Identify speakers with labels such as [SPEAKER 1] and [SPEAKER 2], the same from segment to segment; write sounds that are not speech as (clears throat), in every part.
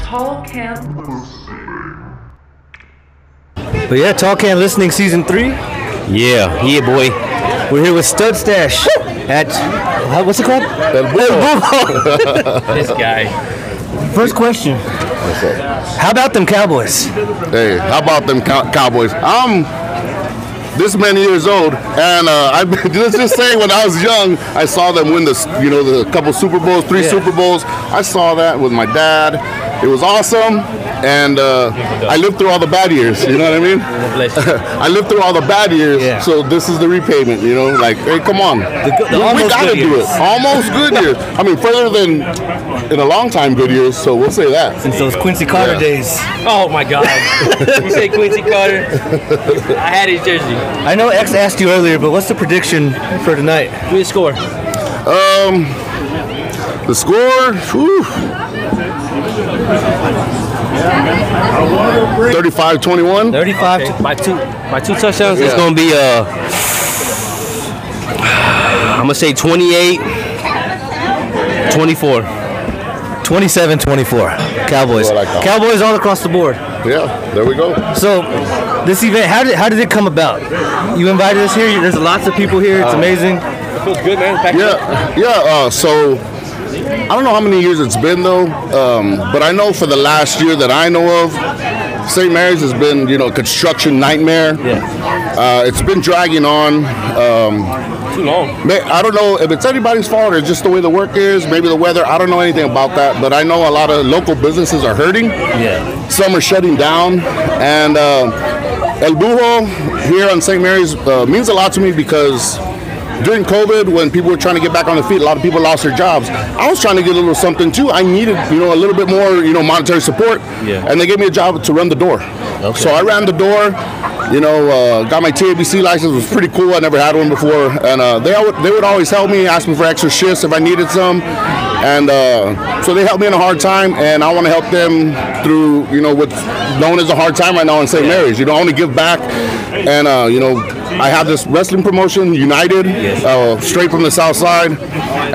[SPEAKER 1] Tall Camp.
[SPEAKER 2] But yeah, Tall Can Listening Season 3.
[SPEAKER 3] Yeah, yeah, boy.
[SPEAKER 2] We're here with Stud Stash at, how- what's it called? El
[SPEAKER 3] (laughs)
[SPEAKER 2] Bufo.
[SPEAKER 4] This guy.
[SPEAKER 2] First question. How about them Cowboys?
[SPEAKER 5] Hey, how about them cow- Cowboys? I'm this many years old, and uh, I (laughs) let's just say when I was young, I saw them win the you know the couple Super Bowls, three
[SPEAKER 2] Yeah.
[SPEAKER 5] Super Bowls. I saw that with my dad. It was awesome, and uh, I lived through all the bad years. You know what I mean? (laughs)
[SPEAKER 4] Bless you.
[SPEAKER 5] I lived through all the bad years,
[SPEAKER 2] Yeah.
[SPEAKER 5] so this is the repayment. You know, like hey, come on,
[SPEAKER 2] good- the
[SPEAKER 5] we,
[SPEAKER 2] almost
[SPEAKER 5] we gotta
[SPEAKER 2] good
[SPEAKER 5] do
[SPEAKER 2] years.
[SPEAKER 5] it. Almost good years. I mean, further than in a long time good years. So we'll say that.
[SPEAKER 2] Since those Quincy Carter
[SPEAKER 5] Yeah.
[SPEAKER 2] days.
[SPEAKER 4] Oh my God. you (laughs) say Quincy Carter? I had his jersey.
[SPEAKER 2] I know X asked you earlier, but what's the prediction for tonight?
[SPEAKER 4] Give me the score.
[SPEAKER 5] Um, the score, whew, 35-21.
[SPEAKER 2] 35 to
[SPEAKER 4] By two. By two touchdowns.
[SPEAKER 3] It's
[SPEAKER 5] Yeah.
[SPEAKER 3] gonna be uh I'm gonna say 28 24.
[SPEAKER 2] 27 24. Cowboys.
[SPEAKER 5] That's what I call it.
[SPEAKER 2] Cowboys all across the board.
[SPEAKER 5] Yeah, there we go.
[SPEAKER 2] So, this event, how did, how did it come about? You invited us here. There's lots of people here. It's
[SPEAKER 5] Uh,
[SPEAKER 2] amazing.
[SPEAKER 4] Feels good, man. Back
[SPEAKER 5] Yeah, yeah. Uh, so I don't know how many years it's been though, um, but I know for the last year that I know of, St. Mary's has been you know a construction nightmare. Yeah. Uh, it's been dragging on. Um,
[SPEAKER 4] Too long.
[SPEAKER 5] May- I don't know if it's anybody's fault or just the way the work is, maybe the weather. I don't know anything about that, but I know a lot of local businesses are hurting. Yeah. Some are shutting down, and uh, El Bujo here on St. Mary's uh, means a lot to me because during COVID, when people were trying to get back on their feet, a lot of people lost their jobs. I was trying to get a little something too. I needed, you know, a little bit more, you know, monetary support.
[SPEAKER 3] Yeah.
[SPEAKER 5] And they gave me a job to run the door. Okay. So I ran the door you know, uh, got my TABC license. was pretty cool. I never had one before, and uh, they al- they would always help me, ask me for extra shifts if I needed some, and uh, so they helped me in a hard time, and I want to help them through you know what's known as a hard time right now in St. Mary's. You know, I want to give back, and uh, you know, I have this wrestling promotion, United, uh, straight from the South Side,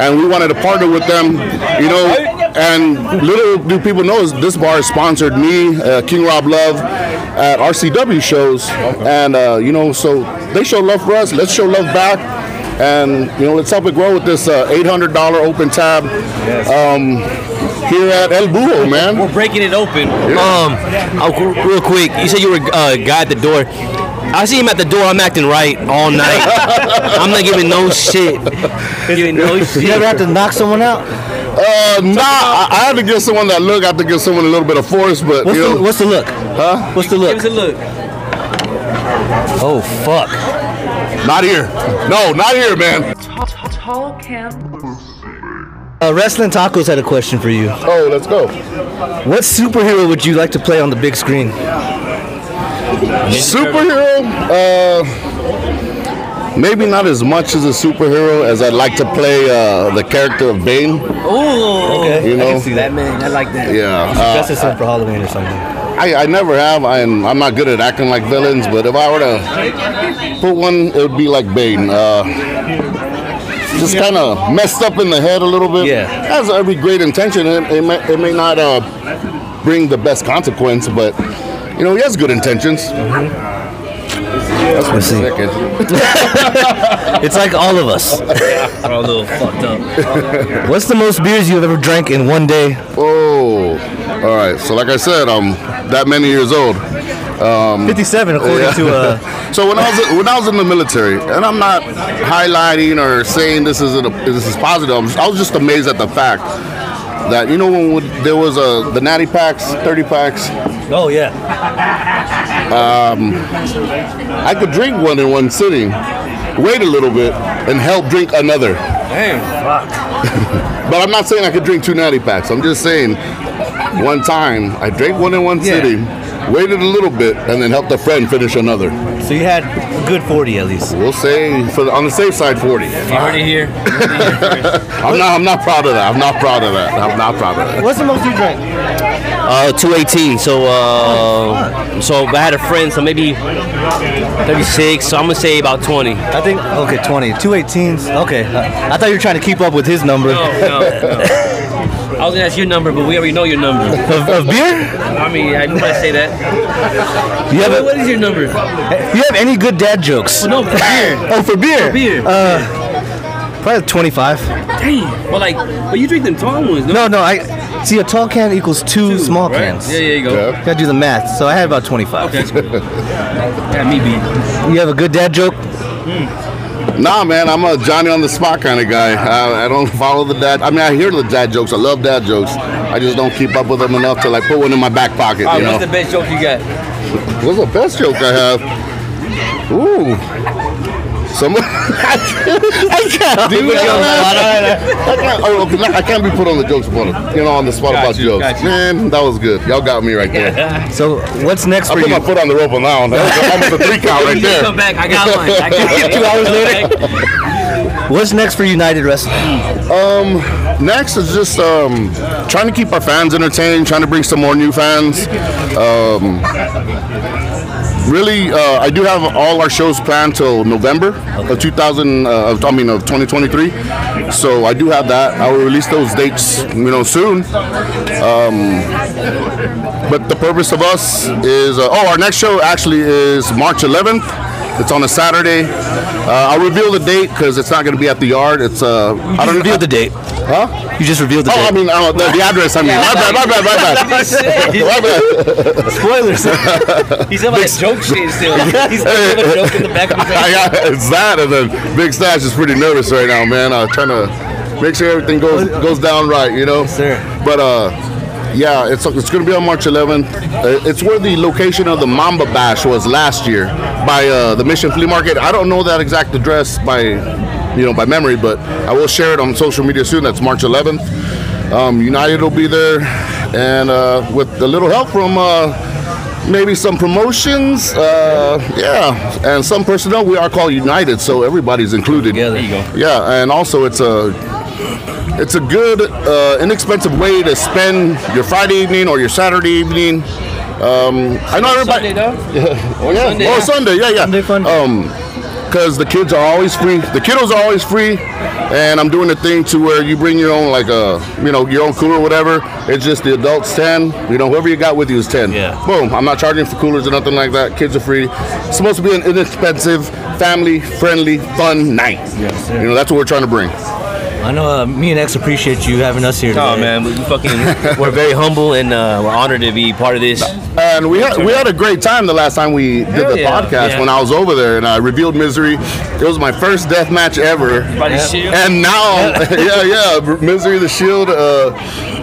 [SPEAKER 5] and we wanted to partner with them, you know. And little do people know is this bar sponsored me, uh, King Rob Love, at RCW shows, and uh, you know, so they show love for us. Let's show love back, and you know, let's help it grow with this uh, $800 open tab um, here at El Burro, man.
[SPEAKER 4] We're breaking it open.
[SPEAKER 3] Um I'll- real quick, you said you were uh, guy at the door. I see him at the door. I'm acting right all
[SPEAKER 5] (laughs)
[SPEAKER 3] night. I'm not giving no
[SPEAKER 2] (laughs)
[SPEAKER 3] shit.
[SPEAKER 4] Giving no
[SPEAKER 2] You
[SPEAKER 4] shit.
[SPEAKER 2] ever have to knock someone out?
[SPEAKER 5] Uh, nah, I, I have to give someone that look. I have to give someone a little bit of force, but
[SPEAKER 2] What's,
[SPEAKER 5] you know,
[SPEAKER 2] the, what's the look? Huh? What's the
[SPEAKER 4] Give
[SPEAKER 2] look?
[SPEAKER 4] us a look.
[SPEAKER 2] Oh, fuck.
[SPEAKER 5] not here. No, not here, man.
[SPEAKER 1] Tall Camp.
[SPEAKER 2] Uh, Wrestling Tacos had a question for you.
[SPEAKER 5] Oh, let's go.
[SPEAKER 2] What superhero would you like to play on the big screen?
[SPEAKER 5] Superhero? Uh, maybe not as much as a superhero as I'd like to play uh, the character of Bane.
[SPEAKER 4] Ooh.
[SPEAKER 5] You know,
[SPEAKER 4] That man, I like that.
[SPEAKER 5] yeah. uh,
[SPEAKER 2] Dress as him for Halloween or something.
[SPEAKER 5] I, I never have. I'm, I'm not good at acting like villains, but if I were to put one, it would be like Bane. Uh, just kind of messed up in the head a little bit.
[SPEAKER 2] Yeah.
[SPEAKER 5] Has every great intention. It, it, may, it may not uh, bring the best consequence, but, you know, he has good intentions.
[SPEAKER 2] Let's see.
[SPEAKER 5] Second.
[SPEAKER 2] It's like all of us.
[SPEAKER 4] We're all a little fucked up.
[SPEAKER 2] What's the most beers you've ever drank in one day?
[SPEAKER 5] Oh, all right. So, like I said, I'm that many years old.
[SPEAKER 2] 57, according
[SPEAKER 5] Um, Yeah.
[SPEAKER 2] to
[SPEAKER 5] (laughs)
[SPEAKER 2] uh,
[SPEAKER 5] So when I was when I was in the military, and I'm not highlighting or saying this is a, this is positive. I'm just, I was just amazed at the fact that you know when would- there was a the natty packs, thirty packs.
[SPEAKER 2] oh yeah,
[SPEAKER 5] I could drink one in one sitting, wait a little bit, and help drink another.
[SPEAKER 4] Damn.
[SPEAKER 5] But I'm not saying I could drink two natty packs. I'm just saying one time I drank one in one
[SPEAKER 2] Yeah.
[SPEAKER 5] sitting, waited a little bit, and then helped a friend finish another.
[SPEAKER 2] so you had a good 40 at least.
[SPEAKER 5] We'll say for the, on the safe side, forty.
[SPEAKER 4] You heard it here. You heard it here first.
[SPEAKER 5] I'm not. I'm not proud of that. I'm not proud of that. I'm not proud of that.
[SPEAKER 2] What's the most you drank?
[SPEAKER 3] Uh, 218. So, uh, so I had a friend. So maybe 36. So I'm gonna say about 20.
[SPEAKER 2] I think okay, 20, two 18s. Okay, I, I thought you were trying to keep up with his number.
[SPEAKER 4] No, no, no. I was gonna ask your number, but we already know your number.
[SPEAKER 2] (laughs) Of, of beer?
[SPEAKER 4] I mean, I want to say that.
[SPEAKER 2] You have
[SPEAKER 4] Wait,
[SPEAKER 2] a,
[SPEAKER 4] what is your number? Well,
[SPEAKER 2] you have any good dad jokes?
[SPEAKER 4] (laughs) no, for beer.
[SPEAKER 2] Oh, for beer.
[SPEAKER 4] beer.
[SPEAKER 2] Uh, probably 25.
[SPEAKER 4] Damn. But like, but you drink them tall ones, no?
[SPEAKER 2] No, no. I see a tall can equals two, small
[SPEAKER 4] Right?
[SPEAKER 2] cans.
[SPEAKER 4] Yeah, yeah, you go.
[SPEAKER 5] Yeah.
[SPEAKER 2] Gotta do the math. So I had about 25.
[SPEAKER 4] Okay. yeah, me beat.
[SPEAKER 2] You have a good dad joke?
[SPEAKER 5] Nah, man, I'm a Johnny on the spot kind of guy. I, I don't follow the dad. I mean, I hear the dad jokes. I love dad jokes. I just don't keep up with them enough to like put one in my back pocket.
[SPEAKER 4] All
[SPEAKER 5] you
[SPEAKER 4] right,
[SPEAKER 5] know,
[SPEAKER 4] Oh, what's the best joke you got?
[SPEAKER 5] what's the best joke I have? Ooh, (laughs) someone. I can't do that. man. I can't, oh, okay, I can't be put on the jokes about you know on the spot
[SPEAKER 4] Got
[SPEAKER 5] about
[SPEAKER 4] you,
[SPEAKER 5] jokes.
[SPEAKER 4] got you.
[SPEAKER 5] Man, that was good. Y'all got me right there.
[SPEAKER 2] So what's next
[SPEAKER 5] I
[SPEAKER 2] for
[SPEAKER 5] put
[SPEAKER 2] you?
[SPEAKER 5] my foot on the rope on that one. That was almost a three count right
[SPEAKER 4] (laughs) You Come
[SPEAKER 5] there.
[SPEAKER 4] back. I got one. I
[SPEAKER 5] (laughs)
[SPEAKER 4] got (laughs)
[SPEAKER 2] Two
[SPEAKER 4] one.
[SPEAKER 2] hours later. What's next for United Wrestling?
[SPEAKER 5] Um, next is just um, trying to keep our fans entertained, trying to bring some more new fans. Um, really, uh, I do have all our shows planned till November of 2000. Uh, of, I mean, of 2023. So I do have that. I will release those dates, you know, soon. Um, But the purpose of us is uh, oh, our next show actually is March 11th. It's on a Saturday. Uh, I'll reveal the date because it's not going to be at the yard. It's uh, I don't
[SPEAKER 2] reveal the date.
[SPEAKER 5] huh?
[SPEAKER 2] You just revealed the
[SPEAKER 5] Oh, I
[SPEAKER 2] date.
[SPEAKER 5] mean uh, the, the address. I mean, my bad, my bad, my
[SPEAKER 4] (laughs) Oh,
[SPEAKER 5] bad, my
[SPEAKER 2] (laughs)
[SPEAKER 5] bad.
[SPEAKER 2] Spoilers.
[SPEAKER 4] He's about that joke shit (laughs) still. He's still a joke in the back of his
[SPEAKER 5] I
[SPEAKER 4] head.
[SPEAKER 5] got, it's that, and then Big Stash is pretty nervous right now, man. Uh, trying to make sure everything goes goes down right, you know.
[SPEAKER 2] sir.
[SPEAKER 5] But uh, yeah, it's it's gonna be on March 11th. Uh, It's where the location of the Mamba Bash was last year by uh, the Mission Flea Market. I don't know that exact address by you know by memory, but I will share it on social media soon. That's March 11th. Um, United will be there, and uh, with a little help from. Uh, maybe some promotions uh, yeah and some personnel we are called united so everybody's included
[SPEAKER 4] (laughs) Yeah, there you go.
[SPEAKER 5] yeah and also it's a it's a good uh, inexpensive way to spend your friday evening or your saturday evening um, i know everybody
[SPEAKER 4] Sunday, dog.
[SPEAKER 5] Oh yeah.
[SPEAKER 4] Sunday,
[SPEAKER 5] oh,
[SPEAKER 4] yeah.
[SPEAKER 5] Sunday. Yeah, yeah.
[SPEAKER 2] Sunday fun.
[SPEAKER 5] Um, because the kids are always free. The kiddos are always free, and I'm doing a thing to where you bring your own, like uh, you know, your own cooler, or whatever. It's just the adults ten. You know, whoever you got with you is ten.
[SPEAKER 4] Yeah.
[SPEAKER 5] Boom. I'm not charging for coolers or nothing like that. Kids are free. It's supposed to be an inexpensive, family-friendly, fun night. Yes, You know, that's what we're trying to bring.
[SPEAKER 6] I know uh, me and X appreciate you having us here.
[SPEAKER 4] Oh
[SPEAKER 6] today.
[SPEAKER 4] man, we fucking we're very humble and uh, we're honored to be part of this.
[SPEAKER 5] And we had, we had a great time the last time we did
[SPEAKER 4] Hell
[SPEAKER 5] the
[SPEAKER 4] yeah.
[SPEAKER 5] podcast
[SPEAKER 4] Yeah.
[SPEAKER 5] when I was over there and I revealed misery. It was my first death match ever.
[SPEAKER 4] Everybody's chill.
[SPEAKER 5] And now, yeah, yeah, Misery the Shield. Uh,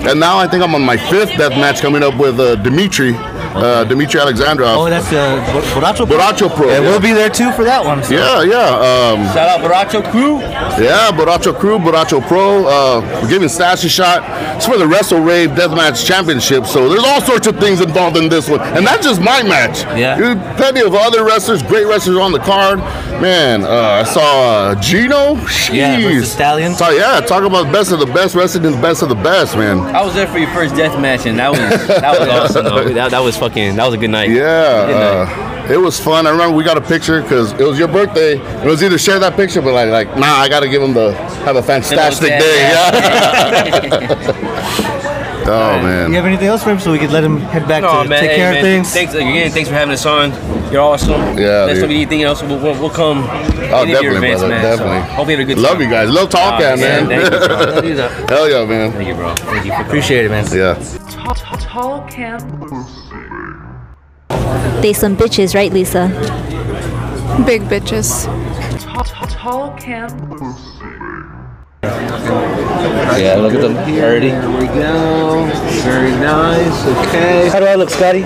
[SPEAKER 5] and now I think I'm on my fifth death match coming up with uh, Dimitri, uh, Dimitri
[SPEAKER 6] Oh,
[SPEAKER 5] Alexandrov,
[SPEAKER 6] that's uh, Bor- Borracho.
[SPEAKER 5] Boracho Pro.
[SPEAKER 2] and we'll be there too for that one.
[SPEAKER 5] yeah, yeah,
[SPEAKER 4] Shout out Baracho crew.
[SPEAKER 5] um, yeah. Boracho Crew, Boracho Pro. Uh, we're giving Stash a shot. It's for the Wrestle Rave Deathmatch Championship. So there's all sorts of things involved in this one, and that's just my match.
[SPEAKER 6] Yeah.
[SPEAKER 5] Dude, plenty of other wrestlers, great wrestlers on the card. Man, uh, I saw uh, Gino. Jeez.
[SPEAKER 6] Yeah, versus Stallion.
[SPEAKER 5] So yeah, talk about best of the best wrestling is best of the best, man.
[SPEAKER 4] I was there for your first death match and that was that (laughs) was awesome. Though. That, that was fucking that was a good night.
[SPEAKER 5] Yeah, uh, it was fun. I remember we got a picture because it was your birthday. It was either share that picture, but like, like, nah, I gotta give him the have a fantastic
[SPEAKER 4] sad
[SPEAKER 5] day. (laughs) Yeah. oh man.
[SPEAKER 6] You have anything else for him so we could let him head back
[SPEAKER 4] (laughs) No,
[SPEAKER 6] to
[SPEAKER 4] Oh, man.
[SPEAKER 6] take
[SPEAKER 4] hey,
[SPEAKER 6] care
[SPEAKER 4] man,
[SPEAKER 6] of things?
[SPEAKER 4] Thanks again. Thanks for having us on. You're awesome.
[SPEAKER 5] Yeah,
[SPEAKER 4] Next
[SPEAKER 5] dude.
[SPEAKER 4] time we need anything else, we'll, we'll, we'll come.
[SPEAKER 5] Oh,
[SPEAKER 4] Any of your
[SPEAKER 5] definitely,
[SPEAKER 4] events,
[SPEAKER 5] brother.
[SPEAKER 4] man. So,
[SPEAKER 5] Definitely.
[SPEAKER 4] hope you had a good
[SPEAKER 5] Love
[SPEAKER 4] time.
[SPEAKER 5] you guys. Love
[SPEAKER 4] Oh,
[SPEAKER 5] talking, man.
[SPEAKER 4] Thank you, bro. Thank you,
[SPEAKER 2] (laughs)
[SPEAKER 4] bro.
[SPEAKER 5] Hell yeah, man.
[SPEAKER 4] Thank you, bro. Thank you for coming.
[SPEAKER 6] Appreciate it, man.
[SPEAKER 5] Yeah.
[SPEAKER 1] Tall, tall can.
[SPEAKER 7] They some bitches, right, Lisa?
[SPEAKER 8] Big bitches.
[SPEAKER 1] Tall, tall can.
[SPEAKER 4] Yeah, look at them. Already. Here we go. Very nice. Okay.
[SPEAKER 2] How do I look, Scotty?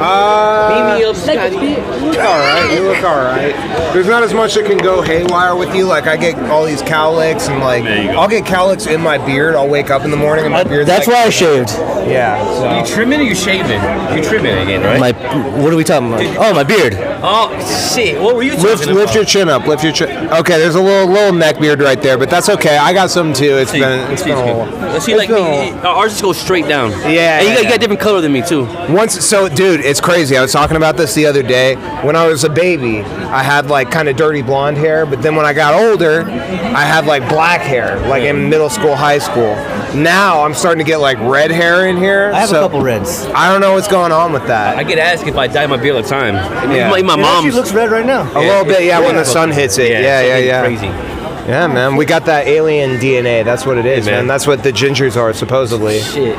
[SPEAKER 9] Uh, you look all right. You look all right. There's not as much that can go haywire with you. Like I get all these cowlicks and like I'll get cowlicks in my beard. I'll wake up in the morning and my beard's
[SPEAKER 2] That's
[SPEAKER 9] like,
[SPEAKER 2] why I shaved.
[SPEAKER 9] Yeah.
[SPEAKER 4] You
[SPEAKER 9] So.
[SPEAKER 4] trimming or you shaving? You trimming again, right?
[SPEAKER 2] My, what are we talking about? Oh, my beard.
[SPEAKER 4] oh shit! What were you
[SPEAKER 9] Lift,
[SPEAKER 4] talking
[SPEAKER 9] lift
[SPEAKER 4] about?
[SPEAKER 9] your chin up. Lift your chin. Okay, there's a little little neck beard right there, but that's okay. I got some too. It's been it's been a little.
[SPEAKER 4] Let's see, like
[SPEAKER 9] it's been a
[SPEAKER 4] me, ours just goes straight down.
[SPEAKER 9] Yeah,
[SPEAKER 4] and you
[SPEAKER 9] yeah,
[SPEAKER 4] got, you
[SPEAKER 9] yeah.
[SPEAKER 4] got different color than me too.
[SPEAKER 9] Once, so dude, it's crazy. I was talking about this the other day. When I was a baby, I had like kind of dirty blonde hair, but then when I got older, I had like black hair, like in middle school, high school. Now I'm starting to get like red hair in here.
[SPEAKER 10] I have
[SPEAKER 9] so
[SPEAKER 10] a couple reds.
[SPEAKER 9] I don't know what's going on with that.
[SPEAKER 4] I get asked if I dye my beard all the time.
[SPEAKER 9] Yeah.
[SPEAKER 4] My, my
[SPEAKER 10] It actually
[SPEAKER 4] mom's
[SPEAKER 10] looks red right now.
[SPEAKER 9] A little bit, yeah, when the sun hits it. Yeah, yeah,
[SPEAKER 4] it's
[SPEAKER 9] yeah.
[SPEAKER 4] Crazy.
[SPEAKER 9] Yeah, man, we got that alien DNA. That's what it is,
[SPEAKER 4] Hey, man.
[SPEAKER 9] man. That's what the gingers are, supposedly.
[SPEAKER 4] Shit.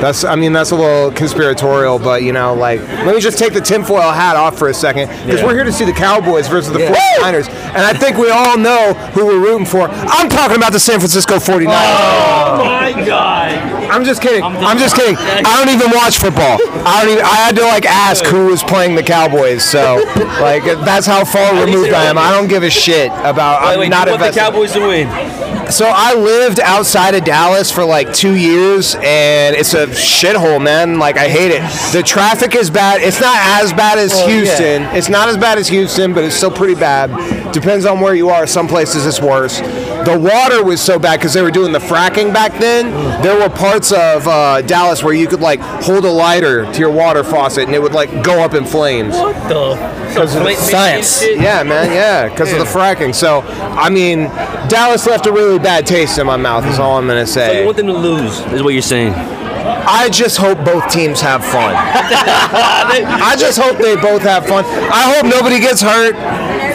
[SPEAKER 9] That's, I mean, that's a little conspiratorial, but you know, like, let me just take the tinfoil hat off for a second, because
[SPEAKER 4] Yeah.
[SPEAKER 9] we're here to see the Cowboys versus the
[SPEAKER 10] Yeah.
[SPEAKER 9] 49ers, and I think we all know who we're rooting for. I'm talking about the San Francisco 49ers.
[SPEAKER 4] Oh. My God.
[SPEAKER 9] I'm just kidding. I'm, just kidding. I don't even watch football. I don't even. I had to like ask who was playing the Cowboys. So like that's how far removed I am. I don't give a shit about.
[SPEAKER 4] By the
[SPEAKER 9] I'm
[SPEAKER 4] way, do you
[SPEAKER 9] not
[SPEAKER 4] want the
[SPEAKER 9] invested.
[SPEAKER 4] Cowboys to win?
[SPEAKER 9] So I lived outside of Dallas for like two years, and it's a shithole, man. Like I hate it. The traffic is bad. It's not as bad as Houston. It's not as bad as Houston, but it's still pretty bad. Depends on where you are. Some places it's worse. The water was so bad because they were doing the fracking back then. There were parts of uh, Dallas where you could like hold a lighter to your water faucet and it would like go up in flames.
[SPEAKER 4] What the? Some plant-based
[SPEAKER 11] science.
[SPEAKER 4] shit?
[SPEAKER 9] Yeah, man. Yeah, because of the fracking. So, I mean, Dallas left a really bad taste in my mouth. Is all I'm gonna
[SPEAKER 4] So Oh, you
[SPEAKER 9] say.
[SPEAKER 4] want them to lose, is what you're saying.
[SPEAKER 9] I just hope both teams
[SPEAKER 4] (laughs)
[SPEAKER 9] have fun. I just hope they both have fun. I hope nobody gets hurt.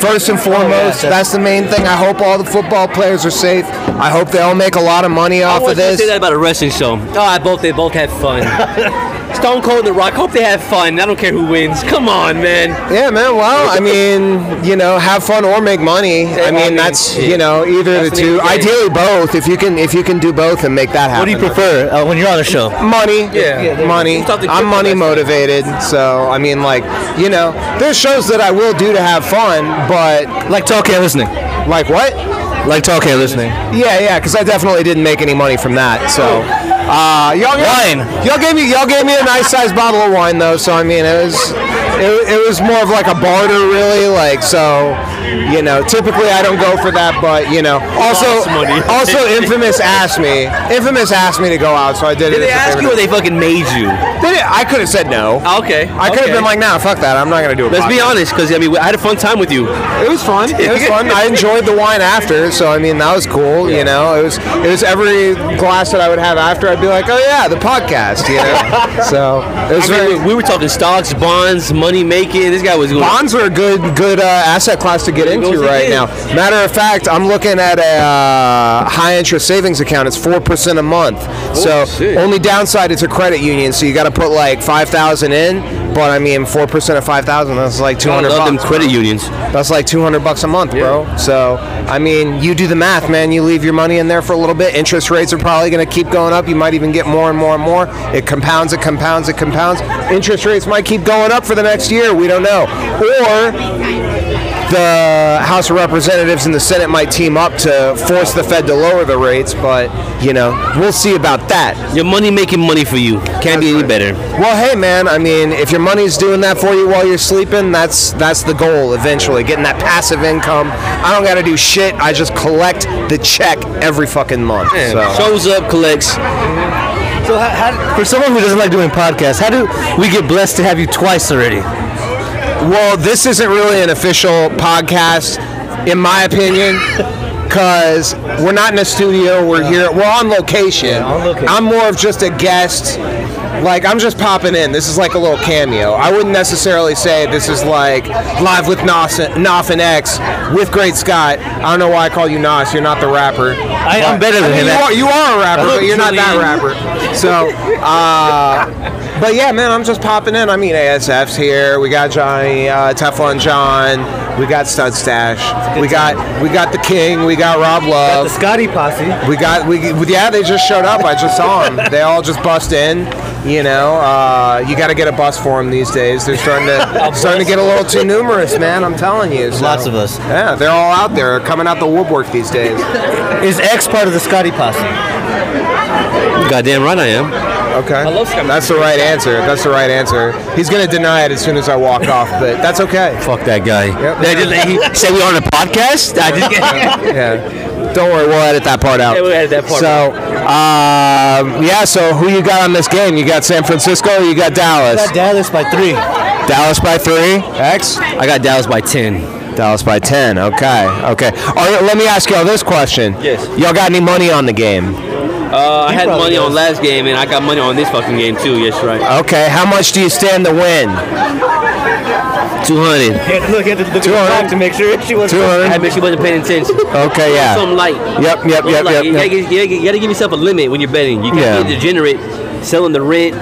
[SPEAKER 9] First
[SPEAKER 4] Oh,
[SPEAKER 9] and foremost,
[SPEAKER 10] that's-
[SPEAKER 9] that's the main thing. I hope all the football players are safe. I hope they all make a lot of money
[SPEAKER 4] I
[SPEAKER 9] off of
[SPEAKER 4] want Oh, you to
[SPEAKER 9] this.
[SPEAKER 4] say that about a wrestling show. Oh, I both they both had fun. Stone Cold and The Rock. Hope they have fun. I don't care who wins. Come on, man.
[SPEAKER 9] Yeah, man. Well, I mean, you know, have fun or make money. I mean,
[SPEAKER 4] money.
[SPEAKER 9] that's you know either
[SPEAKER 4] That's the
[SPEAKER 9] the two.
[SPEAKER 4] name of the game.
[SPEAKER 9] Ideally, both. If you can, if you can do both and make that happen.
[SPEAKER 11] What do you prefer uh, when you're on the show?
[SPEAKER 9] Money,
[SPEAKER 4] Yeah. Yeah, they-
[SPEAKER 9] money.
[SPEAKER 4] we talked to
[SPEAKER 9] I'm
[SPEAKER 4] Kip
[SPEAKER 9] money
[SPEAKER 4] last night.
[SPEAKER 9] motivated, so I mean, like, you know, there's shows that I will do to have fun, but
[SPEAKER 11] Like talking and listening.
[SPEAKER 9] like what?
[SPEAKER 11] Like talking and listening.
[SPEAKER 9] Yeah, yeah, because I definitely didn't make any money from that. So, uh, y'all gave,
[SPEAKER 11] Wine.
[SPEAKER 9] y'all gave me y'all gave me a nice sized bottle of wine though, so I mean, it was it, it was more of like a barter, really. Like, so you know, typically I don't go for that, but you know, also
[SPEAKER 4] Lost money. (laughs)
[SPEAKER 9] also infamous asked me, infamous asked me to go out, so I did it.
[SPEAKER 4] Did they
[SPEAKER 9] as a
[SPEAKER 4] ask
[SPEAKER 9] favor
[SPEAKER 4] you
[SPEAKER 9] to-
[SPEAKER 4] or they fucking made you?
[SPEAKER 9] They didn't- I could have said no.
[SPEAKER 4] Okay.
[SPEAKER 9] I could have
[SPEAKER 4] okay.
[SPEAKER 9] been like, nah, fuck that. I'm not gonna do it.
[SPEAKER 4] Let's be honest, because I mean, I had a fun time with you.
[SPEAKER 9] It was fun. It was fun. I enjoyed the wine after, so I mean, that was cool. You know, it was it was every glass that I would have after. I'd be like, oh yeah, the podcast. You (laughs) know, so it was
[SPEAKER 4] I mean,
[SPEAKER 9] very.
[SPEAKER 4] we, we were talking stocks, bonds, money making. This guy was going.
[SPEAKER 9] Bonds are a good good uh, asset class to get
[SPEAKER 4] There
[SPEAKER 9] into
[SPEAKER 4] goes
[SPEAKER 9] right
[SPEAKER 4] again.
[SPEAKER 9] now. Matter of fact, I'm looking at a uh, high interest savings account. It's four percent a month. so
[SPEAKER 4] shit.
[SPEAKER 9] only downside it's a credit union, so you got to put like five thousand in. But I mean, four percent of five thousand that's like two
[SPEAKER 4] I
[SPEAKER 9] hundred.
[SPEAKER 4] love them credit unions.
[SPEAKER 9] That's like 200 bucks a month, bro. So, I mean, you do the math, man. You leave your money in there for a little bit. Interest rates are probably going to keep going up. You might even get more and more and more. It compounds, it compounds, it compounds. Interest rates might keep going up for the next year. We don't know. Or the House of Representatives and the Senate might team up to force the Fed to lower the rates, but, you know, we'll see about that.
[SPEAKER 4] Your money making money for you can't be any better.
[SPEAKER 9] Well, hey, man. I mean, if your money's doing that for you while you're sleeping, that's that's the goal. Eventually, getting that passive income. I don't got to do shit. I just collect the check every fucking month. So.
[SPEAKER 4] Shows up, collects.
[SPEAKER 11] So how, how, for someone who doesn't like doing podcasts, how do we get blessed to have you twice already?
[SPEAKER 9] Well, this isn't really an official podcast, in my opinion. Because we're not in a studio, we're here, we're on location.
[SPEAKER 10] on location.
[SPEAKER 9] I'm more of just a guest. Like, I'm just popping in. This is like a little cameo. I wouldn't necessarily say this is like live with Nos, Noff and X with Great Scott. I don't know why I call you Nos, you're not the rapper.
[SPEAKER 11] I, I'm better than him.
[SPEAKER 9] You are, you are a rapper, but you're not that
[SPEAKER 4] Julian.
[SPEAKER 9] rapper. So, uh, but yeah, man, I'm just popping in. I mean, ASF's here. We got Johnny uh, Teflon John. We got Stud Stash. We got we got the King. We got Rob
[SPEAKER 10] The
[SPEAKER 9] Love.
[SPEAKER 10] Scotty posse.
[SPEAKER 9] We got we yeah. They just showed up. I just saw them. They all just bust in. You know, uh, you got to get a bus for them these days. They're starting to starting to get a little too numerous, man. I'm telling you. So.
[SPEAKER 10] Lots of us.
[SPEAKER 9] Yeah, they're all out there coming out the woodwork these days.
[SPEAKER 10] Is X part of the Scotty posse?
[SPEAKER 4] Goddamn right I am.
[SPEAKER 9] Okay.
[SPEAKER 4] love Scott.
[SPEAKER 9] That's the right answer. That's the right answer. He's gonna deny it as soon as I walk off, but that's okay.
[SPEAKER 2] (laughs)
[SPEAKER 4] Fuck that guy.
[SPEAKER 9] Yep.
[SPEAKER 10] (laughs)
[SPEAKER 4] They just- he said we on a podcast. I just
[SPEAKER 9] Yeah.
[SPEAKER 2] Don't worry, we'll edit that part out.
[SPEAKER 11] Yeah, we'll edit that part
[SPEAKER 2] So, um, yeah. So who you got on this game? You got San Francisco. Or you got Dallas.
[SPEAKER 10] Got Dallas by three.
[SPEAKER 2] Dallas by three. X.
[SPEAKER 4] I got Dallas by 10.
[SPEAKER 2] Dallas by ten. Okay. Okay. All right. Let me ask y'all this question.
[SPEAKER 4] Yes.
[SPEAKER 2] Y'all got any money on the game?
[SPEAKER 4] Uh, I had money on last game, and I got money on this fucking game too. Yes, you're right.
[SPEAKER 2] Okay. How much do you stand to win?
[SPEAKER 4] 200.
[SPEAKER 10] You had to look at the, look at the
[SPEAKER 2] 200.
[SPEAKER 10] clock to make sure she wasn't.
[SPEAKER 2] 200.
[SPEAKER 4] I bet she wasn't paying attention.
[SPEAKER 2] (laughs) Okay.
[SPEAKER 4] Something
[SPEAKER 2] Yeah.
[SPEAKER 4] light.
[SPEAKER 2] Yep. Yep.
[SPEAKER 4] Something
[SPEAKER 2] Yep.
[SPEAKER 4] light.
[SPEAKER 2] Yep.
[SPEAKER 4] you,
[SPEAKER 2] yep.
[SPEAKER 4] gotta, give- you, gotta, you gotta give yourself a limit when you're betting. You can't
[SPEAKER 2] Yeah.
[SPEAKER 4] be degenerate, selling the rent,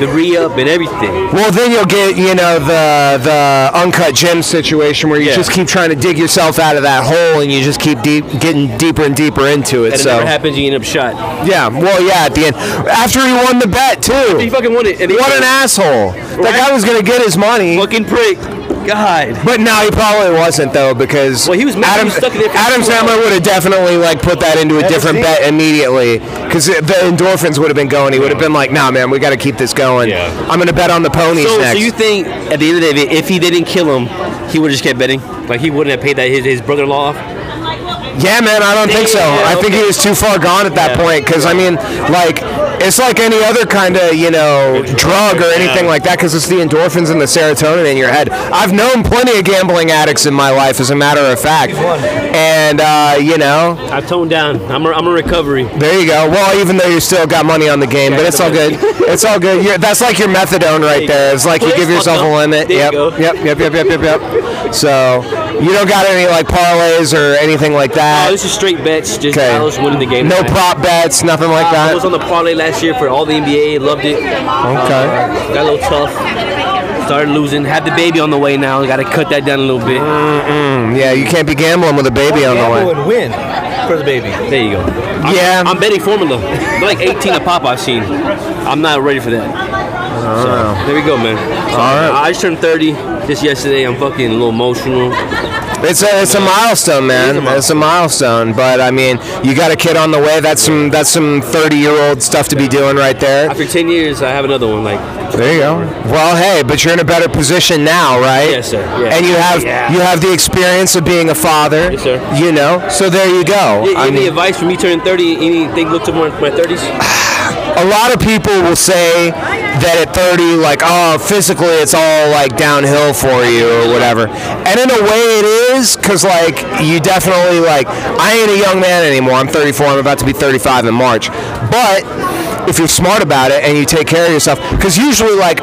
[SPEAKER 4] the re-up, and everything.
[SPEAKER 2] Well, then you'll get you know the the uncut gem situation where you
[SPEAKER 4] Yeah.
[SPEAKER 2] just keep trying to dig yourself out of that hole and you just keep deep getting deeper and deeper into it.
[SPEAKER 4] And it
[SPEAKER 2] so
[SPEAKER 4] never happens, you end up shot.
[SPEAKER 2] yeah, well yeah, at the end after he won the bet
[SPEAKER 4] He
[SPEAKER 2] too.
[SPEAKER 4] fucking won it. and he-
[SPEAKER 2] What an asshole! That
[SPEAKER 4] Right?
[SPEAKER 2] guy was gonna get his money,
[SPEAKER 4] fucking prick. God.
[SPEAKER 2] but no, he probably wasn't though because
[SPEAKER 4] Well, he was mad he
[SPEAKER 2] Adam,
[SPEAKER 4] was stuck in there for
[SPEAKER 2] Adam
[SPEAKER 4] too long.
[SPEAKER 2] Sandler would have definitely like put that into a different bet immediately because the endorphins would have been going. He would have been like, "Nah, man, we got to keep this going.
[SPEAKER 12] Yeah.
[SPEAKER 2] I'm gonna bet on the ponies
[SPEAKER 4] So, so
[SPEAKER 2] next."
[SPEAKER 4] you think at the end of the day, if he didn't kill him, he would have just kept betting? Like he wouldn't have paid that his, his brother-in-law off?
[SPEAKER 2] Yeah, man, I don't think so.
[SPEAKER 4] Yeah,
[SPEAKER 2] I think he
[SPEAKER 4] okay.
[SPEAKER 2] was too far gone at that
[SPEAKER 4] Yeah.
[SPEAKER 2] point because I mean, like, it's like any other kind of you know drug or anything like that because it's the endorphins and the serotonin in your head. I've known plenty of gambling addicts in my life, as a matter of fact, and uh, you know,
[SPEAKER 4] I've toned down. I'm a, I'm a recovery.
[SPEAKER 2] there you go. Well, even though you still got money on the game, but it's all good. It's all good. You're, that's like your methadone right there. It's like you
[SPEAKER 4] Well,
[SPEAKER 2] give
[SPEAKER 4] it's
[SPEAKER 2] yourself a
[SPEAKER 4] fucked up.
[SPEAKER 2] limit.
[SPEAKER 4] There you
[SPEAKER 2] Yep.
[SPEAKER 4] go.
[SPEAKER 2] Yep. Yep. Yep. Yep. Yep. Yep. So you don't got any like parlays or anything like that.
[SPEAKER 4] Oh, this is straight bets. Just
[SPEAKER 2] Okay.
[SPEAKER 4] Dallas winning the game.
[SPEAKER 2] No
[SPEAKER 4] tonight.
[SPEAKER 2] prop bets, nothing like
[SPEAKER 4] I
[SPEAKER 2] that.
[SPEAKER 4] was on the parlay last year for all the NBA. Loved it.
[SPEAKER 2] Okay.
[SPEAKER 4] Got a little tough. Started losing. Had the baby on the way now. Got to cut that down a little bit.
[SPEAKER 2] Mm, Yeah, you can't be gambling with a baby on the
[SPEAKER 10] Gamble
[SPEAKER 2] way.
[SPEAKER 10] and win for the baby.
[SPEAKER 4] There you go. I'm,
[SPEAKER 2] Yeah.
[SPEAKER 4] I'm betting formula. They're like 18 a pop I've seen. I'm not ready for that. So, there we go, man. So, I just turned 30 just yesterday. I'm fucking a little emotional.
[SPEAKER 2] It's a it's a milestone, man. It's a milestone, but I mean, you got a kid on the way. That's some that's some thirty year old stuff to be doing right there.
[SPEAKER 4] After 10 years, I have another one. Like,
[SPEAKER 2] There you go. Well, hey, but you're in a better position now, right?
[SPEAKER 4] Yes, sir. Yeah.
[SPEAKER 2] And you have you have the experience of being a father.
[SPEAKER 4] Yes, sir.
[SPEAKER 2] You know, so there you go.
[SPEAKER 4] any
[SPEAKER 2] I mean-
[SPEAKER 4] advice for me turning 30? Anything look to my, my 30s?
[SPEAKER 2] a lot of people will say that at 30 like oh physically it's all like downhill for you or whatever and in a way it is because like you definitely like i ain't a young man anymore i'm 34 i'm about to be 35 in march but if you're smart about it and you take care of yourself because usually like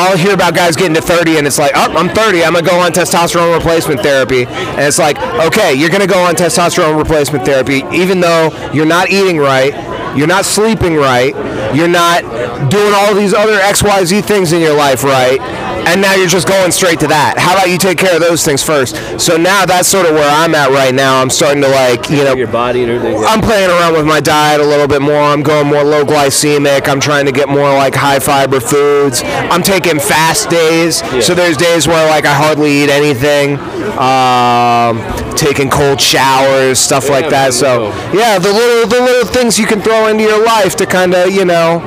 [SPEAKER 2] i'll hear about guys getting to 30 and it's like oh i'm 30 i'm gonna go on testosterone replacement therapy and it's like okay you're gonna go on testosterone replacement therapy even though you're not eating right you're not sleeping right. You're not doing all these other XYZ things in your life right. And now you're just going straight to that. How about you take care of those things first? So now that's sort of where I'm at right now. I'm starting to like, you know,
[SPEAKER 4] Your body and everything.
[SPEAKER 2] I'm playing around with my diet a little bit more. I'm going more low glycemic. I'm trying to get more like high fiber foods. I'm taking fast days. So there's days where like I hardly eat anything. Um, taking cold showers, stuff like that.
[SPEAKER 4] man,
[SPEAKER 2] So yeah, the little the little things you can throw into your life to kind of you know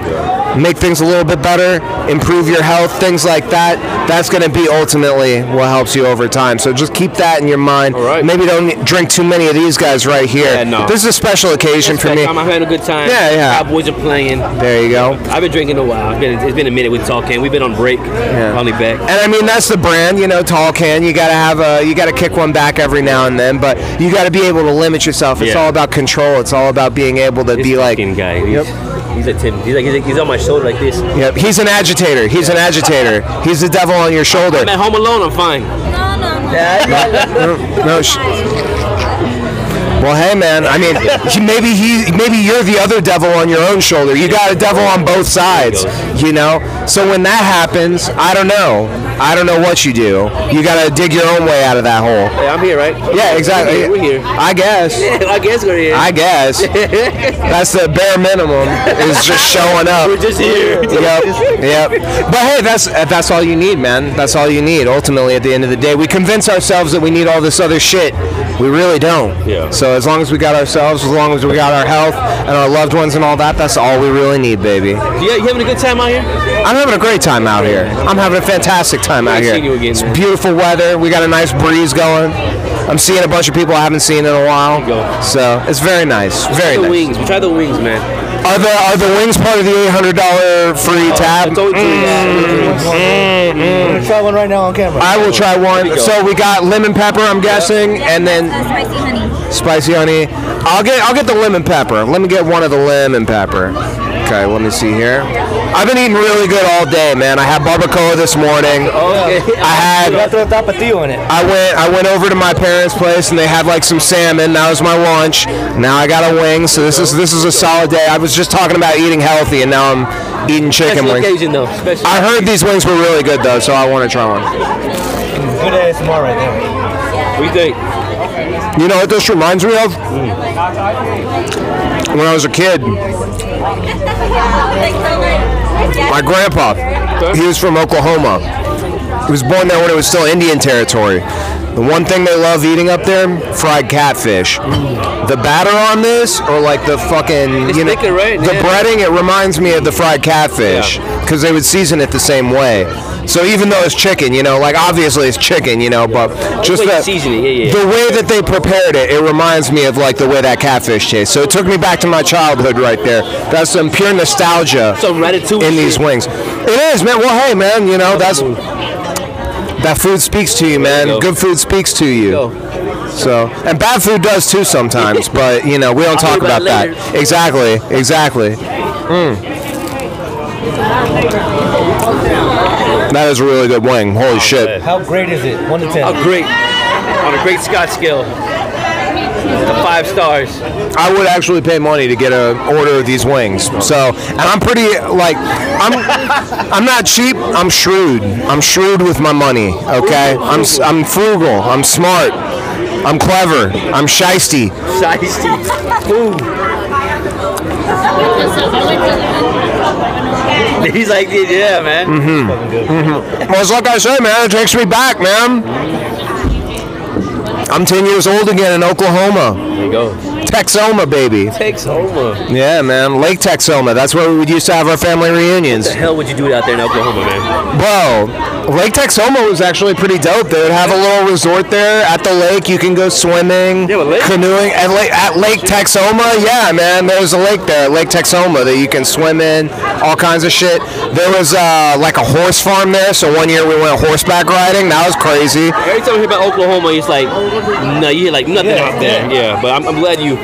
[SPEAKER 2] make things a little bit better, improve your health, things like that. That's going to be ultimately what helps you over time. So just keep that in your mind.
[SPEAKER 4] All right.
[SPEAKER 2] Maybe don't drink too many of these guys right here.
[SPEAKER 4] Yeah, no.
[SPEAKER 2] This is a special occasion for me.
[SPEAKER 4] I'm having a good time.
[SPEAKER 2] Yeah, yeah.
[SPEAKER 4] Cowboys are playing.
[SPEAKER 2] There you go.
[SPEAKER 4] I've been drinking a while. It's been, it's been a minute with talking. We've been on break. Finally back.
[SPEAKER 2] And I mean that's the brand, you know, tall can. You gotta have a, you gotta kick one back every now and then, but you gotta be able to limit yourself. It's
[SPEAKER 4] Yeah.
[SPEAKER 2] all about control. It's all about being able to
[SPEAKER 4] This
[SPEAKER 2] be like,
[SPEAKER 4] fucking guy. He's, he's a Tim. He's like he's, like, he's on my shoulder like this.
[SPEAKER 2] yep, he's an agitator. He's an agitator. He's the devil on your shoulder.
[SPEAKER 4] I'm at home alone. I'm fine.
[SPEAKER 2] no, no. Sh- well, hey, man. I mean, he- maybe he, maybe you're the other devil on your own shoulder. You got a devil on both sides, you know. So when that happens, I don't know. I don't know what you do. You got to dig your own way out of that hole.
[SPEAKER 4] Hey, I'm here, right?
[SPEAKER 2] Yeah, exactly.
[SPEAKER 4] We're here.
[SPEAKER 2] I guess.
[SPEAKER 4] I guess we're here. (laughs)
[SPEAKER 2] I guess. That's the bare minimum. Is just showing up.
[SPEAKER 4] we're just here.
[SPEAKER 2] Yep, yep. But hey, that's that's all you need, man. That's all you need. Ultimately, at the end of the day, we convince ourselves that we need all this other shit. We really don't.
[SPEAKER 4] Yeah.
[SPEAKER 2] So
[SPEAKER 13] as long as we got ourselves, as long as we got our health and our loved ones and all that, that's all we really need, baby.
[SPEAKER 4] You, you having a good time out here?
[SPEAKER 13] I'm having a great time out here. I'm having a fantastic time out
[SPEAKER 4] Nice
[SPEAKER 13] here.
[SPEAKER 4] seeing you again,
[SPEAKER 13] it's
[SPEAKER 4] man.
[SPEAKER 13] beautiful weather. We got a nice breeze going. I'm seeing a bunch of people I haven't seen in a while.
[SPEAKER 4] go.
[SPEAKER 13] So it's very nice. Very
[SPEAKER 4] the
[SPEAKER 13] nice.
[SPEAKER 4] wings. We try the wings, man.
[SPEAKER 2] Are the are the wings part of the eight hundred dollar free tab? Mm-hmm.
[SPEAKER 4] It's always doing
[SPEAKER 2] Mm.
[SPEAKER 4] that.
[SPEAKER 10] I'm gonna try one right now on camera.
[SPEAKER 2] I will try
[SPEAKER 4] you
[SPEAKER 2] one.
[SPEAKER 4] go.
[SPEAKER 2] So we got lemon pepper, I'm guessing, and then
[SPEAKER 12] spicy honey.
[SPEAKER 2] spicy honey. I'll get I'll get the lemon pepper. Let me get one of the lemon pepper. Okay, let me see here. I've been eating really good all day, man. I had barbacoa this morning. (laughs) I had
[SPEAKER 10] Gotta throw tapatio in it.
[SPEAKER 2] I went I went over to my parents' place and they had like some salmon. That was my lunch. Now I got a wing, so this is this is a solid day. I was just talking about eating healthy and now I'm eating chicken
[SPEAKER 4] Special
[SPEAKER 2] wings.
[SPEAKER 4] occasion though. Special.
[SPEAKER 2] I heard these wings were really good though, so I want to try one.
[SPEAKER 10] Good ASMR right there.
[SPEAKER 4] What do you think?
[SPEAKER 2] You know what this reminds me of? When I was a kid, my grandpa, he was from Oklahoma. He was born there when it was still Indian territory. The one thing they love eating up there, fried catfish.
[SPEAKER 4] Mm.
[SPEAKER 2] The batter on this, or like the fucking,
[SPEAKER 4] It's
[SPEAKER 2] you know,
[SPEAKER 4] thicker, right?
[SPEAKER 2] the
[SPEAKER 4] Yeah.
[SPEAKER 2] breading, it reminds me of the fried catfish because they would season it the same way. So even though it's chicken, you know, like obviously it's chicken, you know, but just
[SPEAKER 4] Like
[SPEAKER 2] that
[SPEAKER 4] seasoning, yeah, yeah, yeah.
[SPEAKER 2] the way that they prepared it, it reminds me of like the way that catfish tastes. So it took me back to my childhood right there. That's some pure nostalgia
[SPEAKER 4] Some ratatouille
[SPEAKER 2] in these
[SPEAKER 4] shit.
[SPEAKER 2] wings. It is, man. Well, hey, man, you know that's that food speaks to you, man.
[SPEAKER 4] go.
[SPEAKER 2] Good food speaks to you.
[SPEAKER 4] Go.
[SPEAKER 2] So, and bad food does too
[SPEAKER 4] (laughs)
[SPEAKER 2] sometimes, but you know we don't talk
[SPEAKER 4] hear about
[SPEAKER 2] about
[SPEAKER 4] it
[SPEAKER 2] that.
[SPEAKER 4] later.
[SPEAKER 2] Exactly, exactly. Hmm. Mm. That is a really good wing. Holy shit.
[SPEAKER 10] How great is it? One to ten.
[SPEAKER 4] A great on a great Scott scale. The five stars.
[SPEAKER 2] I would actually pay money to get a order of these wings. So, and I'm pretty like I'm I'm not cheap. I'm shrewd. I'm shrewd with my money. Okay, I'm s- I'm frugal. I'm smart. I'm clever. I'm shisty.
[SPEAKER 4] Shiesty. He's like, yeah, man.
[SPEAKER 2] Mm-hmm. Well, it's like I said, man. It takes me back, man. I'm 10 years old again in Oklahoma.
[SPEAKER 4] There you go.
[SPEAKER 2] Texoma, baby.
[SPEAKER 4] Takes over. What
[SPEAKER 2] Yeah, man. Lake Texoma. That's where we used to have our family reunions.
[SPEAKER 4] the hell would you do out there in Oklahoma, man?
[SPEAKER 2] Bro, Lake Texoma was actually pretty dope. They would have a little resort there at the lake. You can go swimming,
[SPEAKER 4] Yeah, but lake-
[SPEAKER 2] canoeing at Lake, at Lake Texoma. Yeah, man, there's a lake there, Lake Texoma, that you can swim in, all kinds of shit. There was uh, like a horse farm there, so one year we went horseback riding. That was crazy.
[SPEAKER 4] Every time I hear about Oklahoma, it's like, no, you hear like nothing out there. Yeah, but I'm, I'm glad you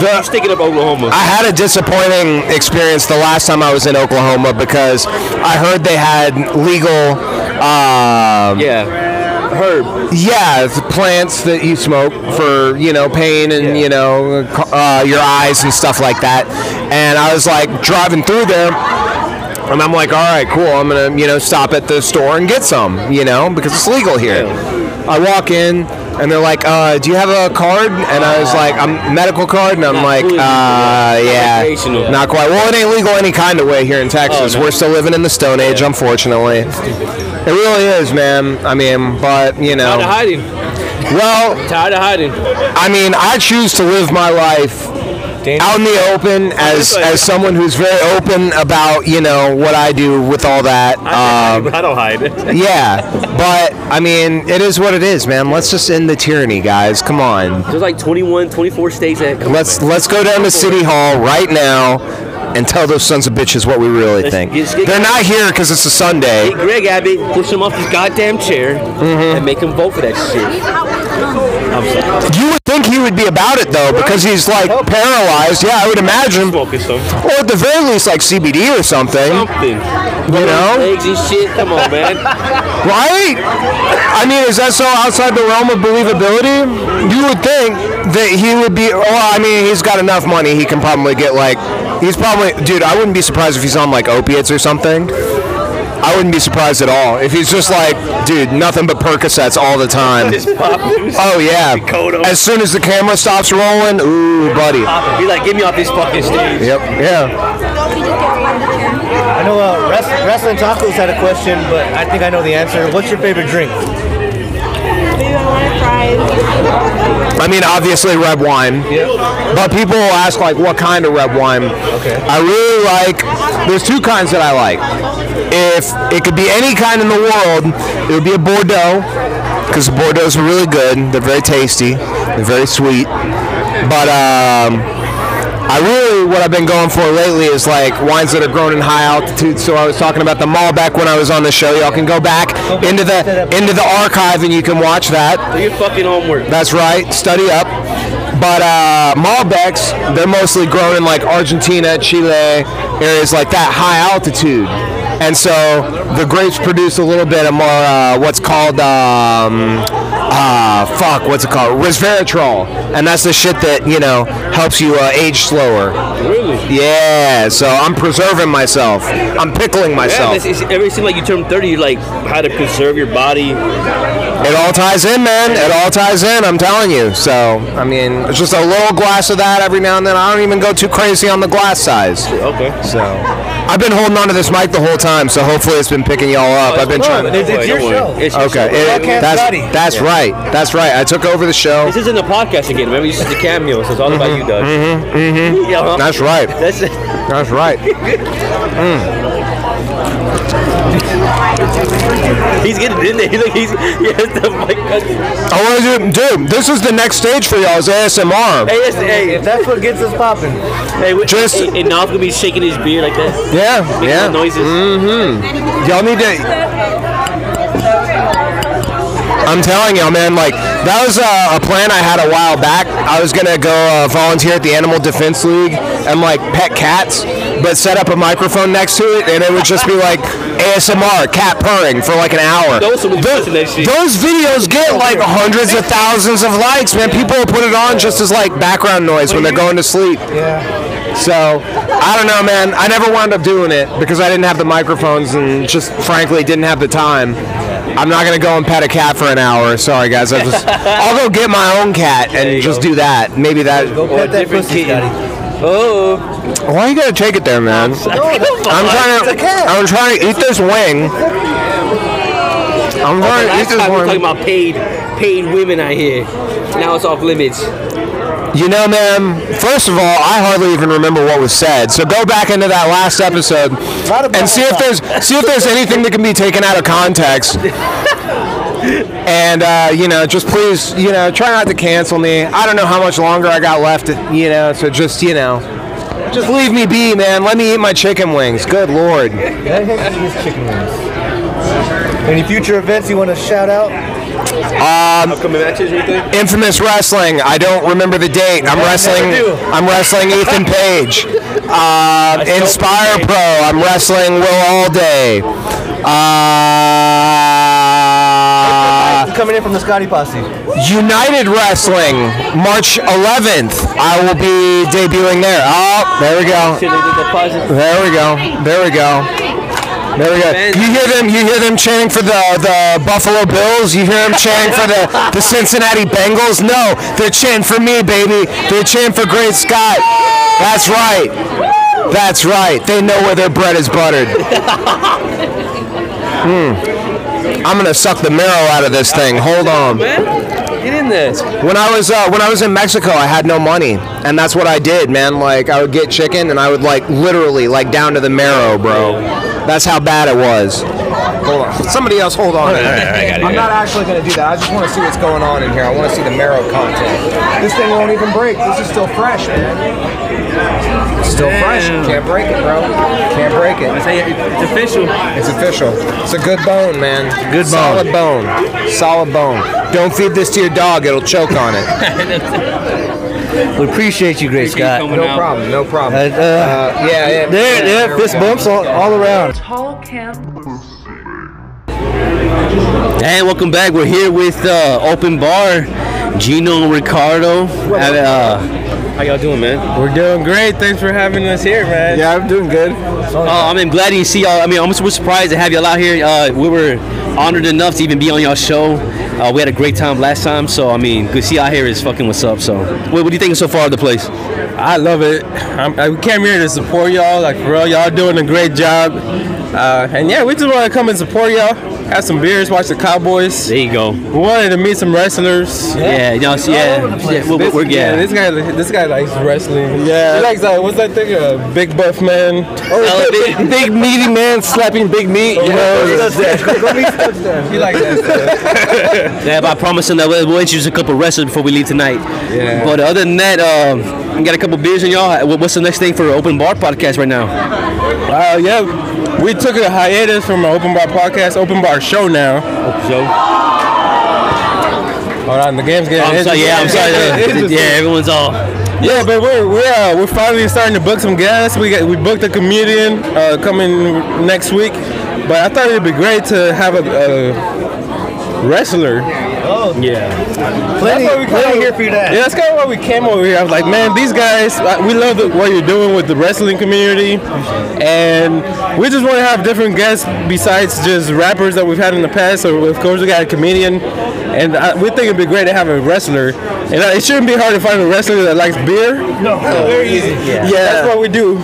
[SPEAKER 2] The-
[SPEAKER 4] you sticking up Oklahoma.
[SPEAKER 2] I had a disappointing experience the last time I was in Oklahoma because I heard they had legal. Um,
[SPEAKER 4] yeah, Herb.
[SPEAKER 2] Yeah, it's plants that you smoke for you know pain and you know uh, your eyes and stuff like that. And I was like driving through there, and I'm like, all right, cool. I'm gonna you know stop at the store and get some, you know, because it's legal here. I walk in. And they're like, uh, "Do you have a card?" And I was like, "I'm medical card." And I'm
[SPEAKER 4] Not
[SPEAKER 2] like, uh,
[SPEAKER 4] fully legal, yeah.
[SPEAKER 2] "Yeah,
[SPEAKER 4] Recreational. Oh,
[SPEAKER 2] not quite. Well, it ain't legal any kind of way here in Texas.
[SPEAKER 4] no.
[SPEAKER 2] We're still living in the Stone Age, unfortunately. It really is, man. I mean, but you
[SPEAKER 4] Tired of
[SPEAKER 2] know,
[SPEAKER 4] hiding.
[SPEAKER 2] well,
[SPEAKER 4] Tired of hiding.
[SPEAKER 2] I mean, I choose to live my life out in the open as as someone who's very open about you know what I do with all that. Um,
[SPEAKER 4] I don't hide. (laughs)
[SPEAKER 2] yeah, but I mean, it is what it is, man. Let's just end the tyranny, guys. Come on,
[SPEAKER 4] There's like 21, 24 states that come
[SPEAKER 2] let's let's go down to City Hall right now and tell those sons of bitches what we really think. They're not here because it's a Sunday.
[SPEAKER 4] Hey, Greg Abbott, push him off his goddamn chair
[SPEAKER 9] Mm-hmm.
[SPEAKER 4] and make him vote for that shit. I'm sorry.
[SPEAKER 2] You would think he would be about it though, because he's like paralyzed. Yeah, I would imagine.
[SPEAKER 4] Smoking some.
[SPEAKER 2] Or at the very least, like CBD or something,
[SPEAKER 4] Something.
[SPEAKER 2] you know?
[SPEAKER 4] Legs and shit. Come on, (laughs) man.
[SPEAKER 2] Right? I mean, is that so outside the realm of believability? You would think that he would be. Well, I mean, he's got enough money. He can probably get like. He's probably. Dude, I wouldn't be surprised if he's on like opiates or something. I wouldn't be surprised at all if he's just like, dude, nothing but Percocets all the time.
[SPEAKER 4] Just pop.
[SPEAKER 2] Oh yeah.
[SPEAKER 4] Kodo.
[SPEAKER 2] As soon as the camera stops rolling, ooh, buddy.
[SPEAKER 4] He's like, get me off this fucking stage.
[SPEAKER 2] Yep. Yeah.
[SPEAKER 10] I know uh, Wrest- Wrestling Tacos had a question, but I think I know the answer. What's your favorite drink?
[SPEAKER 14] Maybe I want to try.
[SPEAKER 9] I mean, obviously red wine. But people will ask like, what kind of red wine? Okay. I really like. There's two kinds that I like. If it could be any kind in the world, it would be a Bordeaux, because Bordeaux's are really good. They're very tasty. They're very sweet. But um, I really, what I've been going for lately is like wines that are grown in high altitude. So I was talking about the Malbec when I was on the show. Y'all can go back into the into the archive and you can watch that.
[SPEAKER 4] Do your fucking homework.
[SPEAKER 9] That's right. Study up. But uh, Malbecs, they're mostly grown in like Argentina, Chile, areas like that, high altitude. And so the grapes produce a little bit of more uh, what's called um, uh, fuck, what's it called? Resveratrol, and that's the shit that you know helps you uh, age slower.
[SPEAKER 4] Really?
[SPEAKER 9] Yeah. So I'm preserving myself. I'm pickling myself.
[SPEAKER 4] Yeah, it's, it's, every seem like you turn 30, you like how to preserve your body.
[SPEAKER 9] It all ties in, man. It all ties in. I'm telling you. So, I mean, it's just a little glass of that every now and then. I don't even go too crazy on the glass size.
[SPEAKER 4] Okay.
[SPEAKER 9] So, I've been holding on to this mic the whole time. So hopefully it's been picking y'all up. I've been trying. to.
[SPEAKER 4] Don't worry, don't worry. It's your
[SPEAKER 9] Okay.
[SPEAKER 4] show.
[SPEAKER 9] it- that's that's right. That's right. I took over the show.
[SPEAKER 4] This isn't a podcast again. Remember, this is the cameo. So it's all about you, Doug.
[SPEAKER 9] Mm-hmm. Mm-hmm.
[SPEAKER 4] Yeah, huh?
[SPEAKER 9] That's right.
[SPEAKER 4] That's it.
[SPEAKER 9] That's right. Mm.
[SPEAKER 4] He's getting in there. He's like, he's, he has the mic.
[SPEAKER 9] I want to do, dude. This is the next stage for y'all. Is ASMR.
[SPEAKER 4] Hey, listen, hey, if that's what gets us popping. Hey, wait,
[SPEAKER 9] Just-
[SPEAKER 4] hey, and Nal's gonna be shaking his beard like that.
[SPEAKER 9] Yeah,
[SPEAKER 4] Making
[SPEAKER 9] yeah. Mm.
[SPEAKER 4] the noises.
[SPEAKER 9] Mm-hmm. Y'all need to. I'm telling y'all, man. Like that was uh, a, a plan I had a while back. I was gonna go uh, volunteer at the Animal Defense League and like pet cats, but set up a microphone next to it, and it would just be like ASMR cat purring for like an hour.
[SPEAKER 4] Those will be watching that shit.
[SPEAKER 9] Those videos get like hundreds of thousands of likes, man. People will put it on just as like background noise when they're going to sleep. Yeah. So I don't know, man. I never wound up doing it because I didn't have the microphones and just frankly didn't have the time. I'm not gonna go and pet a cat for an hour. Sorry, guys. I just I'll go get my own cat and just do that. Maybe that. Go
[SPEAKER 4] pet that different pussy, kitten. Oh.
[SPEAKER 9] Why you gotta take it there,
[SPEAKER 4] (laughs)
[SPEAKER 9] man? I'm trying to. I'm trying to eat this wing. I'm
[SPEAKER 4] Okay,
[SPEAKER 9] trying to eat
[SPEAKER 4] last
[SPEAKER 9] this
[SPEAKER 4] time we were talking
[SPEAKER 9] wing.
[SPEAKER 4] about paid, paid women out here. Now it's off limits.
[SPEAKER 9] You know, ma'am, first of all, I hardly even remember what was said. So go back into that last episode and see if there's see if there's anything that can be taken out of context. And uh, you know, just please, you know, try not to cancel me. I don't know how much longer I got left, you know, so just, you know, just leave me be, man. Let me eat my chicken wings. Good lord.
[SPEAKER 15] Let him eat his chicken wings. Any future events you want to shout out?
[SPEAKER 9] Um,
[SPEAKER 4] Upcoming matches, anything?
[SPEAKER 9] Infamous wrestling. I don't remember the date. I'm wrestling. I'm wrestling Ethan Page. Uh, Inspire Pro. I'm wrestling Will Allday. Uh,
[SPEAKER 15] Coming in from the Scotty Posse.
[SPEAKER 9] United Wrestling, March 11th. I will be debuting there. Oh, there we go.
[SPEAKER 4] Shit, they did the positive.
[SPEAKER 9] There we go. There we go. There we go. You hear them? You hear them chanting for the, the Buffalo Bills. You hear them chanting for the, the Cincinnati Bengals. No, they're chanting for me, baby. They're chanting for Great Scott. That's right. That's right. They know where their bread is buttered. Mm. I'm gonna suck the marrow out of this thing. Hold on.
[SPEAKER 4] Get in there.
[SPEAKER 9] When I was uh, when I was in Mexico, I had no money, and that's what I did, man. Like I would get chicken, and I would like literally like down to the marrow, bro. That's how bad it was. Hold on. Somebody else, hold on.
[SPEAKER 16] I'm not actually going to do that. I just want to see what's going on in here. I want to see the marrow content. This thing won't even break. This is still fresh, man. Still fresh. Can't break it, bro. Can't break it.
[SPEAKER 4] It's official.
[SPEAKER 16] It's official. It's a good bone, man.
[SPEAKER 9] Good
[SPEAKER 16] Solid
[SPEAKER 9] bone.
[SPEAKER 16] bone.
[SPEAKER 9] Solid bone. Don't feed this to your dog; it'll choke on it.
[SPEAKER 2] We appreciate you, Great Scott.
[SPEAKER 16] No problem. No problem.
[SPEAKER 2] Uh,
[SPEAKER 16] yeah,
[SPEAKER 2] uh,
[SPEAKER 16] yeah.
[SPEAKER 2] There, there, fist bumps all, all around.
[SPEAKER 1] Tall Cam.
[SPEAKER 4] And welcome back. We're here with uh, Open Bar, Gino and Ricardo. At, uh, How y'all doing, man?
[SPEAKER 17] We're doing great. Thanks for having us here, man.
[SPEAKER 4] Yeah, I'm doing good. Uh, I mean, I'm glad to see y'all. I mean, I'm super surprised to have y'all out here. Uh, we were honored enough to even be on y'all show. Uh, we had a great time last time, so I mean, good see out here is fucking what's up. So, what, what do you think so far of the place?
[SPEAKER 2] I love it. I'm, I came here to support y'all. Like for real, y'all doing a great job. Uh, and yeah, we just want to come and support y'all. Have some beers, watch the Cowboys. There
[SPEAKER 4] you go.
[SPEAKER 2] We wanted to meet some wrestlers.
[SPEAKER 4] Yeah, y'all see, yeah, yeah, we're,
[SPEAKER 2] This-
[SPEAKER 4] we're,
[SPEAKER 2] yeah,
[SPEAKER 4] yeah.
[SPEAKER 2] This guy, this guy likes wrestling. Yeah, he likes uh, what's that thing? Uh, big
[SPEAKER 18] (laughs)
[SPEAKER 2] buff man, or big, big meaty man slapping big meat.
[SPEAKER 4] you know?
[SPEAKER 2] he likes that. stuff.
[SPEAKER 4] yeah, but I promise him that we'll, we'll introduce a couple wrestlers before we leave tonight.
[SPEAKER 2] Yeah.
[SPEAKER 4] But other than that, um, we got a couple beers in y'all. What- What's the next thing for open bar podcast right now?
[SPEAKER 2] Uh, yeah, we took a hiatus from our open bar podcast, open bar show now.
[SPEAKER 4] Show.
[SPEAKER 2] Hold on, the game's getting.
[SPEAKER 4] I'm sorry, yeah,
[SPEAKER 2] (laughs)
[SPEAKER 4] I'm sorry.
[SPEAKER 2] Interesting.
[SPEAKER 4] yeah, everyone's all.
[SPEAKER 2] Yeah, but we're we're uh, we're finally starting to book some guests. We got, we booked a comedian uh, coming next week, but I thought it'd be great to have a, a wrestler. Oh yeah,
[SPEAKER 19] Plenty- plenty here for you to ask.
[SPEAKER 2] Yeah, that's kind of why we came over here. I was like, man, these guys, like, we love the, what you're doing with the wrestling community, and we just want to have different guests besides just rappers that we've had in the past. So of course we got a comedian, and I, we think it'd be great to have a wrestler. And uh, it shouldn't be hard to find a wrestler that likes beer. No, very easy. Yeah, that's what we do.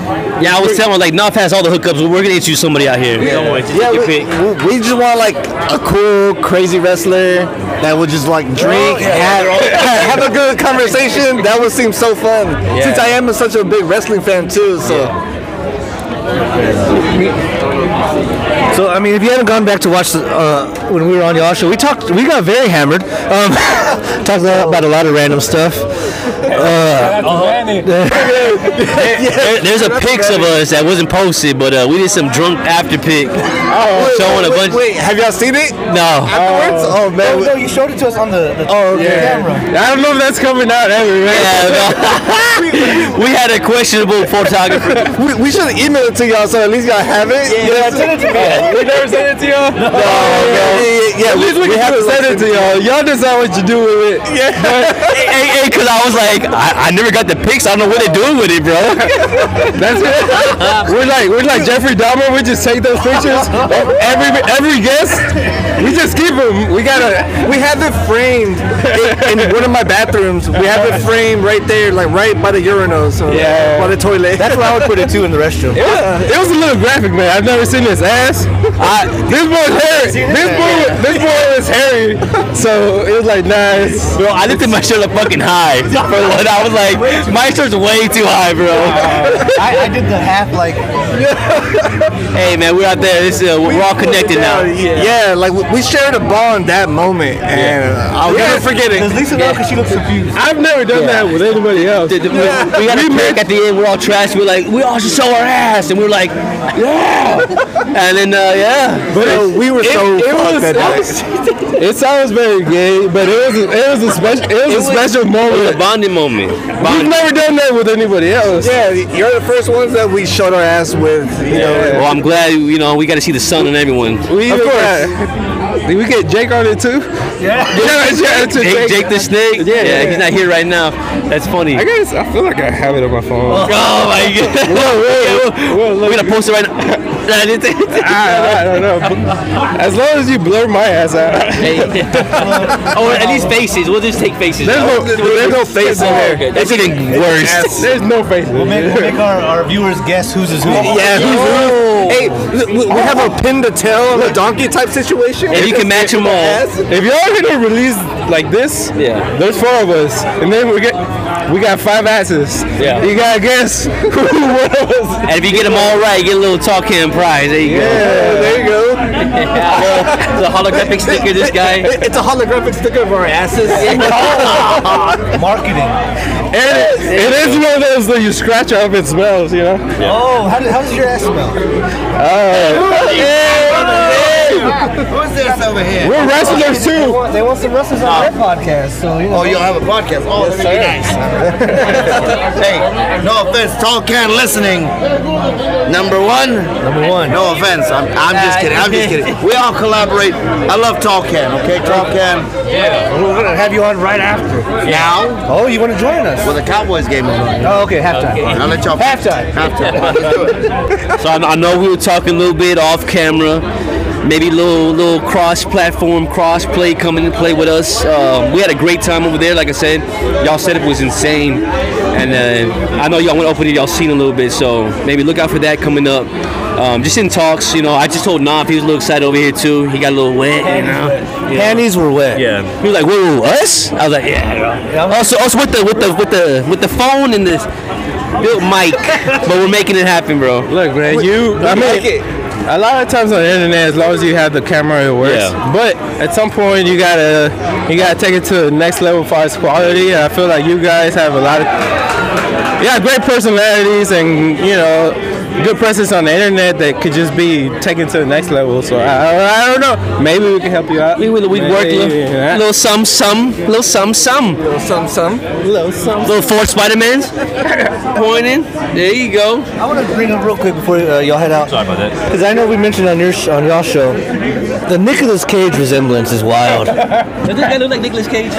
[SPEAKER 4] Yeah, I was telling him, like, Nuff has all the hookups, but we're gonna introduce somebody out here. Don't worry, just
[SPEAKER 18] Yeah,
[SPEAKER 4] take your
[SPEAKER 18] we,
[SPEAKER 4] pick.
[SPEAKER 18] we- we just want like a cool, crazy wrestler that will just like
[SPEAKER 20] Oh,
[SPEAKER 18] drink, have,
[SPEAKER 20] (laughs)
[SPEAKER 18] have (laughs) a good conversation. That would seem so fun. Since I am such a big wrestling fan too, so
[SPEAKER 20] So I mean, if you haven't gone back to watch the, uh, when we were on y'all show, we talked, we got very hammered. Um, (laughs) talked a lot about a lot of random stuff.
[SPEAKER 4] There- there- there's a pics of us that wasn't posted, but uh, we did some drunk after pic
[SPEAKER 18] Oh,
[SPEAKER 4] showing a bunch. Wait,
[SPEAKER 18] have y'all seen it?
[SPEAKER 4] No.
[SPEAKER 18] Oh, man.
[SPEAKER 19] No, no, you showed it to us on the, the
[SPEAKER 18] oh,
[SPEAKER 19] camera.
[SPEAKER 2] I don't know if that's coming out everywhere.
[SPEAKER 18] (laughs)
[SPEAKER 4] (laughs) we had a questionable photographer.
[SPEAKER 18] we, we should email it to y'all so at least y'all have it. Yeah,
[SPEAKER 2] send it to me. We never sent it to y'all. No,
[SPEAKER 18] yeah,
[SPEAKER 2] At least we, can have to send it to y'all. Y'all decide what you do with it.
[SPEAKER 4] hey, hey, hey, cause I was like, I, I never got the pics. I don't know what they're doing with it,
[SPEAKER 2] (laughs)
[SPEAKER 4] bro.
[SPEAKER 2] That's it. We're like we're like Jeffrey Dahmer. We just take those pictures of every every guest. We just keep them. We gotta.
[SPEAKER 18] We have it framed in, in one of my bathrooms. We have it framed right there, like right by the urinal, so yeah. by the toilet.
[SPEAKER 19] That's where I would put it too in the restroom.
[SPEAKER 2] It was, it was a little graphic, man. I've never seen this ass. I, this boy's hairy. This boy, this boy was hairy. So it was like nice.
[SPEAKER 4] Bro, I lifted my shirt up fucking high. For what I was like, my shirt's way too high, bro.
[SPEAKER 19] I, I did the half like.
[SPEAKER 4] hey, man, we're out there. This, uh, we're all connected now.
[SPEAKER 18] Yeah, like we- we shared a bond that moment, and I'll never forget it.
[SPEAKER 19] Does Lisa know? Because she looks confused.
[SPEAKER 2] I've never done that with anybody else.
[SPEAKER 4] The- the- we- We got a pic at the end. We're all trash. We're like, we all should show our ass, and we're like, yeah. And then, uh, yeah.
[SPEAKER 18] But we were so fucked that night.
[SPEAKER 2] It sounds very gay, but it was a, it was a special it was a special
[SPEAKER 4] It was
[SPEAKER 2] moment.
[SPEAKER 4] a bonding moment.
[SPEAKER 2] We've
[SPEAKER 4] Bonding.
[SPEAKER 2] never done that with anybody else.
[SPEAKER 18] Yeah, you're the first ones that we showed our ass with. You know,
[SPEAKER 4] Well, I'm glad you know we got to see the sun in everyone.
[SPEAKER 2] We
[SPEAKER 18] Of
[SPEAKER 2] even
[SPEAKER 18] course.
[SPEAKER 2] got- Did we get Jake on it too? Yeah. shout out (laughs) to
[SPEAKER 4] Jake, Jake the Snake.
[SPEAKER 2] Yeah, yeah,
[SPEAKER 4] he's not here right now. That's funny.
[SPEAKER 2] I guess I feel like I have it on my phone.
[SPEAKER 4] Oh my god.
[SPEAKER 2] Well,
[SPEAKER 4] We're gonna post it right now. (laughs) Nah, I didn't think-
[SPEAKER 2] (laughs) I, I don't know. As long as you blur my ass out. (laughs)
[SPEAKER 4] Hey. or at least faces. We'll just take faces.
[SPEAKER 2] There's
[SPEAKER 4] out.
[SPEAKER 2] no, there's no face in there.
[SPEAKER 4] Okay, that's getting worse.
[SPEAKER 2] There's no face. in
[SPEAKER 19] We'll make, we'll
[SPEAKER 2] there.
[SPEAKER 19] make our, our viewers guess who's is who.
[SPEAKER 18] yeah.
[SPEAKER 4] Oh.
[SPEAKER 18] Hey, look, we we have
[SPEAKER 2] Oh.
[SPEAKER 18] a pin to tail, a donkey type situation.
[SPEAKER 4] If you can match them all.
[SPEAKER 18] Ass.
[SPEAKER 2] If y'all gonna release like this,
[SPEAKER 4] Yeah.
[SPEAKER 2] there's four of us, and then we get we got five asses.
[SPEAKER 4] Yeah.
[SPEAKER 2] you gotta guess (laughs) who one of us.
[SPEAKER 4] And if you get them all right, you get a little talk him prize. There you go.
[SPEAKER 18] There you go.
[SPEAKER 4] (laughs) Yeah. the holographic sticker, this guy.
[SPEAKER 2] (laughs)
[SPEAKER 18] It- It's a holographic sticker of our
[SPEAKER 4] (laughs)
[SPEAKER 18] asses.
[SPEAKER 19] Marketing.
[SPEAKER 2] And it, it is one of those that you scratch off it smells, you know.
[SPEAKER 19] Oh, how, do- how does your ass smell? Who's this over here?
[SPEAKER 2] We're wrestlers
[SPEAKER 19] They
[SPEAKER 2] too.
[SPEAKER 19] want, they want some wrestlers on their podcast, so you know. Oh, you'll have a podcast. Oh, yes,
[SPEAKER 9] Hey, no offense, tall can listening. Number one. Number one. No offense. I'm, I'm just kidding. I'm just kidding. We all collaborate. I love tall can. Okay, tall can.
[SPEAKER 19] We're gonna have you on right after.
[SPEAKER 9] Now,
[SPEAKER 19] Oh, you want to join us?
[SPEAKER 9] well, the Cowboys game is on.
[SPEAKER 19] Oh, okay, halftime.
[SPEAKER 9] I'll let y'all.
[SPEAKER 19] Halftime.
[SPEAKER 9] Halftime. Let's do it.
[SPEAKER 4] So I, I know we were talking a little bit off camera. Maybe little little cross platform, cross play coming and play with us. Um, we had a great time over there. Like I said, y'all setup was insane, and uh, I know y'all went open to y'all scene a little bit. So maybe look out for that coming up. Um, just in talks, you know. I just told Nav he was a little excited over here too. He got a little wet, you know. You know.
[SPEAKER 21] Panties were wet.
[SPEAKER 4] Yeah. He was like, "Whoa, us?" I was like, "Yeah." Also, also with the with the with the with the phone and the built mic, but we're making it happen, bro.
[SPEAKER 2] Look, man, (laughs) you. I mean, a lot of times on the internet, as long as you have the camera, it works. But at some point, you gotta you gotta take it to the next level as far as quality. And I feel like you guys have a lot of yeah, great personalities and you know good presence on the internet that could just be taken to the next level. So I, I, I don't know. Maybe we can help you out. We will.
[SPEAKER 4] We work a little, little some some, little some some, little
[SPEAKER 9] some some,
[SPEAKER 4] little some, little four Spider Mans pointing. There you go.
[SPEAKER 9] I want to bring up real quick before uh, y'all head out.
[SPEAKER 19] Sorry about that.
[SPEAKER 21] Because I know we mentioned on your sh- on y'all show, the Nicolas Cage resemblance is wild.
[SPEAKER 4] Does this guy look like Nicolas Cage?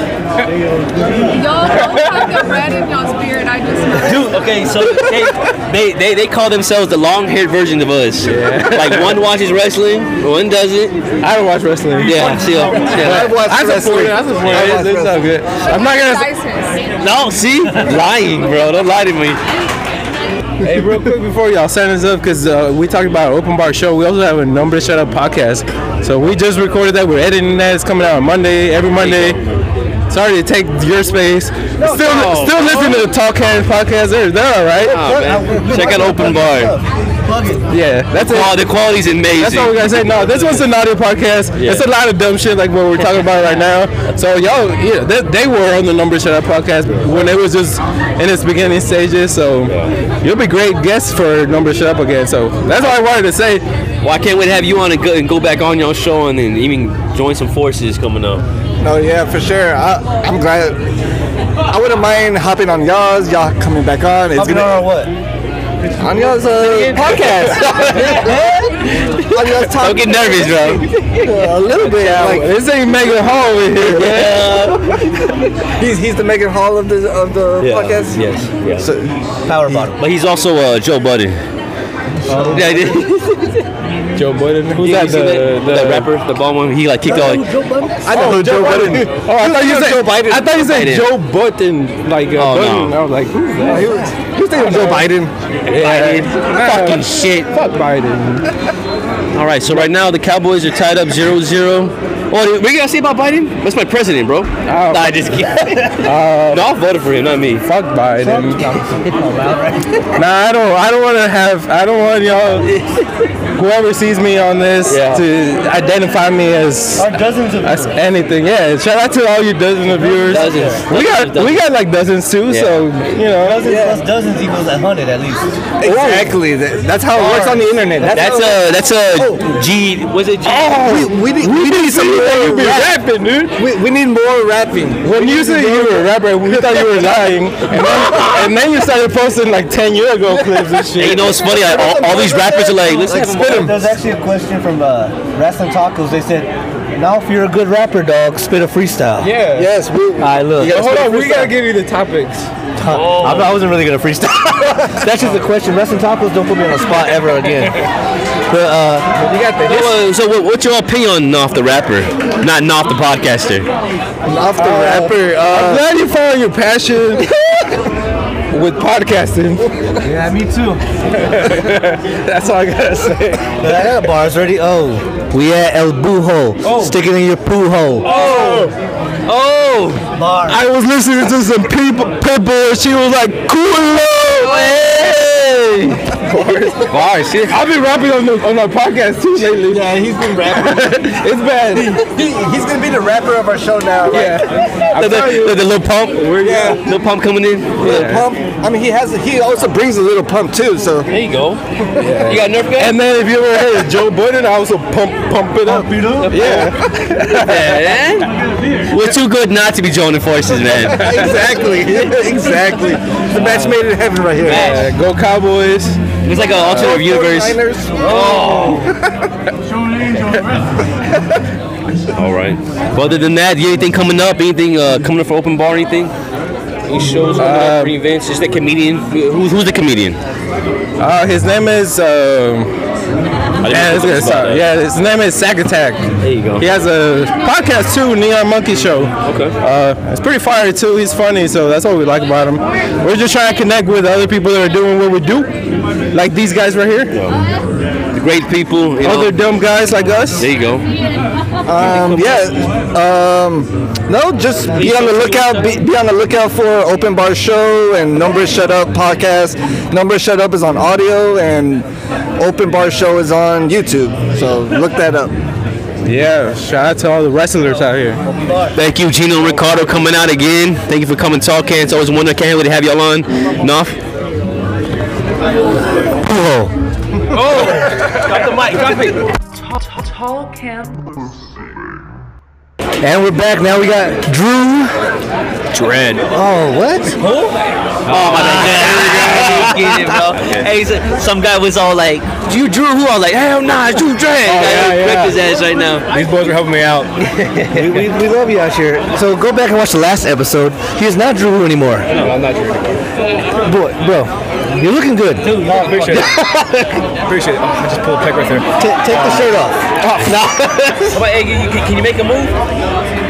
[SPEAKER 8] Y'all don't have the red in y'all's beard. I just.
[SPEAKER 4] Dude, okay, so they, they, they, they call themselves the long haired version of us. Like one watches wrestling, one doesn't.
[SPEAKER 2] I don't watch wrestling.
[SPEAKER 4] Yeah, see, yeah.
[SPEAKER 2] I watch I support it. I support it. It's, it's all good. I'm not gonna.
[SPEAKER 4] No, see, lying, bro. Don't lie to me.
[SPEAKER 2] hey, real quick before y'all sign us up, because uh, we talked about an open bar show. We also have a number shut up podcast. So we just recorded that. We're editing that. It's coming out on Monday, every Monday. Sorry to take your space. still,
[SPEAKER 4] no.
[SPEAKER 2] still listening to the Talk Hands podcast. They're, they're all right.
[SPEAKER 4] Nah, man. Check out Open Bar.
[SPEAKER 2] Yeah, that's it.
[SPEAKER 4] Wow, the quality's amazing.
[SPEAKER 2] That's all we gotta say. No, this one's an audio podcast.
[SPEAKER 4] Yeah.
[SPEAKER 2] It's a lot of dumb shit like what we're talking about right now. So y'all, yeah, they, they were on the Number Shut Up podcast when it was just in its beginning stages. So you'll be great guests for Number Shut Up again. So that's all I wanted to say.
[SPEAKER 4] Well, I can't wait to have you on and go, and go back on your show and then even join some forces coming up.
[SPEAKER 9] No, yeah, for sure. I, I'm glad. I wouldn't mind hopping on y'all's. Y'all coming back on. It's
[SPEAKER 22] Hopping
[SPEAKER 9] gonna
[SPEAKER 22] on
[SPEAKER 9] what? On y'all's uh, podcast.
[SPEAKER 4] (laughs)
[SPEAKER 9] on y'all's top.
[SPEAKER 4] Don't get nervous, bro.
[SPEAKER 9] a little bit. like,
[SPEAKER 2] this ain't Megan Hall over here.
[SPEAKER 9] he's he's the Megan Hall of the of the podcast.
[SPEAKER 4] Yes. Yes.
[SPEAKER 9] Power bottom.
[SPEAKER 4] But he's also uh, Joe Budden. Yeah, I did.
[SPEAKER 2] Oh. (laughs) Joe Budden. Who's
[SPEAKER 4] Yeah,
[SPEAKER 2] that?
[SPEAKER 4] you see
[SPEAKER 2] The,
[SPEAKER 4] that,
[SPEAKER 2] the,
[SPEAKER 4] that rapper, the bald one. He like kicked out. Like,
[SPEAKER 2] I know who Joe, Budden. Oh, I thought you said Joe Biden. I thought you said
[SPEAKER 4] Biden.
[SPEAKER 2] Joe Button. Like uh,
[SPEAKER 4] Oh, no.
[SPEAKER 2] Budden. I was like, who's that?
[SPEAKER 9] he was, he was thinking of Joe Biden.
[SPEAKER 4] Biden. Fucking shit.
[SPEAKER 2] Fuck Biden.
[SPEAKER 4] All right, so right now the Cowboys are tied up 0-0. What we gonna say about Biden? That's my president,
[SPEAKER 2] Oh.
[SPEAKER 4] bro. nah, I just kidding. (laughs) no, I voted for him, not me.
[SPEAKER 2] Fuck Biden. nah, I don't. I don't want to have. I don't want y'all. (laughs) Whoever sees me on this
[SPEAKER 4] Yeah.
[SPEAKER 2] to identify me as
[SPEAKER 19] Our dozens of
[SPEAKER 2] as anything. Yeah. Shout out to all you dozens of viewers.
[SPEAKER 19] Dozens.
[SPEAKER 2] We got we got like dozens too. So you know.
[SPEAKER 19] Dozens plus dozens equals a hundred at least.
[SPEAKER 9] Exactly. That, that's how it works on the internet.
[SPEAKER 4] That's,
[SPEAKER 9] how it
[SPEAKER 4] a that's
[SPEAKER 2] Oh.
[SPEAKER 4] a G. Was it G?
[SPEAKER 9] works. we, we, need- we need somebody that
[SPEAKER 2] You
[SPEAKER 9] can
[SPEAKER 2] be
[SPEAKER 9] rap.
[SPEAKER 2] rapping, dude.
[SPEAKER 9] We, we need more rapping.
[SPEAKER 2] When you said you were a rapper, we thought you were
[SPEAKER 9] (laughs)
[SPEAKER 2] lying, and then, and then you started posting like ten year ago clips and shit.
[SPEAKER 4] Hey, you know what's funny? Like, all, all these rappers are like, let's have
[SPEAKER 19] Like,
[SPEAKER 4] him.
[SPEAKER 19] There's actually a question from uh, Wrestling Tacos. They said, "Now, if you're a good rapper, dog, spit a freestyle."
[SPEAKER 2] Yeah.
[SPEAKER 9] Yes, we.
[SPEAKER 19] I look.
[SPEAKER 2] But hold on, we gotta give you the topics.
[SPEAKER 19] I'm not- I wasn't really gonna freestyle.
[SPEAKER 9] That's just the question. Wrestling tacos. Don't put me on the spot ever again. But uh, you got the
[SPEAKER 4] So, uh, so what, what's your opinion on Knopf the rapper, not Knopf the podcaster?
[SPEAKER 9] off the rapper.
[SPEAKER 2] I'm
[SPEAKER 9] Uh,
[SPEAKER 2] glad you found your passion (laughs) with podcasting.
[SPEAKER 19] yeah, me too.
[SPEAKER 2] (laughs) That's all I gotta say.
[SPEAKER 9] I got bars ready. Oh, we at El Bujo.
[SPEAKER 19] Oh.
[SPEAKER 9] Stick it in your poo hole.
[SPEAKER 4] Oh,
[SPEAKER 19] Bar.
[SPEAKER 2] I was listening to some people, Pitbull, and she was like, "Cool,
[SPEAKER 19] Oh.
[SPEAKER 2] hey!"
[SPEAKER 4] bar, see?
[SPEAKER 2] I've been rapping on the on our podcast too lately.
[SPEAKER 9] Yeah, he's been rapping.
[SPEAKER 2] It's bad.
[SPEAKER 9] He- he's gonna be the rapper of our show now. Like,
[SPEAKER 2] Yeah.
[SPEAKER 4] The,
[SPEAKER 2] I'm telling you.
[SPEAKER 4] the, the little pump,
[SPEAKER 9] Yeah.
[SPEAKER 4] little pump coming in.
[SPEAKER 9] Little pump. I mean, he has. He also brings a little pump too. So
[SPEAKER 4] There you go. You got Nerf gun?
[SPEAKER 2] And then if you ever heard of Joe Budden, I also pump pump it up. Yeah.
[SPEAKER 4] Yeah, man. We're too good not to be joining forces, man.
[SPEAKER 9] exactly, (laughs) exactly. The match made in heaven right here.
[SPEAKER 2] Uh, go Cowboys.
[SPEAKER 4] It's like an alternate universe.
[SPEAKER 9] 49ers.
[SPEAKER 4] All right. But other than that, you anything coming up? Anything uh, coming up for open bar? Anything? Any shows coming
[SPEAKER 23] Uh,
[SPEAKER 4] up? Any events? Is the comedian? Who's, who's the comedian?
[SPEAKER 2] Uh, his name is um,
[SPEAKER 23] Yeah, it's gonna start. Yeah, his name is Sack Attack. There you go. He has a podcast too, Neon Monkey Show. Okay. Uh, it's pretty fire too. He's funny, so that's what we like about him. We're just trying to connect with other people that are doing what we do, like these guys right here.
[SPEAKER 24] Great people. You
[SPEAKER 23] other dumb guys like us.
[SPEAKER 24] There you go.
[SPEAKER 2] Uh,
[SPEAKER 9] Um, yeah. Um, no, just be on the lookout. Be, be on the lookout for Open Bar Show and Numbers Shut Up podcast. Numbers Shut Up is on audio, and Open Bar Show is on YouTube. So look that up.
[SPEAKER 23] Yeah, shout out to all the wrestlers out here.
[SPEAKER 24] Thank you, Gino and Ricardo, coming out again. Thank you for coming, Talk It's always a wonder. Can't wait to have y'all on. Nuff.
[SPEAKER 1] Drop the mic, drop it. Tall Cam.
[SPEAKER 2] And we're back now. We got Drew.
[SPEAKER 24] Dread.
[SPEAKER 2] Oh, what?
[SPEAKER 4] Oh my god! Get it, bro. Hey, so- some guy was all like, "You Drew who?" I was like, "Hell nah, it's Drew Dredd."
[SPEAKER 2] Oh,
[SPEAKER 4] Like,
[SPEAKER 2] yeah,
[SPEAKER 4] I'd
[SPEAKER 2] yeah.
[SPEAKER 4] Rip his ass right now.
[SPEAKER 2] These boys are helping me out. we, we, we love you out here. So go back and watch the last episode. He is not Drew anymore.
[SPEAKER 23] No, I'm not sure.
[SPEAKER 2] Boy, bro, you're looking good.
[SPEAKER 23] Dude, no, appreciate it. appreciate it. Oh, I just pulled a pick right there.
[SPEAKER 2] take the shirt off. (laughs)
[SPEAKER 4] I'm like, hey, you- you- can, you make a move?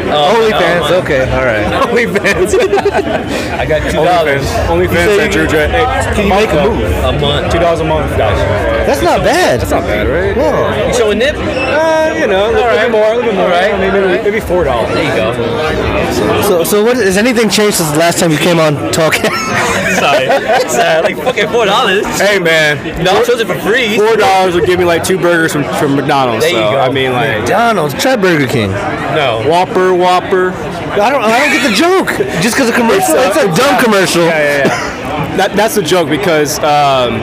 [SPEAKER 2] Holy fans. okay, all
[SPEAKER 19] (laughs)
[SPEAKER 2] right. Holy fans.
[SPEAKER 9] (laughs)
[SPEAKER 19] I got two dollars. Only fans at Drew Dredd. Hey, can you make a move? A month. Two dollars a month, guys.
[SPEAKER 2] That's not bad.
[SPEAKER 19] That's not bad, right?
[SPEAKER 4] You showing nip?
[SPEAKER 19] Uh, you know, a little bit more, a little bit more. Right. Maybe, maybe four dollars. There you go.
[SPEAKER 2] So, so what has anything changed since the last time you came on talking?
[SPEAKER 19] Sorry.
[SPEAKER 4] Sorry, uh, like fucking four dollars.
[SPEAKER 19] Hey man,
[SPEAKER 4] no, I chose it for free.
[SPEAKER 19] Four dollars would give me like two burgers from, from McDonald's.
[SPEAKER 4] There you
[SPEAKER 19] so,
[SPEAKER 4] go.
[SPEAKER 19] I mean, like
[SPEAKER 2] McDonald's, try Burger King.
[SPEAKER 19] No. Whopper, Whopper. uh,
[SPEAKER 2] I don't. I don't get the joke. Just because a commercial. It's a dumb commercial.
[SPEAKER 19] Yeah, yeah, yeah. that, that's the joke because um,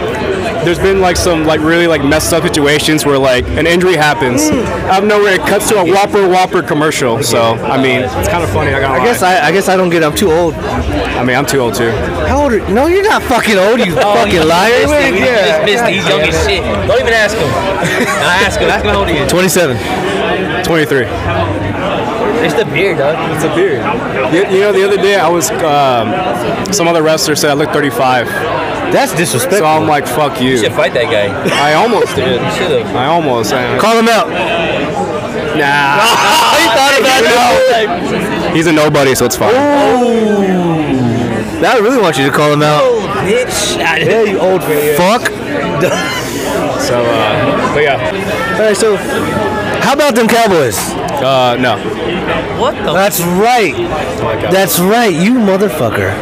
[SPEAKER 19] there's been like some like really like messed up situations where like an injury happens
[SPEAKER 2] Hmm.
[SPEAKER 19] out of nowhere. It cuts to a Whopper, Whopper commercial. So I mean, it's kind of funny. I got.
[SPEAKER 2] I guess I, I guess I don't get. I'm too old. I
[SPEAKER 19] mean, I'm too old too.
[SPEAKER 2] How old? Are, no, you're not fucking old. You
[SPEAKER 4] Oh,
[SPEAKER 2] fucking
[SPEAKER 4] he
[SPEAKER 2] liar.
[SPEAKER 4] missed it. He just missed it. He's young as shit. Don't even ask
[SPEAKER 19] (laughs)
[SPEAKER 4] him. Nah, ask him. Ask him how old he is.
[SPEAKER 2] 27.
[SPEAKER 19] 23.
[SPEAKER 4] It's the beard, dog.
[SPEAKER 19] It's a beard. You, you know, the other day I was, um, some other wrestler said I look 35.
[SPEAKER 2] That's disrespectful.
[SPEAKER 19] So I'm like, fuck you.
[SPEAKER 4] You should fight that guy.
[SPEAKER 19] (laughs) I almost did.
[SPEAKER 4] You should have.
[SPEAKER 2] (laughs)
[SPEAKER 19] I almost. I,
[SPEAKER 2] Call him out.
[SPEAKER 19] Nah.
[SPEAKER 2] (laughs) he thought about
[SPEAKER 19] (laughs) He's a nobody, so it's fine.
[SPEAKER 2] I really want you to call him out.
[SPEAKER 4] Bitch.
[SPEAKER 2] Yeah, you old (laughs) fuck.
[SPEAKER 19] So, uh, but yeah.
[SPEAKER 2] All right, so how about them Cowboys?
[SPEAKER 19] Uh, no.
[SPEAKER 4] What the?
[SPEAKER 2] That's right. That's right. You motherfucker.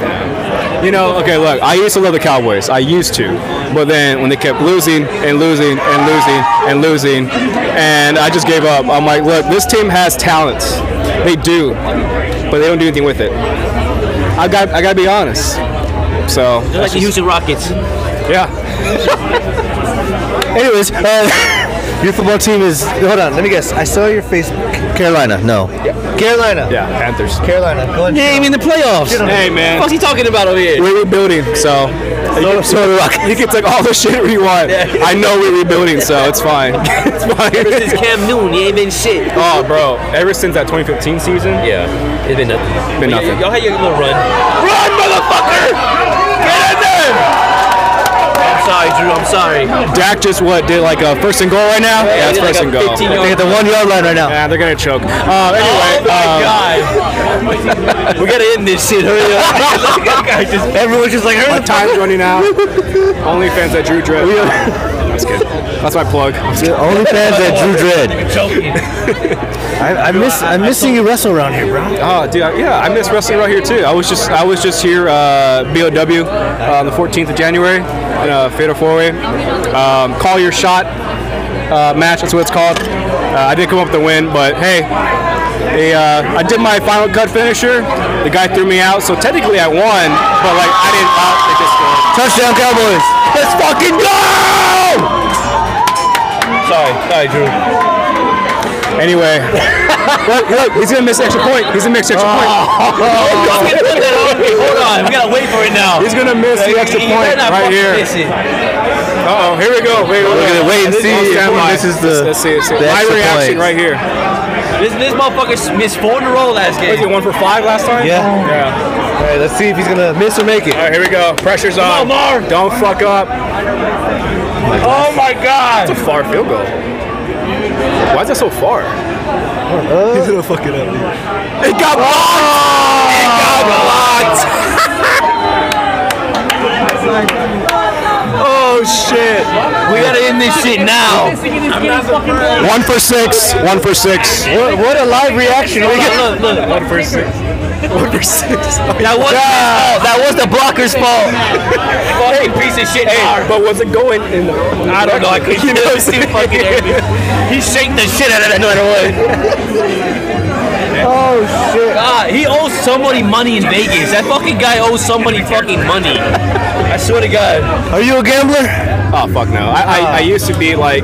[SPEAKER 19] You know, okay, look, I used to love the Cowboys. I used to. But then when they kept losing and losing and losing and losing, and I just gave up. I'm like, look, this team has talents. They do, but they don't do anything with it. I got, I got to be honest. So,
[SPEAKER 4] They're like the Houston Rockets.
[SPEAKER 19] Yeah.
[SPEAKER 2] Anyways,
[SPEAKER 19] (laughs)
[SPEAKER 2] uh, your football team is. Hold on, let me guess. I saw your face. Carolina, no. Carolina.
[SPEAKER 19] Yeah, Panthers.
[SPEAKER 2] Carolina. Go on. Yeah, I mean the playoffs.
[SPEAKER 19] Hey, man.
[SPEAKER 4] What's he talking about over here?
[SPEAKER 19] We're rebuilding, so. You can, (laughs) you can take all the shit we
[SPEAKER 2] (laughs)
[SPEAKER 19] want. I know we're rebuilding, so it's fine. (laughs) It's fine.
[SPEAKER 4] (laughs) This is Cam Newton. He ain't been shit.
[SPEAKER 19] Oh, bro! Ever since that 2015 season,
[SPEAKER 4] yeah, it's been nothing.
[SPEAKER 19] Been
[SPEAKER 4] Y-
[SPEAKER 19] nothing.
[SPEAKER 4] Y'all had your little run.
[SPEAKER 19] Run, motherfucker! Get in there!
[SPEAKER 4] I'm sorry, Drew. I'm sorry.
[SPEAKER 19] Dak just what did like a first and goal right now?
[SPEAKER 4] Yeah,
[SPEAKER 19] Yeah, it's
[SPEAKER 4] he did
[SPEAKER 19] first
[SPEAKER 4] like a
[SPEAKER 19] and goal.
[SPEAKER 4] 15 yard- They
[SPEAKER 2] hit the one yard line right now.
[SPEAKER 19] Yeah, they're gonna choke. Uh,
[SPEAKER 4] Oh
[SPEAKER 19] anyway,
[SPEAKER 4] um, (laughs) we gotta end this shit. Hurry (laughs) up!
[SPEAKER 2] Everyone's just like, hurry
[SPEAKER 19] my time's running out. OnlyFans at Drew Dredd. That's good. That's my plug.
[SPEAKER 2] OnlyFans at Drew Dredd. I, I miss. I'm missing you wrestle around here, bro.
[SPEAKER 19] Oh, dude, I- yeah, I miss wrestling right here too. I was just, I was just here, uh, BOW, uh, on the 14th of January, in a fatal four-way. Um, call your shot uh, match. That's what it's called. Uh, I did come up with the win, but hey, they, uh, I did my final cut finisher. The guy threw me out, so technically I won, but like I didn't. Uh, they just scored.
[SPEAKER 2] Touchdown, Cowboys. Let's fucking go!
[SPEAKER 19] Sorry, sorry, Drew. Anyway, look, look, he's gonna miss extra point. He's gonna miss extra Oh. point.
[SPEAKER 4] (laughs) Hold on, we gotta wait for it now.
[SPEAKER 19] He's gonna miss the extra point right here. Uh oh, here we go. Wait,
[SPEAKER 2] We're gonna wait and
[SPEAKER 19] This-
[SPEAKER 2] see
[SPEAKER 19] on
[SPEAKER 2] if
[SPEAKER 19] standby.
[SPEAKER 2] this is the-
[SPEAKER 19] Let's see, let's see.
[SPEAKER 2] the
[SPEAKER 19] My
[SPEAKER 2] extra
[SPEAKER 19] reaction
[SPEAKER 2] point.
[SPEAKER 19] right here.
[SPEAKER 4] This, this motherfucker missed four in a row last game.
[SPEAKER 19] Was it one for five last time?
[SPEAKER 2] Yeah.
[SPEAKER 19] Yeah.
[SPEAKER 2] All right, let's see if he's gonna miss or make it.
[SPEAKER 19] All right, here we go. Pressure's on. Don't fuck up. Oh my God! It's a far field goal. Why is that so far?
[SPEAKER 25] He's gonna fuck it up.
[SPEAKER 1] It got blocked.
[SPEAKER 4] Oh shit! We gotta end this shit now.
[SPEAKER 1] One for six. One for six. What, what a live reaction
[SPEAKER 4] Look, look, (laughs) look. One for six. One for six. That was that was the blocker's fault. Fucking piece of shit. Hey,
[SPEAKER 19] but was it going in the?
[SPEAKER 4] I don't know. I couldn't you
[SPEAKER 26] (laughs)
[SPEAKER 4] know, see fucking everything. He shaked the shit out of that no matter what.
[SPEAKER 25] Oh shit!
[SPEAKER 4] God, he owes somebody money in Vegas. That fucking guy owes somebody fucking money. I swear to God.
[SPEAKER 19] Are you a gambler? Oh fuck no! I I, I used to be like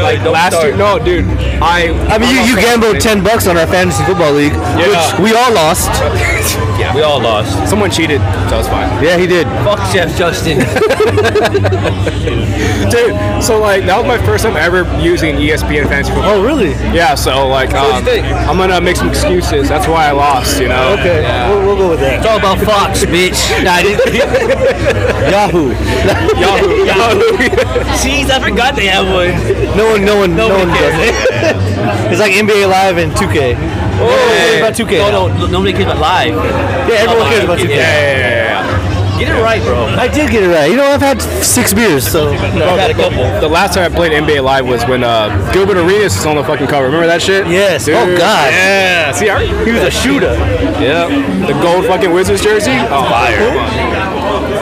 [SPEAKER 19] like last year. No, dude. I
[SPEAKER 26] I mean, you, you gambled ten bucks on our fantasy football league,
[SPEAKER 19] Yeah.
[SPEAKER 26] which we all lost.
[SPEAKER 19] Yeah, we all lost. Someone cheated, so it's fine.
[SPEAKER 26] Yeah, he did.
[SPEAKER 4] Fuck Chef Justin.
[SPEAKER 19] Dude, so like that was my first time ever using E ESPN fantasy football. Oh, really? Yeah. So like, um, I'm gonna make some excuses. That's why I lost. You know. Okay.
[SPEAKER 25] We'll, we'll go with that.
[SPEAKER 4] It's all about Fox, bitch. Nah,
[SPEAKER 26] Yahoo.
[SPEAKER 4] Yahoo. Yahoo. (laughs) Jeez, I forgot they have one.
[SPEAKER 26] No one, no one,
[SPEAKER 4] Nobody
[SPEAKER 26] no one does
[SPEAKER 4] (laughs) cares.
[SPEAKER 26] it. it's like NBA Live and 2K.
[SPEAKER 4] Oh,
[SPEAKER 26] about 2K.
[SPEAKER 4] No, no, nobody cares about live.
[SPEAKER 26] Yeah, everyone cares about 2K.
[SPEAKER 4] Get it right, bro.
[SPEAKER 26] I did get it right. You know, I've had six beers, so.
[SPEAKER 19] The last time I played NBA Live was when uh, Gilbert Arenas was on the fucking cover. Remember that shit? Yes.
[SPEAKER 26] Oh, God.
[SPEAKER 19] Yeah. See, I, he was a shooter. Yeah. The gold fucking Wizards jersey. Oh, fire.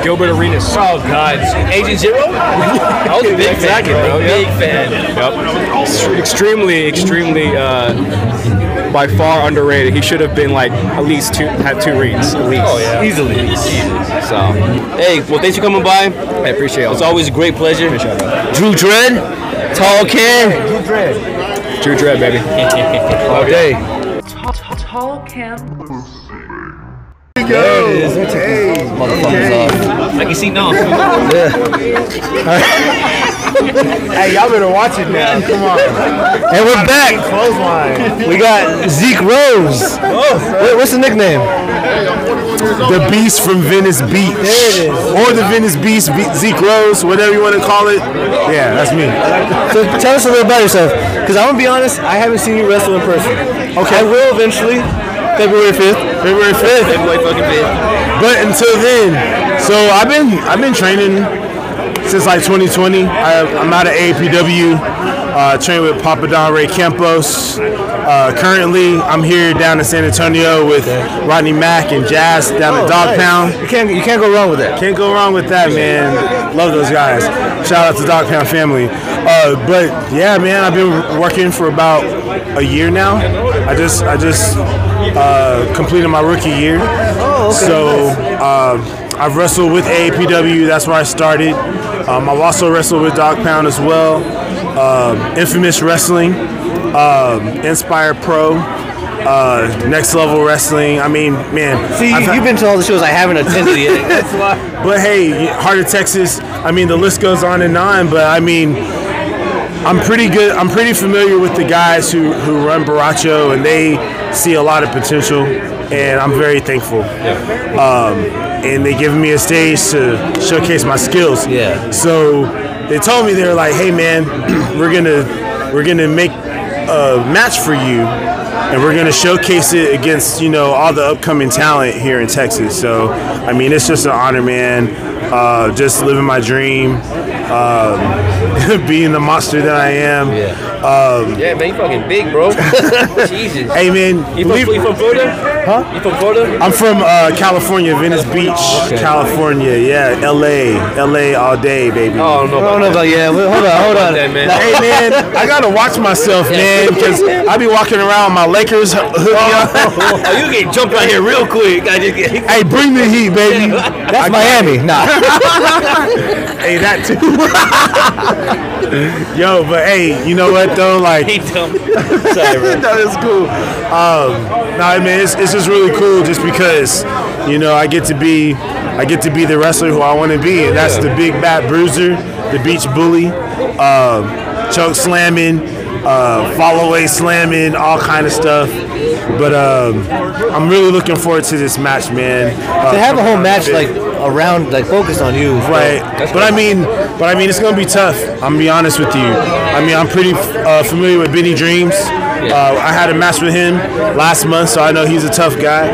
[SPEAKER 19] Gilbert Arenas.
[SPEAKER 4] Oh God.
[SPEAKER 19] (laughs)
[SPEAKER 4] Agent Zero. I was a big
[SPEAKER 19] exactly,
[SPEAKER 4] fan,
[SPEAKER 19] bro.
[SPEAKER 4] bro.
[SPEAKER 19] Yep.
[SPEAKER 4] Big fan.
[SPEAKER 19] Yep. Ex- Extremely, extremely, uh, by far underrated. He should have been like at least two, had two reads at least.
[SPEAKER 4] Oh, yeah.
[SPEAKER 19] Easily. So, hey, well, thanks for coming by. I appreciate it. It's always a great pleasure.
[SPEAKER 4] Drew Dredd, Tall Kid.
[SPEAKER 25] Drew Dredd.
[SPEAKER 19] Drew Dredd, baby. All
[SPEAKER 25] day.
[SPEAKER 27] Tall Cam.
[SPEAKER 25] There it is. Okay.
[SPEAKER 4] I can see no.
[SPEAKER 25] Hey, y'all better watch it now. Come on.
[SPEAKER 26] And we're back.
[SPEAKER 25] Clothesline.
[SPEAKER 26] We got Zeke Rose. Wait, what's the nickname?
[SPEAKER 2] The Beast from Venice Beach. Or the Venice Beast, Be- Zeke Rose, whatever you want to call it. Yeah, that's me.
[SPEAKER 26] So tell us a little about yourself, because I'm gonna be honest, I haven't seen you wrestle in person. Okay. I will eventually, February 5th.
[SPEAKER 2] February 5th. But until then, so I've been I've been training since like 2020. I, I'm out of APW. Uh, train with Papa Don Ray Campos. Uh, currently, I'm here down in San Antonio with Rodney Mack and Jazz down at Dog Pound. Oh, You can't you can't go wrong with that. Can't go wrong with that, man. Love those guys. Shout out to Dog Pound family. Uh, but yeah, man, I've been working for about a year now. I just I just uh, completed my rookie year. So uh, I've wrestled with AAPW. That's where I started. Um, I've also wrestled with Dog Pound as well. Um, Infamous Wrestling, um, Inspire Pro, uh, Next Level Wrestling. I mean, man.
[SPEAKER 26] See,
[SPEAKER 2] I've-
[SPEAKER 26] you've been to all the shows I haven't attended yet.
[SPEAKER 2] but hey, Heart of Texas. I mean, the list goes on and on. But I mean, I'm pretty good. I'm pretty familiar with the guys who who run Baracho, and they see a lot of potential. And I'm very thankful. Um, and they give me a stage to showcase my skills. Yeah. So they told me they were like, "Hey, man, (clears throat) we're gonna we're gonna make a match for you." and we're going to showcase it against you know all the upcoming talent here in Texas. So I mean, it's just an honor, man. Uh, just living my dream, um, (laughs) being the monster that I am. Um,
[SPEAKER 4] (laughs) Yeah, man, you fucking big, bro. (laughs) Jesus.
[SPEAKER 2] Hey, man,
[SPEAKER 4] You from,
[SPEAKER 2] leave-
[SPEAKER 4] you from Florida?
[SPEAKER 2] Huh?
[SPEAKER 4] You from Florida?
[SPEAKER 2] I'm from uh, California, Venice Beach, California. Yeah, LA, LA all day, baby. Oh,
[SPEAKER 4] no, I don't know about
[SPEAKER 2] yeah. Hold
[SPEAKER 4] on, hold on. that, man.
[SPEAKER 2] Hey, man, I gotta watch myself, man, because I be walking around with my Lakers hoodie. on.
[SPEAKER 4] Oh, you get jumped right here real quick. I just get. (laughs)
[SPEAKER 2] hey, bring the heat, baby. That's
[SPEAKER 26] Miami. Nah.
[SPEAKER 2] (laughs) hey, that too. (laughs) Yo, but hey, you know what though? Like, (laughs)
[SPEAKER 4] (laughs)
[SPEAKER 2] that is cool. Um, nah, man, it's, it's just really cool just because you know I get to be, I get to be the wrestler who I want to be, and that's the big bad bruiser, the beach bully, um, choke slamming, uh, follow away slamming, all kind of stuff. But um, I'm really looking forward to this match, man. Uh,
[SPEAKER 26] to have a whole match
[SPEAKER 2] Fifth.
[SPEAKER 26] like
[SPEAKER 19] around, like focused on you. Right. But I mean, but I mean, it's gonna be tough. I'm gonna be honest with you. I mean, I'm pretty uh, familiar with Benny Dreams. Uh, I had a match with him last month, so I know he's a tough guy.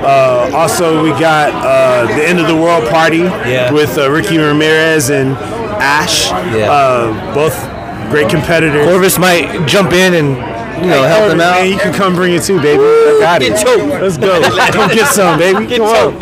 [SPEAKER 19] Uh, also, we got uh, the End of the World Party with uh, Ricky Ramirez and Ash. Uh, both great competitors. Corvus might jump in and. You know, help them out. Man, you can come bring it too, baby. I got
[SPEAKER 2] Get
[SPEAKER 19] it.
[SPEAKER 2] choked.
[SPEAKER 19] Let's go. Come get some, baby. Come on.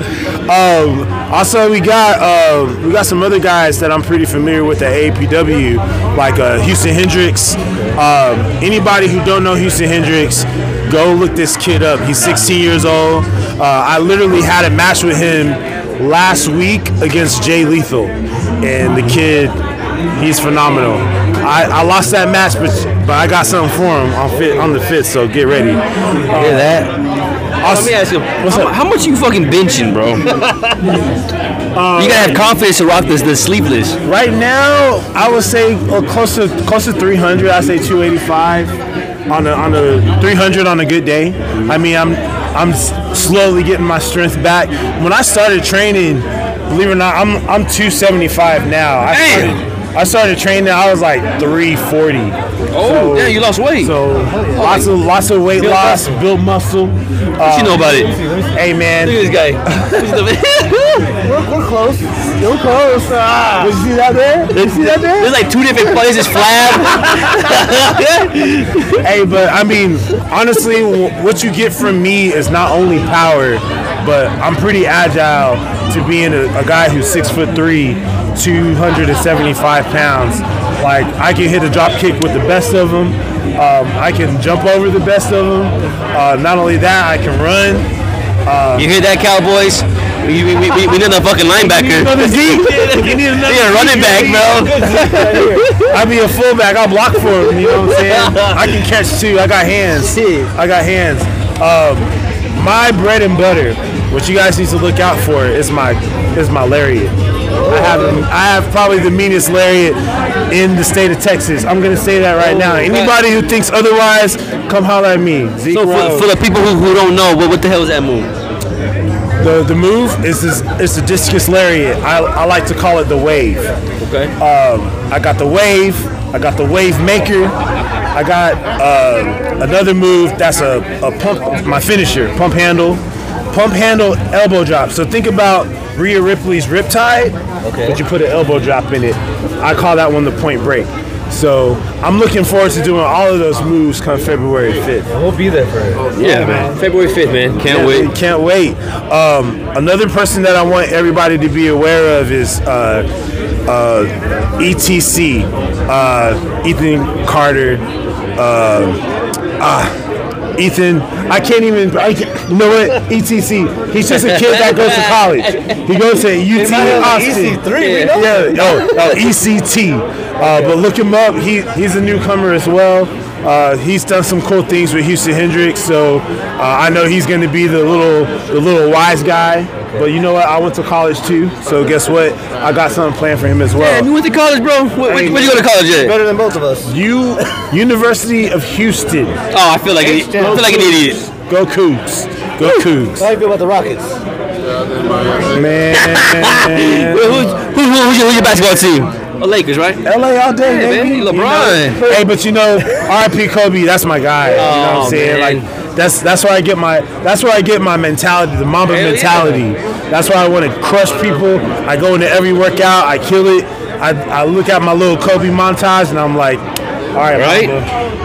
[SPEAKER 19] Um, also, we got uh, we got some other guys that I'm pretty familiar with at APW, like uh, Houston Hendricks. Um, anybody who don't know Houston Hendricks, go look this kid up. He's 16 years old. Uh, I literally had a match with him last week against Jay Lethal, and the kid, he's phenomenal. I, I lost that match, but but I got something for him on fit on the fifth. So get ready. Hear that?
[SPEAKER 4] Let me ask you, how, how much you fucking benching, (laughs) bro? you gotta have confidence to rock this this sleepless.
[SPEAKER 19] Right now, I would say uh, close to close to 300. I say 285 on a on a 300 on a good day. I mean, I'm I'm s- slowly getting my strength back. When I started training, believe it or not, I'm I'm 275 now. I started, I started training. I was like 340.
[SPEAKER 4] Oh, yeah, you lost weight.
[SPEAKER 19] So lots of lots of weight
[SPEAKER 4] Built
[SPEAKER 19] loss, build muscle. What
[SPEAKER 4] you uh, know about it?
[SPEAKER 19] Hey man,
[SPEAKER 4] Look at this guy.
[SPEAKER 9] we're, we're close. We're close. Ah. Did you see that there? Did you see that
[SPEAKER 4] (laughs)
[SPEAKER 9] there?
[SPEAKER 4] There's like two different places, (laughs) flab.
[SPEAKER 19] hey, but I mean, honestly, w- what you get from me is not only power, but I'm pretty agile to being a, a guy who's six foot three, 275 pounds. Like I can hit a drop kick with the best of them. Um, I can jump over the best of them. Uh, not only that, I can run. Uh,
[SPEAKER 4] you hear that, Cowboys? We, we, we, we need a fucking linebacker.
[SPEAKER 19] (laughs) another
[SPEAKER 4] (laughs)
[SPEAKER 19] Zeke. You need another
[SPEAKER 4] Yeah, running
[SPEAKER 19] Zeke.
[SPEAKER 4] back,
[SPEAKER 19] You
[SPEAKER 4] bro.
[SPEAKER 19] need a good Zeke right (laughs) here. I be a fullback. I block for him. You know what I'm saying? I can catch too. I got hands. I got hands. Um, my bread and butter. What you guys need to look out for is my is my lariat. I have I have probably the meanest lariat in the state of Texas. I'm gonna say that right now. Anybody who thinks otherwise, come holler at me. Zeke
[SPEAKER 4] So for,
[SPEAKER 19] Rhodes.
[SPEAKER 4] for the people who, who don't know, what, what the hell is that move?
[SPEAKER 19] The, the move is this, it's the discus lariat. I, I like to call it the wave. Okay. Um, I got the wave. I got the wave maker. I got uh, another move that's a, a pump. My finisher, pump handle, pump handle elbow drop. So think about Rhea Ripley's Riptide, okay. but you put an elbow drop in it. I call that one the point break. So I'm looking forward to doing all of those moves come February 5th.
[SPEAKER 28] We'll be there for it.
[SPEAKER 4] Yeah, man. February 5th, man. Can't
[SPEAKER 19] Yeah,
[SPEAKER 4] wait.
[SPEAKER 19] we Can't wait. Um, another person that I want everybody to be aware of is uh, uh, ETC, uh, Ethan Carter. Uh, ah, Ethan, I can't even. I can't, you know what? ETC. He's just a kid that goes to college. He goes to UT
[SPEAKER 28] might have
[SPEAKER 19] Austin.
[SPEAKER 28] EC3, we know.
[SPEAKER 19] Yeah. Oh, (laughs) oh, ECT. Uh, but look him up. He he's a newcomer as well. Uh, he's done some cool things with Houston Hendricks, so uh, I know he's going to be the little the little wise guy. But you know what? I went to college too, so guess what? I got something planned for him as well.
[SPEAKER 4] Damn, you went to college, bro. Where, where, where you go to college at?
[SPEAKER 19] than both of us. You, University of Houston.
[SPEAKER 4] Oh, I feel like an, I feel like an idiot.
[SPEAKER 19] Go Cougs. Go Cougs.
[SPEAKER 9] How do you feel about the Rockets?
[SPEAKER 19] Man.
[SPEAKER 4] who's, who, who, who's, your, who's your basketball team? Oh, Lakers, right?
[SPEAKER 19] LA all day,
[SPEAKER 4] Yeah,
[SPEAKER 19] baby.
[SPEAKER 4] man. LeBron.
[SPEAKER 19] You know, hey, but you know, R.I.P. Kobe. That's my guy. you know what
[SPEAKER 4] Oh,
[SPEAKER 19] I'm saying?
[SPEAKER 4] man.
[SPEAKER 19] Like that's that's where I get my that's where I get my mentality, the Mamba
[SPEAKER 4] Hell yeah.
[SPEAKER 19] mentality. That's why I want to crush people. I go into every workout, I kill it. I, I look at my little Kobe montage, and I'm like, all right,
[SPEAKER 4] Right?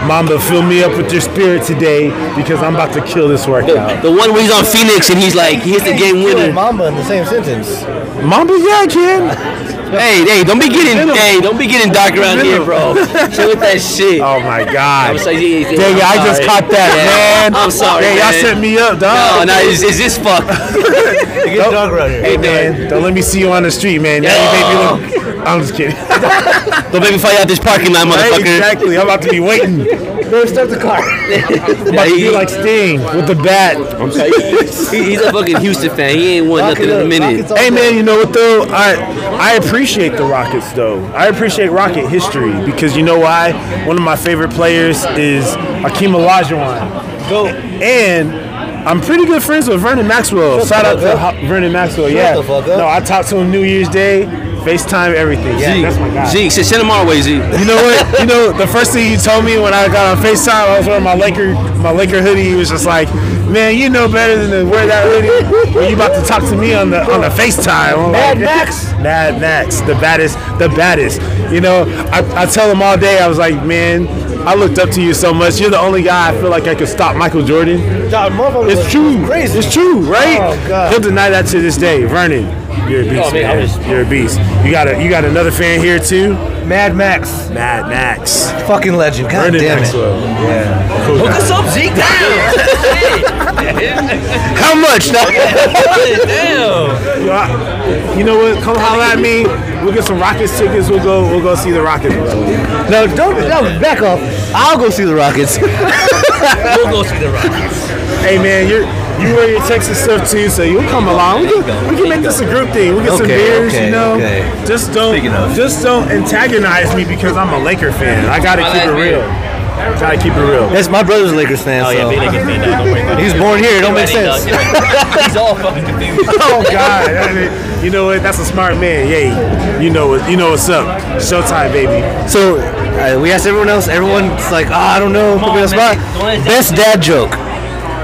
[SPEAKER 19] Mamba, Mamba, fill me up with your spirit today because I'm about to kill this workout.
[SPEAKER 4] The one where he's on Phoenix and he's like, he hits the game winner.
[SPEAKER 9] Mamba in the same sentence.
[SPEAKER 19] Mamba, yeah, kid.
[SPEAKER 4] Hey, hey, don't be getting, hey, don't be getting dark around here, bro. Chill with that shit.
[SPEAKER 19] Oh my god.
[SPEAKER 4] I'm sorry. yeah, yeah, yeah,
[SPEAKER 19] Dang it, I
[SPEAKER 4] I'm
[SPEAKER 19] just
[SPEAKER 4] sorry.
[SPEAKER 19] caught that,
[SPEAKER 4] Yeah,
[SPEAKER 19] man.
[SPEAKER 4] I'm sorry.
[SPEAKER 19] Dang, y'all
[SPEAKER 4] man.
[SPEAKER 19] set me up,
[SPEAKER 4] No,
[SPEAKER 19] dog.
[SPEAKER 4] no, it's, it's this fuck.
[SPEAKER 19] Don't- Hey man, don't let me see you on the street, man. Now you make me look. (laughs) I'm just kidding.
[SPEAKER 4] Don't make me fight out this parking lot,
[SPEAKER 19] Right,
[SPEAKER 4] motherfucker. (laughs)
[SPEAKER 19] exactly. I'm about to be waiting.
[SPEAKER 9] First up the car.
[SPEAKER 19] I'm about to be like Sting with the bat.
[SPEAKER 4] I'm sorry. He- he's a fucking Houston fan. He ain't won nothing in a minute.
[SPEAKER 19] Hey man, you know what though? I I appreciate the Rockets though. I appreciate Rocket history because you know why? One of my favorite players is Akeem Olajuwon. Go. And I'm pretty good friends with Vernon Maxwell.
[SPEAKER 2] Shut
[SPEAKER 19] Shout
[SPEAKER 2] the
[SPEAKER 19] out to
[SPEAKER 2] fuck
[SPEAKER 19] Ho- Vernon Maxwell.
[SPEAKER 2] Shut
[SPEAKER 19] yeah.
[SPEAKER 2] the fuck up.
[SPEAKER 19] No, I talked to him New Year's Day, FaceTime, everything. Yeah,
[SPEAKER 29] Zeke,
[SPEAKER 19] that's my guy.
[SPEAKER 29] Zeke, send send him our way, Zeke.
[SPEAKER 19] You know what? You know the first thing you told me when I got on FaceTime, I was wearing my Laker my Laker hoodie. He was just like, "Man, you know better than to wear that hoodie. When you about to talk to me on the on the FaceTime." I'm
[SPEAKER 2] Mad
[SPEAKER 19] like,
[SPEAKER 2] Max?
[SPEAKER 19] Mad Max, the baddest, the baddest. You know, I, I tell him all day. I was like, "Man, I looked up to you so much. You're the only guy I feel like I could stop Michael Jordan." It's true. Crazy. It's true, right?
[SPEAKER 2] Oh, God.
[SPEAKER 19] He'll deny that to this day, Vernon. You're a beast,
[SPEAKER 2] Oh, man, I
[SPEAKER 19] man.
[SPEAKER 2] was-
[SPEAKER 19] You're a beast. You got a, you got another fan here too. Mad Max. Mad Max. Fucking legend. God
[SPEAKER 30] damn it.
[SPEAKER 19] Yeah. Cool
[SPEAKER 4] Hook
[SPEAKER 19] guy.
[SPEAKER 4] us up, Zeke. Damn.
[SPEAKER 19] How much?
[SPEAKER 4] Damn.
[SPEAKER 19] You know, I- you know what? Come holler at me. We'll get some Rockets tickets. We'll go. We'll go see the Rockets. No, don't. No, back off. I'll go see the Rockets.
[SPEAKER 4] we'll go see the Rockets.
[SPEAKER 19] Hey man, you you wear your Texas stuff too, so you'll come along. We can, we can make this a group thing. We will get some
[SPEAKER 2] Okay,
[SPEAKER 19] beers,
[SPEAKER 2] okay,
[SPEAKER 19] you know.
[SPEAKER 2] okay.
[SPEAKER 19] Just don't just don't antagonize me because I'm a Laker fan. I gotta
[SPEAKER 2] My
[SPEAKER 19] keep it
[SPEAKER 2] last
[SPEAKER 19] real. Gotta keep it real.
[SPEAKER 2] (laughs) That's my brother's Lakers fan.
[SPEAKER 19] Oh, yeah,
[SPEAKER 2] so.
[SPEAKER 19] be Lakers fan, dog. Don't worry about
[SPEAKER 2] He
[SPEAKER 19] it.
[SPEAKER 2] was born here. It don't make
[SPEAKER 19] Get ready,
[SPEAKER 2] sense.
[SPEAKER 19] dog.
[SPEAKER 4] He's all fucking confused.
[SPEAKER 19] (laughs) oh God! I mean, you know what? That's a smart man. Yay! You know what? You know what's up. Showtime, baby.
[SPEAKER 9] So uh, we asked everyone else. Everyone's like, ah, I don't know. Put me on the spot. Best dad joke.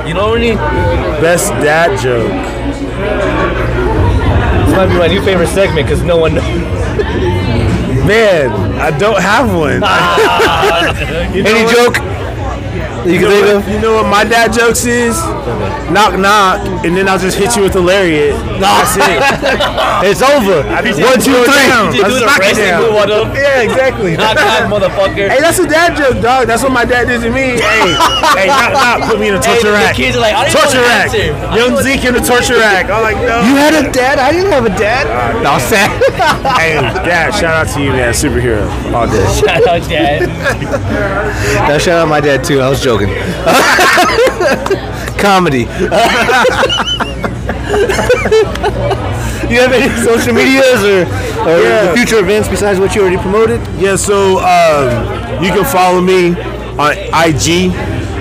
[SPEAKER 4] You know what I mean?
[SPEAKER 19] Best dad joke.
[SPEAKER 31] This might be my new favorite segment because no one.
[SPEAKER 19] Man, I don't have one. Any joke? You can think of? You know what my dad jokes is? Knock knock, and then I'll just hit you with a lariat. That's it.
[SPEAKER 9] (laughs) It's over.
[SPEAKER 19] I just
[SPEAKER 9] One, two,
[SPEAKER 19] go
[SPEAKER 9] three.
[SPEAKER 19] down.
[SPEAKER 9] You
[SPEAKER 19] I
[SPEAKER 9] do
[SPEAKER 19] just
[SPEAKER 9] the
[SPEAKER 19] knock it
[SPEAKER 9] wrestling
[SPEAKER 19] down.
[SPEAKER 9] move on them.
[SPEAKER 19] (laughs) Yeah, exactly.
[SPEAKER 9] Knock,
[SPEAKER 19] (laughs)
[SPEAKER 9] knock,
[SPEAKER 4] motherfucker.
[SPEAKER 19] Hey, that's a dad joke, dog. That's what my dad did to
[SPEAKER 9] (laughs)
[SPEAKER 19] me. Hey, hey, knock knock, put me in a
[SPEAKER 4] Hey,
[SPEAKER 19] torture
[SPEAKER 4] the
[SPEAKER 19] rack.
[SPEAKER 4] kids are like, I didn't
[SPEAKER 19] torture
[SPEAKER 4] wanna
[SPEAKER 19] rack.
[SPEAKER 4] answer. (laughs) I
[SPEAKER 19] Young Zeke in the torture rack. I'm like, no.
[SPEAKER 9] You had a dad? I didn't have a dad.
[SPEAKER 19] No, sad. hey, Dad, shout out to you, man. Superhero. All day.
[SPEAKER 4] Shout out, Dad.
[SPEAKER 9] Now shout out my dad too. I was joking. (laughs) Comedy.
[SPEAKER 19] (laughs) you have any social medias or, or future events besides what you already promoted? Yeah, so um, you can follow me on IG.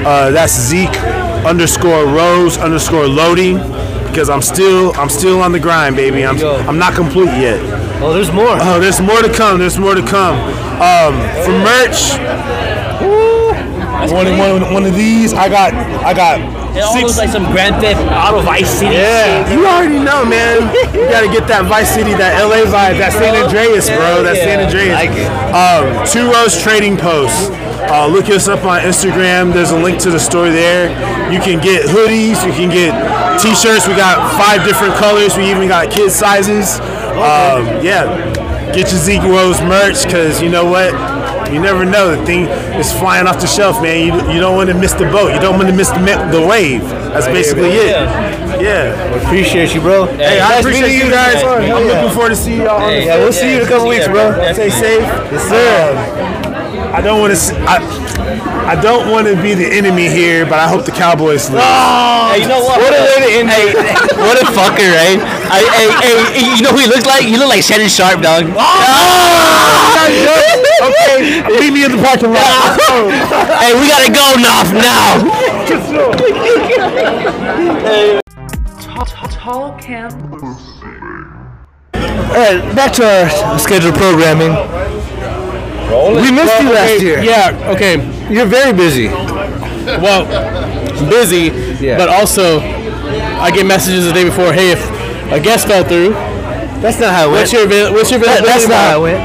[SPEAKER 19] Uh, that's Zeke underscore Rose underscore Lodi because I'm still I'm still on the grind, baby. I'm I'm not complete yet. Oh, there's more. Oh, there's more to come. There's more to come. Um, for merch, one, one, one of these. I got I got.
[SPEAKER 4] It almost like some Grand Theft Auto Vice City
[SPEAKER 19] Yeah,
[SPEAKER 4] shit.
[SPEAKER 19] you already know, man. You gotta get that Vice City, that LA vibe, that San Andreas, bro. That San Andreas. Like it. Um, Two Rows Trading Post. Uh, look us up on Instagram. There's a link to the store there. You can get hoodies. You can get T-shirts. We got five different colors. We even got kid sizes. Um, yeah, get your Zeke Rose merch because you know what. You never know. The thing is flying off the shelf, man. You, you don't want to miss the boat. You don't want to miss the, me- the wave. That's
[SPEAKER 2] Right here,
[SPEAKER 19] basically
[SPEAKER 2] bro. Yeah.
[SPEAKER 19] it. Yeah.
[SPEAKER 2] Appreciate you, bro.
[SPEAKER 19] Hey, I appreciate you guys. I'm looking forward to see y'all. on the-
[SPEAKER 2] Yeah, we'll see you in a couple weeks, bro.
[SPEAKER 19] Stay safe. Yes, sir. I don't want to. I, I don't want to be the enemy here, but I hope the Cowboys lose.
[SPEAKER 32] Oh,
[SPEAKER 4] Hey, you know what? Hey, (laughs)
[SPEAKER 19] what a fucker, right?
[SPEAKER 4] I, hey, hey, you know who he looked like? He looked like Shannon Sharp, dog.
[SPEAKER 2] Oh,
[SPEAKER 4] (laughs)
[SPEAKER 19] okay, meet me in the parking lot.
[SPEAKER 4] (laughs) hey, we gotta go, Knopf, now.
[SPEAKER 1] Tall Camp.
[SPEAKER 9] All right, back to our scheduled programming. We missed you last
[SPEAKER 2] Okay,
[SPEAKER 9] year.
[SPEAKER 2] Yeah, okay.
[SPEAKER 9] You're very busy.
[SPEAKER 2] Well,
[SPEAKER 32] busy,
[SPEAKER 2] Yeah.
[SPEAKER 32] but also I get messages the day before. Hey, if a guest fell through,
[SPEAKER 9] that's not how it
[SPEAKER 32] What's your avail- what's your
[SPEAKER 2] That-
[SPEAKER 32] availability?
[SPEAKER 2] that's not how it
[SPEAKER 9] went.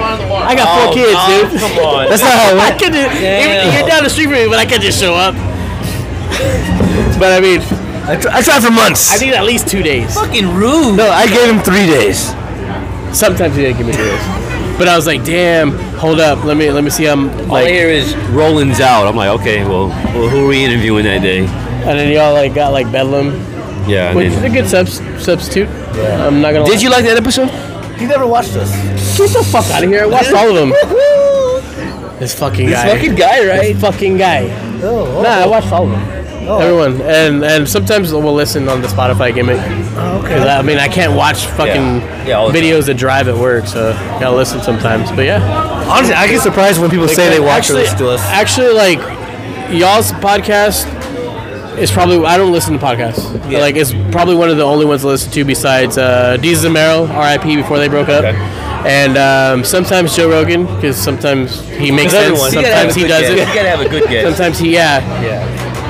[SPEAKER 32] I got four
[SPEAKER 2] Oh,
[SPEAKER 32] kids,
[SPEAKER 2] God,
[SPEAKER 32] dude.
[SPEAKER 2] come on.
[SPEAKER 32] (laughs) That's not how it went.
[SPEAKER 2] I couldn't-
[SPEAKER 4] Damn.
[SPEAKER 32] You're down the street from me, but I can't just show up. (laughs) but I mean,
[SPEAKER 9] I, tr- I tried for months.
[SPEAKER 32] I need at least two days.
[SPEAKER 4] Fucking rude.
[SPEAKER 9] No, I gave him three days.
[SPEAKER 32] Sometimes he didn't give me two days, but I was like, damn, hold up, let me let me see. I'm
[SPEAKER 29] All I hear is Roland's out. I'm like, okay, well, well who are we interviewing that day?
[SPEAKER 32] And then y'all like got like Bedlam,
[SPEAKER 29] Yeah.
[SPEAKER 32] which
[SPEAKER 19] (laughs)
[SPEAKER 32] is a good subs- substitute. Yeah. I'm not gonna.
[SPEAKER 29] Did
[SPEAKER 32] lie.
[SPEAKER 29] you like that episode?
[SPEAKER 31] You never watched us.
[SPEAKER 32] Get the fuck out of here! I watched all of them. This fucking
[SPEAKER 31] This
[SPEAKER 32] guy.
[SPEAKER 31] fucking guy, right?
[SPEAKER 32] This fucking guy.
[SPEAKER 31] Oh,
[SPEAKER 32] Nah, I watched all of them. Everyone, and and sometimes we'll listen on the Spotify gimmick.
[SPEAKER 31] Oh, okay.
[SPEAKER 32] 'Cause I, I mean, I can't watch fucking
[SPEAKER 31] Yeah, all the
[SPEAKER 32] videos that drive at work, so gotta listen sometimes. But yeah,
[SPEAKER 9] Honestly, I get surprised when people say they watch or
[SPEAKER 32] actually-
[SPEAKER 9] listen to us.
[SPEAKER 32] Actually, like y'all's podcast
[SPEAKER 19] It's probably I don't listen to podcasts. Like it's probably one of the only ones I listen to besides uh, Deez Zamero, R.I.P. Before they broke up, and um, sometimes Joe Rogan because sometimes he makes
[SPEAKER 4] Another
[SPEAKER 19] sense,
[SPEAKER 4] one. You gotta have
[SPEAKER 19] sometimes
[SPEAKER 4] a
[SPEAKER 19] he
[SPEAKER 4] good
[SPEAKER 19] doesn't.
[SPEAKER 4] guess. You gotta have a good guess.
[SPEAKER 19] Sometimes he yeah.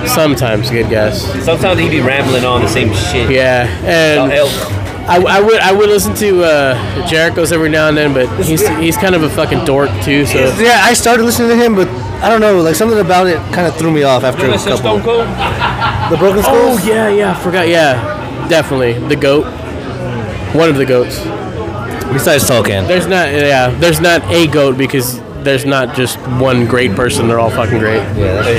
[SPEAKER 19] Sometimes good guess.
[SPEAKER 4] Sometimes he be rambling on the same shit.
[SPEAKER 19] Yeah,
[SPEAKER 4] About
[SPEAKER 19] and
[SPEAKER 4] elk.
[SPEAKER 19] I, I would I would listen to uh, Jericho's every now and then, but he's he's kind of a fucking dork too. So
[SPEAKER 2] Yeah, I started listening to him, but I don't know, like something about it kind of threw me off after a couple.
[SPEAKER 19] The Broken Skulls? Oh, yeah, yeah, I forgot, yeah. Definitely. The GOAT. One of the GOATs.
[SPEAKER 2] Besides Tolkien.
[SPEAKER 19] There's not, yeah, there's not a GOAT because there's not just one great person. They're all fucking great. Yeah, there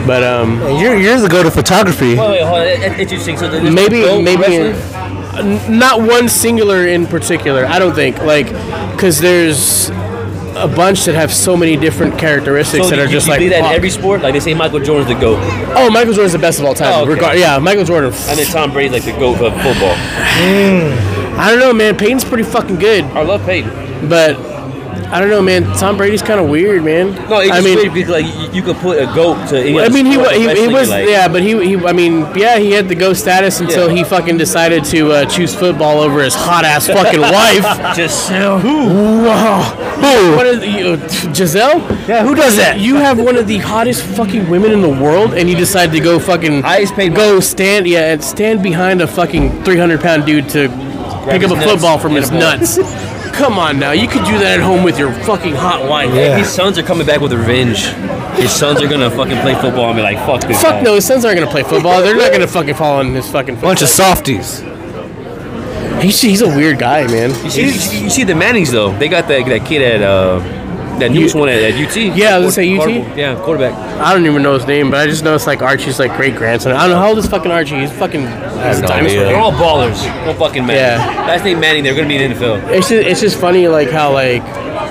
[SPEAKER 19] you But, um.
[SPEAKER 2] You're, you're the go-to photography.
[SPEAKER 4] Wait, wait, hold on. That's interesting. So there's
[SPEAKER 19] maybe
[SPEAKER 4] no
[SPEAKER 19] maybe
[SPEAKER 4] wrestling?
[SPEAKER 19] n- not one singular in particular i don't think like because there's a bunch that have so many different characteristics
[SPEAKER 4] So
[SPEAKER 19] that
[SPEAKER 4] do
[SPEAKER 19] are
[SPEAKER 4] you-
[SPEAKER 19] just
[SPEAKER 4] you
[SPEAKER 19] like
[SPEAKER 4] do that
[SPEAKER 19] fuck.
[SPEAKER 4] in every sport. Like they say, Michael Jordan's the goat,
[SPEAKER 19] oh michael jordan's the best of all time
[SPEAKER 4] Oh, okay.
[SPEAKER 19] regard- yeah michael jordan
[SPEAKER 4] and then Tom Brady's like the goat of football.
[SPEAKER 19] I don't know, man. Peyton's pretty fucking good. I
[SPEAKER 4] love Peyton,
[SPEAKER 19] but I don't know, man. Tom Brady's kind of weird, man.
[SPEAKER 4] No, it's
[SPEAKER 19] I
[SPEAKER 4] just
[SPEAKER 19] mean,
[SPEAKER 4] weird because like you, you could put a goat to. Any
[SPEAKER 19] I
[SPEAKER 4] other
[SPEAKER 19] mean, he,
[SPEAKER 4] sport,
[SPEAKER 19] wa-
[SPEAKER 4] like
[SPEAKER 19] he, he
[SPEAKER 4] wrestling,
[SPEAKER 19] was
[SPEAKER 4] like-
[SPEAKER 19] yeah, but he, he I mean yeah, he had the ghost status until he fucking decided to uh, choose football over his hot ass fucking (laughs)
[SPEAKER 4] (laughs)
[SPEAKER 19] wife.
[SPEAKER 4] Just
[SPEAKER 19] who?
[SPEAKER 2] Who?
[SPEAKER 19] What is you, uh, Giselle? Yeah,
[SPEAKER 2] who does that?
[SPEAKER 19] You have one of the hottest fucking women in the world, and you decide to go fucking ice go stand yeah and stand behind a fucking three hundred pound dude to pick
[SPEAKER 4] his
[SPEAKER 19] up a
[SPEAKER 4] nuts
[SPEAKER 19] football from
[SPEAKER 4] and
[SPEAKER 19] his
[SPEAKER 4] a ball.
[SPEAKER 19] nuts. Come on now, you could do that at home with your fucking hot wife.
[SPEAKER 4] Like, His sons are coming back with revenge. His sons are gonna fucking play football and be like, "Fuck this."
[SPEAKER 19] Fuck no, his sons aren't gonna play football. They're not gonna fucking fall in his fucking
[SPEAKER 2] Bunch of softies.
[SPEAKER 19] He's, he's a weird guy, man.
[SPEAKER 4] You see, you, see the Mannings though. They got that that kid at uh, that newest one at, at UT.
[SPEAKER 19] Yeah, I was gonna say UT.
[SPEAKER 4] Quarterback. Yeah, quarterback.
[SPEAKER 19] I don't even know his name, but I just know it's like Archie's like great grandson. I don't know how old is fucking Archie. He's fucking. He's a dinosaur.
[SPEAKER 4] They're all ballers. No fucking Manning.
[SPEAKER 19] Yeah.
[SPEAKER 4] Last name Manning. They're gonna be in the NFL.
[SPEAKER 19] It's just it's just funny like how like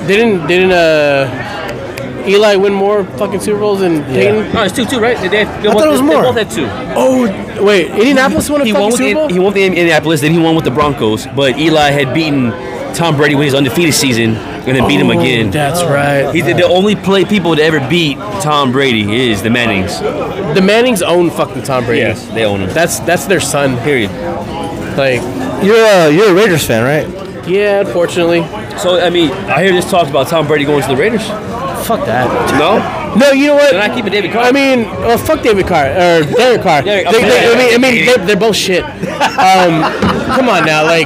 [SPEAKER 19] didn't didn't uh Eli win more fucking Super Bowls than Peyton?
[SPEAKER 4] No, Oh, it's two two, right? They, they, I
[SPEAKER 19] thought it was more.
[SPEAKER 4] They both had two.
[SPEAKER 19] Oh wait, Indianapolis won a
[SPEAKER 4] he
[SPEAKER 19] fucking
[SPEAKER 4] won with
[SPEAKER 19] Super
[SPEAKER 4] the-
[SPEAKER 19] Bowl.
[SPEAKER 4] he won with the Indianapolis, then he won with the Broncos. But Eli had beaten Tom Brady when his undefeated season, and then beat him
[SPEAKER 19] Oh,
[SPEAKER 4] again.
[SPEAKER 19] that's right.
[SPEAKER 4] He's the, the only play people to ever beat Tom Brady is the Mannings.
[SPEAKER 19] The Mannings own fucking Tom Brady.
[SPEAKER 4] Yes, they own him.
[SPEAKER 19] That's that's their son.
[SPEAKER 4] Period.
[SPEAKER 19] Like
[SPEAKER 2] You're a, you're a Raiders fan, right?
[SPEAKER 19] yeah, unfortunately.
[SPEAKER 4] So I mean, I hear this talk about Tom Brady going to the Raiders.
[SPEAKER 19] Fuck that.
[SPEAKER 4] No.
[SPEAKER 19] No, you know what?
[SPEAKER 4] They're not keeping David Carr.
[SPEAKER 19] I mean, well, fuck David Carr or Derek Carr. they,
[SPEAKER 4] Derek-
[SPEAKER 19] they- I
[SPEAKER 4] okay.
[SPEAKER 19] mean, I mean, they're, they're both shit. Um, come on now, like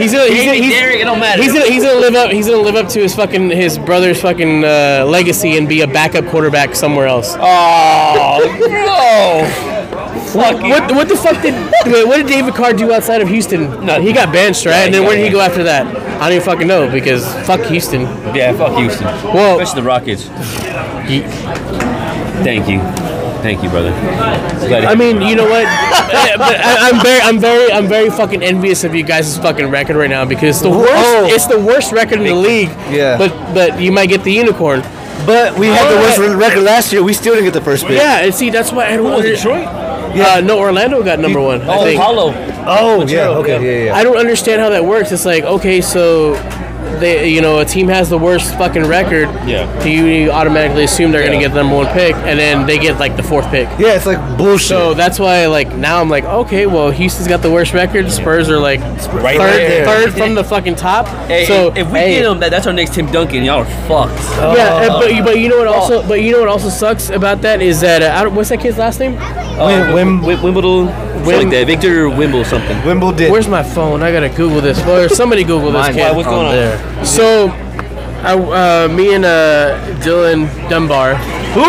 [SPEAKER 19] he's gonna, he's,
[SPEAKER 4] Maybe
[SPEAKER 19] gonna, he's,
[SPEAKER 4] Derek, it don't matter.
[SPEAKER 19] he's gonna he's gonna live up he's gonna live up to his fucking his brother's fucking uh, legacy and be a backup quarterback somewhere else. (laughs)
[SPEAKER 4] Oh no!
[SPEAKER 19] What, what what the fuck did wait, what did David Carr do outside of Houston? No, he got benched, right? And then where did he go after that? I don't even fucking know because fuck Houston.
[SPEAKER 4] Yeah, fuck Houston.
[SPEAKER 19] Well,
[SPEAKER 4] especially the Rockets. Thank you, thank you, brother. Glad to-
[SPEAKER 19] I mean, you know what? Uh, but I, I'm very, I'm very, I'm very fucking envious of you guys' fucking record right now because it's the worst. It's the worst record in the league.
[SPEAKER 2] Yeah.
[SPEAKER 19] But but you might get the unicorn.
[SPEAKER 2] But we had the worst
[SPEAKER 19] Alright.
[SPEAKER 2] record last year. We still didn't get the first pick.
[SPEAKER 19] Oh, Yeah, and see that's why I don't.
[SPEAKER 2] Oh,
[SPEAKER 19] Detroit. Yeah. Uh, no, Orlando got number one. I
[SPEAKER 4] Oh,
[SPEAKER 19] think.
[SPEAKER 4] Apollo.
[SPEAKER 2] Oh,
[SPEAKER 4] yeah, okay, yeah,
[SPEAKER 19] I don't understand how that works. It's like okay, so. They, you know, a team has the worst fucking record.
[SPEAKER 4] Yeah.
[SPEAKER 19] Do you automatically assume they're gonna
[SPEAKER 4] Yeah.
[SPEAKER 19] get the number one pick, and then they get like the fourth pick?
[SPEAKER 2] Yeah, it's like bullshit.
[SPEAKER 19] So that's why, like, now I'm like, okay, well, Houston's got the worst record. Spurs are like
[SPEAKER 4] Right
[SPEAKER 19] third,
[SPEAKER 4] there.
[SPEAKER 19] third from the fucking top.
[SPEAKER 4] Hey,
[SPEAKER 19] so
[SPEAKER 4] if, if we
[SPEAKER 19] hey, Oh,
[SPEAKER 4] get Oh. him, that, that's our next Tim Duncan. Y'all are fucked.
[SPEAKER 19] yeah, and- but you, but you know what also, but you know what also sucks about that is that uh, I don't, what's that kid's last name?
[SPEAKER 4] Uh, Wim, Wim, Wimbledon, something like that. Victor Wimble something.
[SPEAKER 19] Wimbledon. Where's my phone? I gotta Google this. Or somebody Google this
[SPEAKER 4] Mine-
[SPEAKER 19] kid.
[SPEAKER 4] Why, what's going on?
[SPEAKER 19] So, I, uh, me and uh, Dylan Dunbar. Who?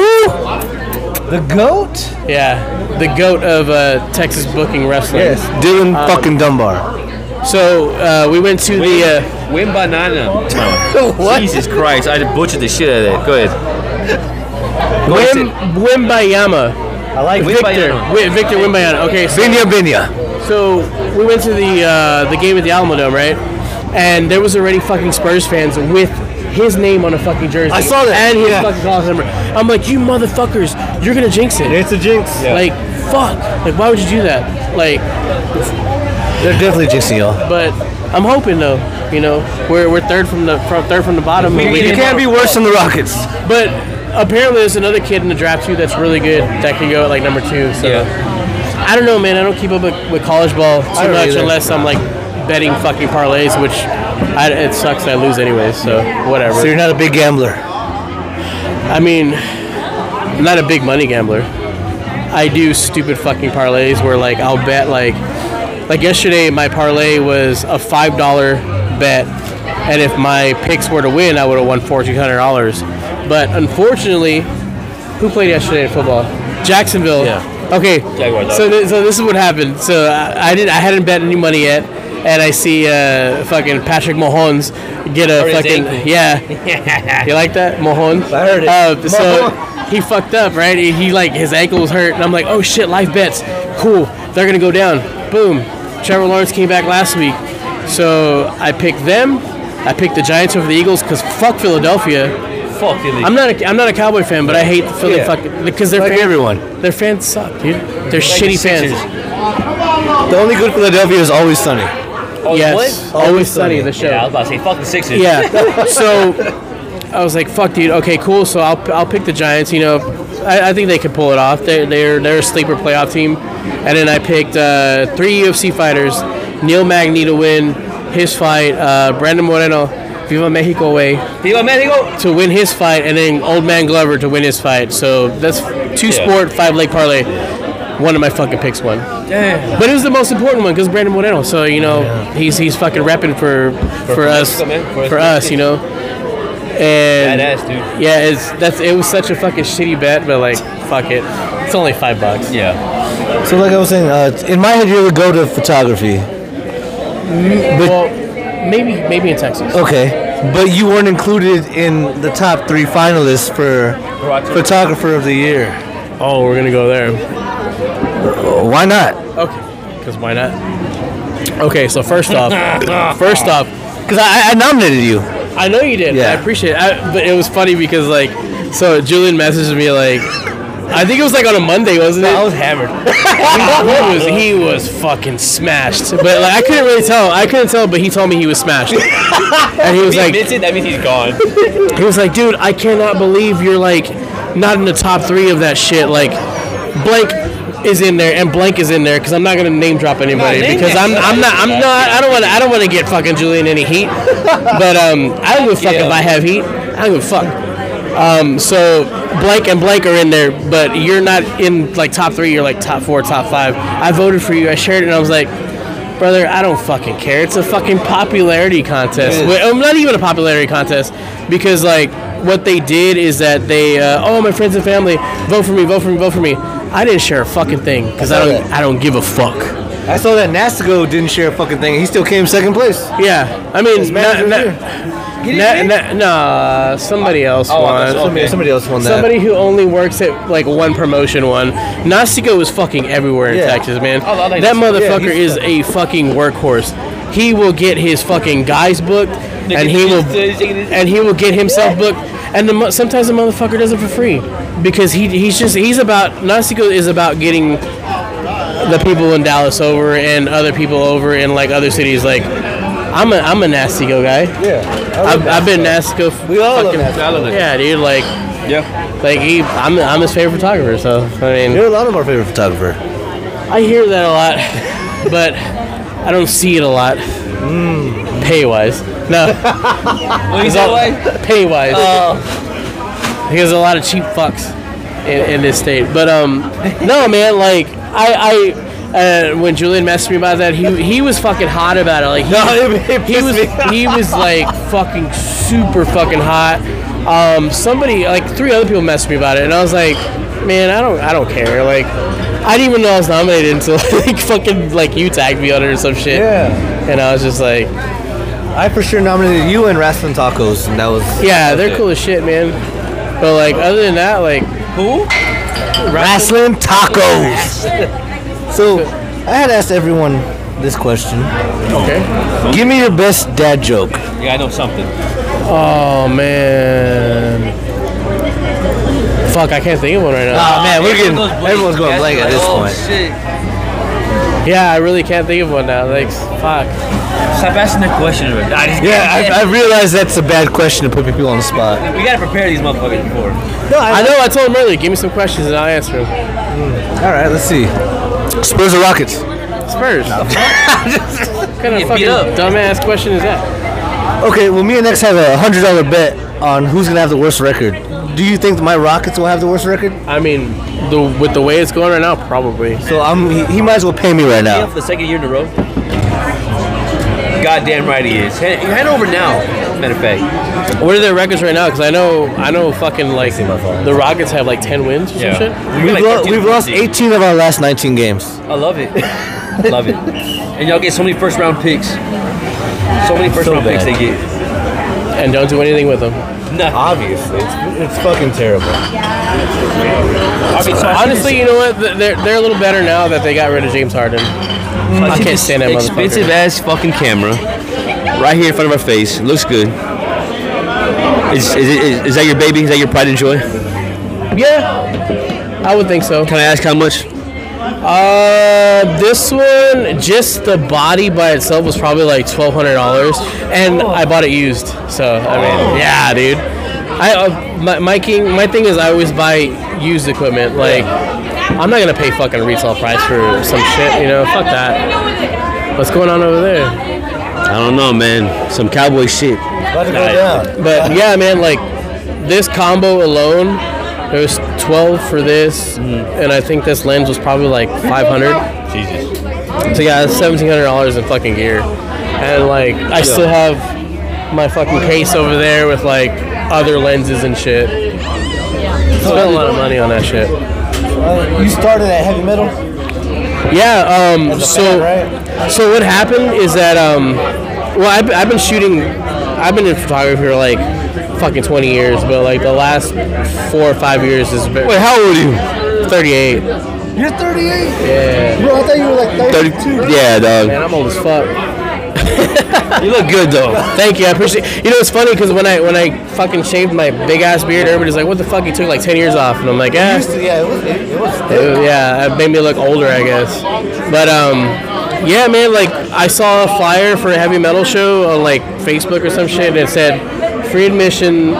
[SPEAKER 19] The goat? Yeah, the goat of uh, Texas booking wrestling.
[SPEAKER 2] Yes, Dylan
[SPEAKER 19] Um,
[SPEAKER 2] fucking Dunbar.
[SPEAKER 19] So uh, we went to the. Uh,
[SPEAKER 4] Wim Banana. Jesus Christ, I butchered the shit out of that. Go ahead. Go ahead,
[SPEAKER 19] Wim, Wimbayama. I like Victor.
[SPEAKER 4] Wimbayama.
[SPEAKER 19] Wi- Victor Wimbayama. Okay. So,
[SPEAKER 2] Binya Binya.
[SPEAKER 19] So we went to the uh, the game at the Alamo Dome, right? And there was already fucking Spurs fans with his name on a fucking jersey.
[SPEAKER 2] I saw that.
[SPEAKER 19] And his
[SPEAKER 2] Yeah.
[SPEAKER 19] fucking college number. I'm like, you motherfuckers, you're gonna jinx it. It's a jinx.
[SPEAKER 2] Yeah.
[SPEAKER 19] Like, fuck. Like, why would you do that? Like,
[SPEAKER 2] They're definitely jinxing y'all.
[SPEAKER 19] but I'm hoping though. You know, we're, we're third from the from, third from the bottom.
[SPEAKER 2] You
[SPEAKER 19] and we-
[SPEAKER 2] can't be
[SPEAKER 33] (laughs)
[SPEAKER 2] worse than the Rockets.
[SPEAKER 19] But apparently, there's another kid in the draft too that's really good that could go at like number two. So I don't know, man. I don't keep up with, with college ball
[SPEAKER 34] I
[SPEAKER 19] too
[SPEAKER 34] don't
[SPEAKER 19] much
[SPEAKER 34] either.
[SPEAKER 19] unless I'm like betting fucking parlays, which I, it sucks. I lose anyway, so whatever.
[SPEAKER 11] So you're not a big gambler.
[SPEAKER 19] I mean, I'm not a big money gambler. I do stupid fucking parlays where like I'll bet like like yesterday my parlay was a five dollar bet, and if my picks were to win, I would have won fourteen hundred dollars. But unfortunately, who played yesterday in football? Jacksonville. Yeah. Okay.
[SPEAKER 4] Jaguars.
[SPEAKER 19] So th- so this is what happened. So I, I didn't I hadn't bet any money yet, and I see uh, fucking Patrick Mahomes get a
[SPEAKER 33] Hurt his ankle.
[SPEAKER 19] fucking yeah you like that, Mahon? I heard it. Uh, so he fucked up, right? He, he, like his ankle was hurt, and I'm like, oh shit, life bets, cool. They're gonna go down. Boom. Trevor Lawrence came back last week, so I picked them. I picked the Giants over the Eagles because fuck Philadelphia.
[SPEAKER 33] Fuck Philly.
[SPEAKER 19] I'm not a, I'm not a Cowboy fan, but I hate the Philly
[SPEAKER 33] Yeah.
[SPEAKER 19] fucking because they're
[SPEAKER 33] Like
[SPEAKER 19] everyone. Their fans suck, dude. They're
[SPEAKER 33] Like the
[SPEAKER 19] shitty fans.
[SPEAKER 33] Sixers.
[SPEAKER 11] The only good Philadelphia is always sunny.
[SPEAKER 33] Oh,
[SPEAKER 19] Yes.
[SPEAKER 33] what?
[SPEAKER 19] Always Sunny, the show.
[SPEAKER 33] Yeah, I was about to say, fuck the Sixers.
[SPEAKER 19] Yeah. so I was like, "Fuck, dude. Okay, cool. So I'll, I'll pick the Giants. You know, I, I think they could pull it off. They're they're they're a sleeper playoff team." And then I picked uh, three UFC fighters: Neil Magny to win his fight, uh, Brandon Moreno, Viva Mexico way,
[SPEAKER 33] Viva Mexico
[SPEAKER 19] to win his fight, and then Old Man Glover to win his fight. So that's two
[SPEAKER 33] Yeah.
[SPEAKER 19] sport, five leg parlay. One of my fucking picks won.
[SPEAKER 33] Damn.
[SPEAKER 19] But it was the most important one because Brandon Moreno. So you know he's he's fucking repping for for,
[SPEAKER 33] For
[SPEAKER 19] us
[SPEAKER 33] Mexico, man.
[SPEAKER 19] for,
[SPEAKER 33] For
[SPEAKER 19] us,
[SPEAKER 33] us.
[SPEAKER 19] you know. And
[SPEAKER 33] Badass, dude.
[SPEAKER 19] Yeah, it's that's it was such a fucking shitty bet, but like fuck it, it's only five bucks.
[SPEAKER 33] Yeah.
[SPEAKER 11] So like I was saying, uh, in my head you would go to photography. But-
[SPEAKER 19] well, maybe maybe in Texas.
[SPEAKER 11] Okay, but you weren't included in the top three finalists for photographer of the year.
[SPEAKER 19] Oh, we're gonna go there.
[SPEAKER 11] Why not?
[SPEAKER 19] Okay, because why not? Okay, so first off, (laughs) first off, because I, I nominated you. I know you did. I appreciate it. I, but it was funny because like, so Julian messaged me like, I think it was like on a Monday, wasn't it? I was hammered. (laughs) he, was he was fucking smashed, but like I couldn't really tell. I couldn't tell, but he told me he was smashed, and he was
[SPEAKER 33] If
[SPEAKER 19] like,
[SPEAKER 33] admits it, that means he's gone. Oh,
[SPEAKER 19] he was like, dude, I cannot believe you're like not in the top three of that shit. Like, blank is in there and blank is in there because I'm not gonna name drop anybody
[SPEAKER 33] name
[SPEAKER 19] because I'm,
[SPEAKER 33] names.
[SPEAKER 19] I'm not I'm not I don't want I don't want to get fucking Julian any heat. But um, I don't give a fuck if I have heat. I don't give a fuck. Um, so blank and blank are in there, but you're not in like top three. You're like top four, top five. I voted for you. I shared it, and I was like, brother, I don't fucking care. It's a fucking popularity contest.
[SPEAKER 33] It is.
[SPEAKER 19] Wait, um, not even a popularity contest because like what they did is that they, uh, oh my friends and family, vote for me, vote for me, vote for me. I didn't share a fucking thing because I don't, I don't give a fuck.
[SPEAKER 11] I saw that Nastigo didn't share a fucking thing. He still came second place.
[SPEAKER 19] Yeah, I mean, na- na- na- na- no, somebody else
[SPEAKER 11] oh,
[SPEAKER 19] won.
[SPEAKER 11] that's- okay. Somebody else won that.
[SPEAKER 19] Somebody who only works at like one promotion won. Nastico was fucking everywhere in
[SPEAKER 11] Yeah.
[SPEAKER 19] Texas, man.
[SPEAKER 11] Oh, I like
[SPEAKER 19] that
[SPEAKER 11] Nastico.
[SPEAKER 19] motherfucker
[SPEAKER 11] Yeah,
[SPEAKER 19] is
[SPEAKER 11] he's-
[SPEAKER 19] a fucking workhorse. He will get his fucking guys booked, and he will, and he will get himself booked. And the, mo- sometimes the motherfucker does it for free because he he's just he's about Nastico is about getting the people in Dallas over and other people over in like other cities. Like, I'm a I'm a Nastico guy. Yeah, I've, I've been Nastico. f-
[SPEAKER 33] We all love
[SPEAKER 19] fucking-
[SPEAKER 33] Nastico. I love Nastico.
[SPEAKER 19] Yeah, dude. Like, yeah, like he, I'm I'm his favorite photographer. So I mean, you're
[SPEAKER 11] a lot of our favorite photographer.
[SPEAKER 19] I hear that a lot, (laughs) but I don't see it a lot.
[SPEAKER 11] Hmm.
[SPEAKER 19] Pay wise, no.
[SPEAKER 33] What do you
[SPEAKER 19] He's
[SPEAKER 33] say,
[SPEAKER 19] all-
[SPEAKER 33] Wade?
[SPEAKER 19] (laughs) Pay wise.
[SPEAKER 33] Oh.
[SPEAKER 19] He has a lot of cheap fucks in, in this state. But um, no, man, like I, I uh, when Julian messaged me about that, he he was fucking hot about it. Like he, he was he was like fucking super fucking hot. Um, somebody like three other people messaged me about it, and I was like, man, I don't I don't care. Like I didn't even know I was nominated until (laughs) like fucking like you tagged me on it or some shit.
[SPEAKER 35] Yeah.
[SPEAKER 19] And I was just like,
[SPEAKER 35] I for sure nominated you and Wrestling Tacos, and that was
[SPEAKER 19] yeah, they're cool as shit, man. But like other than that, like who?
[SPEAKER 11] Wrestling tacos. (laughs) So, I had asked everyone this question.
[SPEAKER 19] Okay.
[SPEAKER 11] Give me your best dad joke.
[SPEAKER 33] Yeah, I know something.
[SPEAKER 19] Oh man. Fuck, I can't think of one right now.
[SPEAKER 11] Aw, man, we're getting- everyone's going blank at
[SPEAKER 33] Oh,
[SPEAKER 11] this point.
[SPEAKER 19] Yeah, I really can't think of one now. Like, fuck.
[SPEAKER 33] Stop asking that question already. I just-
[SPEAKER 11] Yeah, I, I realize that's a bad question to put people on the spot.
[SPEAKER 33] We gotta prepare these motherfuckers before.
[SPEAKER 19] No, I, know. I told him earlier. Give me some questions and I'll answer them.
[SPEAKER 11] All right, let's see. Spurs or Rockets?
[SPEAKER 19] Spurs. (laughs) what kind of fucking dumbass question is that?
[SPEAKER 11] Okay, well, me and X have a hundred dollar bet on who's gonna have the worst record. Do you think my Rockets will have the worst record?
[SPEAKER 19] I mean, the with the way it's going right now, probably.
[SPEAKER 11] So I'm. He, he might as well pay me right now.
[SPEAKER 33] for the second year in a row. Goddamn right he is. Head, head over now. Matter of fact,
[SPEAKER 19] What are their records right now? Because I know, I know, fucking like the Rockets have like ten wins or
[SPEAKER 33] Yeah.
[SPEAKER 19] some shit.
[SPEAKER 11] We've, lo- we've lost 18 of our last 19 games.
[SPEAKER 33] I love
[SPEAKER 4] (laughs)
[SPEAKER 33] it. love it. And y'all get so many first round picks. So many first round picks they get.
[SPEAKER 19] and don't do anything with them.
[SPEAKER 33] No,
[SPEAKER 11] obviously, it's, it's fucking terrible.
[SPEAKER 19] Honestly, you know what? Th- They're they're a little better now that they got rid of James Harden. I can't stand that motherfucker.
[SPEAKER 4] expensive ass fucking camera, right here in front of our face. Looks good. Is, is, it- is, is that your baby? Is that your pride and joy?
[SPEAKER 19] Yeah, I would think so.
[SPEAKER 4] Can I ask how much?
[SPEAKER 19] Uh, this one, just the body by itself was probably like twelve hundred dollars, and I bought it used. So I mean, yeah, dude. I uh, my my, king, my thing is I always buy used equipment. Like, I'm not gonna pay fucking retail price for some shit. You know, fuck that. What's going on over there?
[SPEAKER 4] I don't know, man. Some cowboy shit.
[SPEAKER 19] But yeah, man, like this combo alone, it was 12 for this, and I think this lens was probably like 500. Jesus. So yeah, it's $1,700 in fucking gear. And like, I
[SPEAKER 33] Yeah.
[SPEAKER 19] still have my fucking case over there with like other lenses and shit. Spent a lot of money on that shit.
[SPEAKER 36] you started at heavy metal.
[SPEAKER 19] Yeah. Um, so, so what happened is that um, well, I've, I've been shooting, I've been in photography for like fucking 20 years, but like the last four or five years is. Wait,
[SPEAKER 11] how old are you?
[SPEAKER 19] 38.
[SPEAKER 36] You're 38.
[SPEAKER 19] Yeah.
[SPEAKER 36] Bro, I thought you were like 32.
[SPEAKER 4] Yeah, dog.
[SPEAKER 19] Man, I'm old as fuck. you look good though. Thank you. I appreciate. You know, it's funny because when I when I fucking shaved my big ass beard, everybody's like, "What the fuck? You took like 10 years off?" And I'm like, "Yeah."
[SPEAKER 36] Yeah, it was. It was.
[SPEAKER 19] Uh, yeah, it made me look older, I guess. But um, yeah, man, like I saw a flyer for a heavy metal show on like Facebook or some shit, and it said free admission,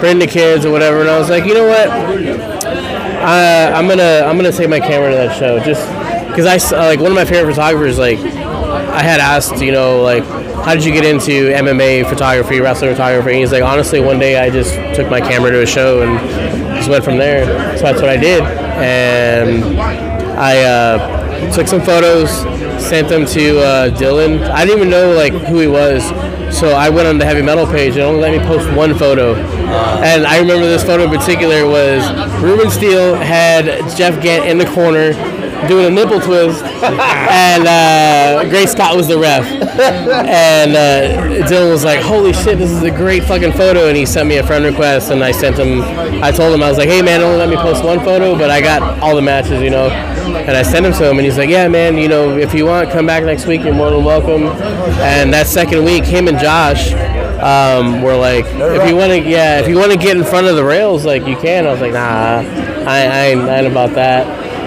[SPEAKER 19] bring the kids or whatever, and I was like, you know what? Uh, I'm gonna I'm gonna take my camera to that show just because I s- uh, like one of my favorite photographers like I had asked you know like how did you get into MMA photography wrestling photography and he's like honestly one day I just took my camera to a show and just went from there so that's what I did and I uh, took some photos sent them to uh, Dylan I didn't even know like who he was so I went on the heavy metal page and it only let me post one photo and I remember this photo in particular was Ruben Steele had Jeff Gant in the corner doing a nipple twist, and uh, Grace Scott was the ref. And uh, Dylan was like, "Holy shit, this is a great fucking photo!" And he sent me a friend request, and I sent him. I told him I was like, "Hey man, only let me post one photo, but I got all the matches, you know." And I sent him to him, and he's like, "Yeah man, you know, if you want, come back next week. You're more than welcome." And that second week, him and Josh. Um, were like if you want to, yeah, if you want to get in front of the rails, like you can. I was like, nah, I, I, ain't, I ain't about that.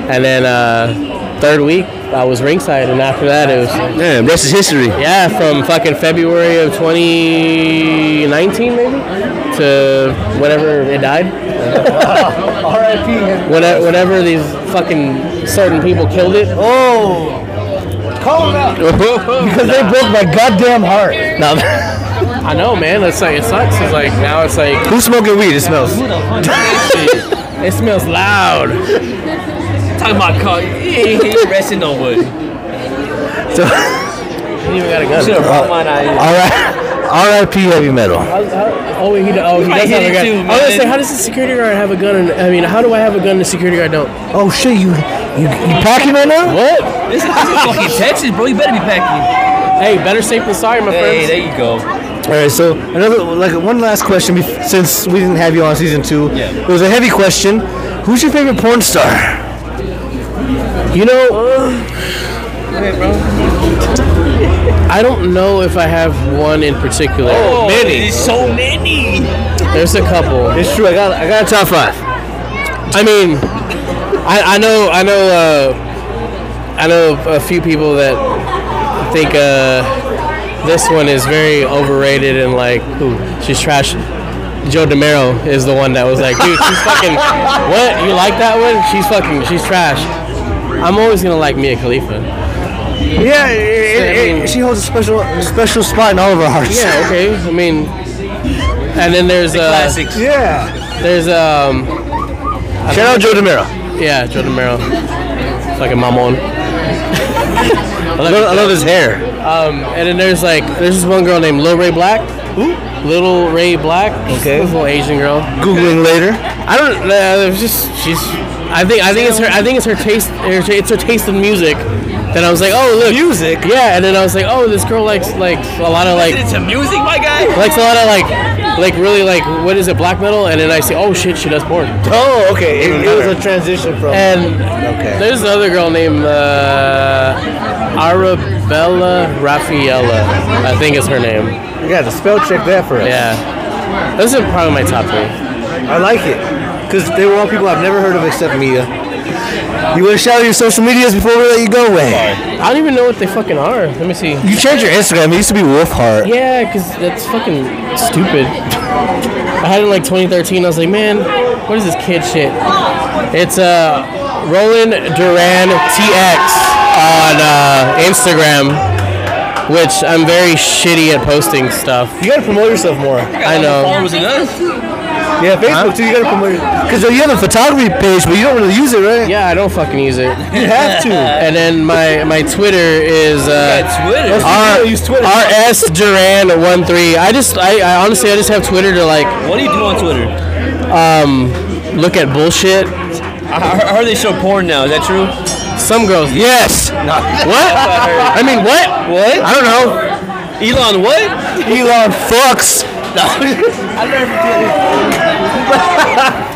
[SPEAKER 19] And then uh, third week, I was ringside, and after that, it was
[SPEAKER 4] yeah, rest is history.
[SPEAKER 19] Yeah, from fucking February of 2019 maybe to whenever it
[SPEAKER 36] (laughs)
[SPEAKER 19] died.
[SPEAKER 36] R.I.P.
[SPEAKER 19] Whenever, whenever these fucking certain people killed it. Oh,
[SPEAKER 36] Call it out.
[SPEAKER 19] because
[SPEAKER 36] they broke my goddamn heart.
[SPEAKER 19] No. (laughs) I know, man. It's like it sucks. It's like now it's like
[SPEAKER 11] who's smoking weed? It smells.
[SPEAKER 19] it smells loud.
[SPEAKER 33] Talking about car. (laughs) He ain't resting no wood.
[SPEAKER 11] So,
[SPEAKER 19] You even got a gun.
[SPEAKER 33] Should've brought mine out.
[SPEAKER 11] all right. R.I.P. Heavy Metal.
[SPEAKER 19] How- how- Oh, he, oh, he
[SPEAKER 33] I
[SPEAKER 19] does
[SPEAKER 33] hit
[SPEAKER 19] have a
[SPEAKER 33] it
[SPEAKER 19] gun.
[SPEAKER 33] too,
[SPEAKER 19] I was gonna
[SPEAKER 33] man.
[SPEAKER 19] say, how does the security guard have a gun? And I mean, how do I have a gun and the security guard don't?
[SPEAKER 11] Oh shit, you you, you packing right now?
[SPEAKER 19] What?
[SPEAKER 33] This is, this is fucking Texas, bro. You better be packing.
[SPEAKER 19] Hey, better safe than sorry, my
[SPEAKER 33] hey,
[SPEAKER 19] friends.
[SPEAKER 33] there you go.
[SPEAKER 11] All right, so another like one last question bef- since we didn't have you on season two.
[SPEAKER 33] Yeah.
[SPEAKER 11] It was a heavy question. Who's your favorite porn star? You know,
[SPEAKER 19] I don't know if I have one in particular.
[SPEAKER 33] Oh, there's so many.
[SPEAKER 19] There's a couple.
[SPEAKER 11] It's true. I got I got a top five.
[SPEAKER 19] I mean, I, I know I know uh, I know a few people that think uh, this one is very overrated and like ooh, she's trash. Joe DeMero
[SPEAKER 11] (laughs)
[SPEAKER 19] is the one that was like, dude, she's fucking what? You like that one? She's fucking she's trash. I'm always gonna like Mia Khalifa.
[SPEAKER 11] Yeah, it, it, it, she holds a special special spot in all of our hearts.
[SPEAKER 19] Yeah, okay. I mean, and then there's uh, classics.
[SPEAKER 11] Yeah.
[SPEAKER 19] There's um.
[SPEAKER 11] Shout out Joe Demiro.
[SPEAKER 19] Yeah, Joe Demiro. Fucking mamon. I
[SPEAKER 11] love, I love his hair.
[SPEAKER 19] Um, and then there's like there's this one girl named Lil Ray Black. Who? Little Ray Black. Okay. This little Asian girl.
[SPEAKER 11] Googling later.
[SPEAKER 19] I don't. Uh, it was just she's. I think I think it's her. I think it's her taste. Her, ta- it's her taste in music. Then I was like, oh look, music. Yeah, and then I was like, oh, this girl likes like a lot of like
[SPEAKER 33] Listen to music, my guy.
[SPEAKER 19] likes a lot of like like really like what is it black metal? And then I see oh shit, she does porn.
[SPEAKER 36] Oh, okay. It, it was a transition from.
[SPEAKER 19] And there's another girl named uh, Arabella Raffaella, I think is her name.
[SPEAKER 36] You got to spell check that for us.
[SPEAKER 19] Yeah. Those are probably my top three.
[SPEAKER 36] I like it because they were all people I've never heard of except Mia.
[SPEAKER 11] You want to shout out your social medias before we let you go, Wayne?
[SPEAKER 19] I don't even know what they fucking are. Let me see.
[SPEAKER 11] You changed your Instagram. It used to be Wolfheart.
[SPEAKER 19] Yeah, because that's fucking stupid. I had it in like 2013. I was like, man, what is this kid shit? It's uh, Roland Duran TX on uh, Instagram, which I'm very shitty at posting stuff.
[SPEAKER 36] You gotta promote yourself more.
[SPEAKER 19] I know.
[SPEAKER 36] Yeah, Facebook too. You gotta promote.
[SPEAKER 11] Because you have a photography page, but you don't really use it, right?
[SPEAKER 19] Yeah, I don't fucking use it.
[SPEAKER 36] You have to.
[SPEAKER 19] (laughs) And then my my Twitter is uh,
[SPEAKER 33] Twitter. Most
[SPEAKER 19] R- RS Duran one three. I just I, I honestly I just have Twitter to like
[SPEAKER 33] What do you do on Twitter?
[SPEAKER 19] um look at bullshit.
[SPEAKER 33] I I heard they show porn now. Is that true?
[SPEAKER 19] Some
[SPEAKER 33] (laughs)
[SPEAKER 19] girls.
[SPEAKER 11] Yes.
[SPEAKER 19] What? I mean what?
[SPEAKER 33] What?
[SPEAKER 11] I don't know.
[SPEAKER 33] Elon, what?
[SPEAKER 11] Elon fucks.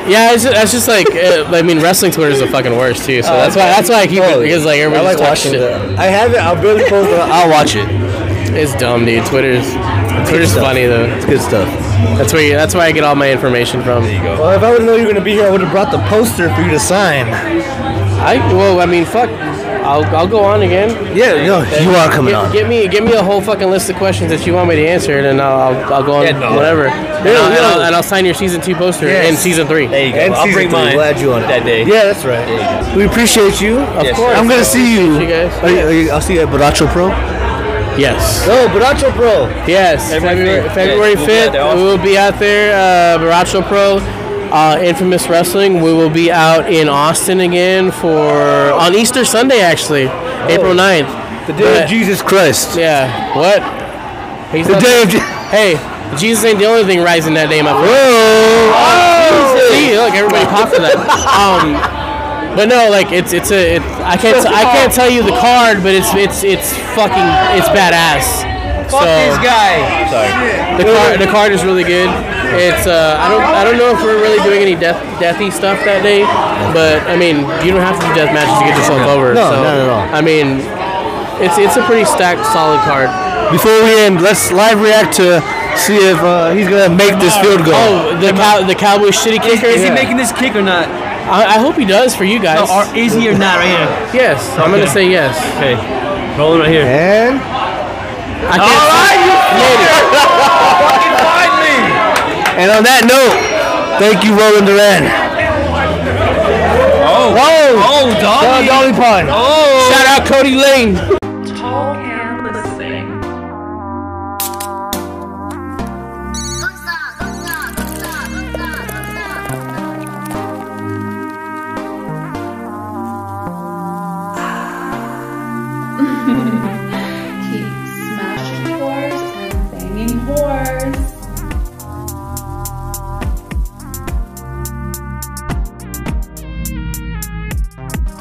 [SPEAKER 19] Yeah, it's just, that's just like uh, I mean wrestling Twitter is the fucking worst too.
[SPEAKER 11] Oh,
[SPEAKER 19] So that's why that's why I keep it because like everybody just talks shit.
[SPEAKER 36] I have it. I'll barely post it.
[SPEAKER 11] I'll watch it.
[SPEAKER 19] It's dumb, dude. Twitter's Twitter's
[SPEAKER 36] stuff.
[SPEAKER 19] funny though.
[SPEAKER 36] It's good stuff.
[SPEAKER 19] That's where you, that's where I get all my information from. There you go.
[SPEAKER 36] Well, if I would have known you were gonna be here, I would have brought the poster for you to sign.
[SPEAKER 19] I well, I mean, fuck. I'll, I'll go on again.
[SPEAKER 11] Yeah, no, you are coming
[SPEAKER 19] Get,
[SPEAKER 11] on.
[SPEAKER 19] get me get me a whole fucking list of questions that you want me to answer, and then I'll, I'll, I'll go on whatever. and, I'll, and, I'll, and I'll sign your season two poster
[SPEAKER 36] Yes.
[SPEAKER 19] and season three.
[SPEAKER 33] There you go.
[SPEAKER 36] And
[SPEAKER 33] I'll
[SPEAKER 36] season
[SPEAKER 33] bring
[SPEAKER 36] three.
[SPEAKER 33] mine
[SPEAKER 36] Glad you on it.
[SPEAKER 33] that day.
[SPEAKER 36] Yeah, that's right.
[SPEAKER 11] We appreciate you.
[SPEAKER 19] Of
[SPEAKER 33] Yes,
[SPEAKER 19] course.
[SPEAKER 11] I'm gonna see you.
[SPEAKER 19] You guys.
[SPEAKER 11] Are you, are you- I'll see you at Baracho Pro.
[SPEAKER 19] Yes.
[SPEAKER 36] Oh, Bracho Pro.
[SPEAKER 19] Yes.
[SPEAKER 33] February
[SPEAKER 19] February
[SPEAKER 33] fifth. Yes, we'll
[SPEAKER 19] February
[SPEAKER 33] be out
[SPEAKER 19] fifth,
[SPEAKER 33] there also.
[SPEAKER 19] we will be out there. Uh, Baracho Pro, uh, Infamous Wrestling. We will be out in Austin again for on Easter Sunday actually,
[SPEAKER 33] Oh.
[SPEAKER 19] April 9th.
[SPEAKER 11] The day
[SPEAKER 19] But-
[SPEAKER 11] of Jesus Christ.
[SPEAKER 19] Yeah. What? He's
[SPEAKER 11] The
[SPEAKER 19] not-
[SPEAKER 11] day of. Je-
[SPEAKER 19] (laughs) Hey, Jesus ain't the only thing rising that day, my friend.
[SPEAKER 11] Whoa!
[SPEAKER 19] See, look, everybody popped for that. (laughs) Um, but no, like it's it's a it, I can't I can't tell you the card, but it's it's it's fucking it's badass.
[SPEAKER 33] Fuck this
[SPEAKER 19] So
[SPEAKER 33] guy.
[SPEAKER 19] the card the card is really good. It's uh, I don't I don't know if we're really doing any death deathy stuff that day, but I mean you don't have to do death matches to get yourself over.
[SPEAKER 11] No,
[SPEAKER 19] so,
[SPEAKER 11] not at all.
[SPEAKER 19] I mean, it's it's a pretty stacked solid card.
[SPEAKER 11] Before we end, let's live react to see if uh, he's gonna make this field goal.
[SPEAKER 19] Oh, the cow the Cowboy
[SPEAKER 33] Is,
[SPEAKER 19] shitty kicker.
[SPEAKER 33] is he making this kick or not?
[SPEAKER 19] I, I hope he does for you guys.
[SPEAKER 33] No, or is he or not right here?
[SPEAKER 19] yes, I'm gonna
[SPEAKER 33] Okay.
[SPEAKER 19] say yes.
[SPEAKER 33] Okay. Rolling right here.
[SPEAKER 36] And
[SPEAKER 19] I can't say-
[SPEAKER 11] And on that note, thank you, Roland Duran.
[SPEAKER 33] Oh. Whoa. Oh,
[SPEAKER 11] Don
[SPEAKER 33] dog.
[SPEAKER 11] Dolly Pond.
[SPEAKER 33] Oh.
[SPEAKER 11] Shout out Cody Lane.
[SPEAKER 1] Tall can listening.
[SPEAKER 12] Keep smashing doors and banging whores.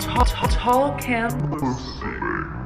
[SPEAKER 1] Tall, tall can listening.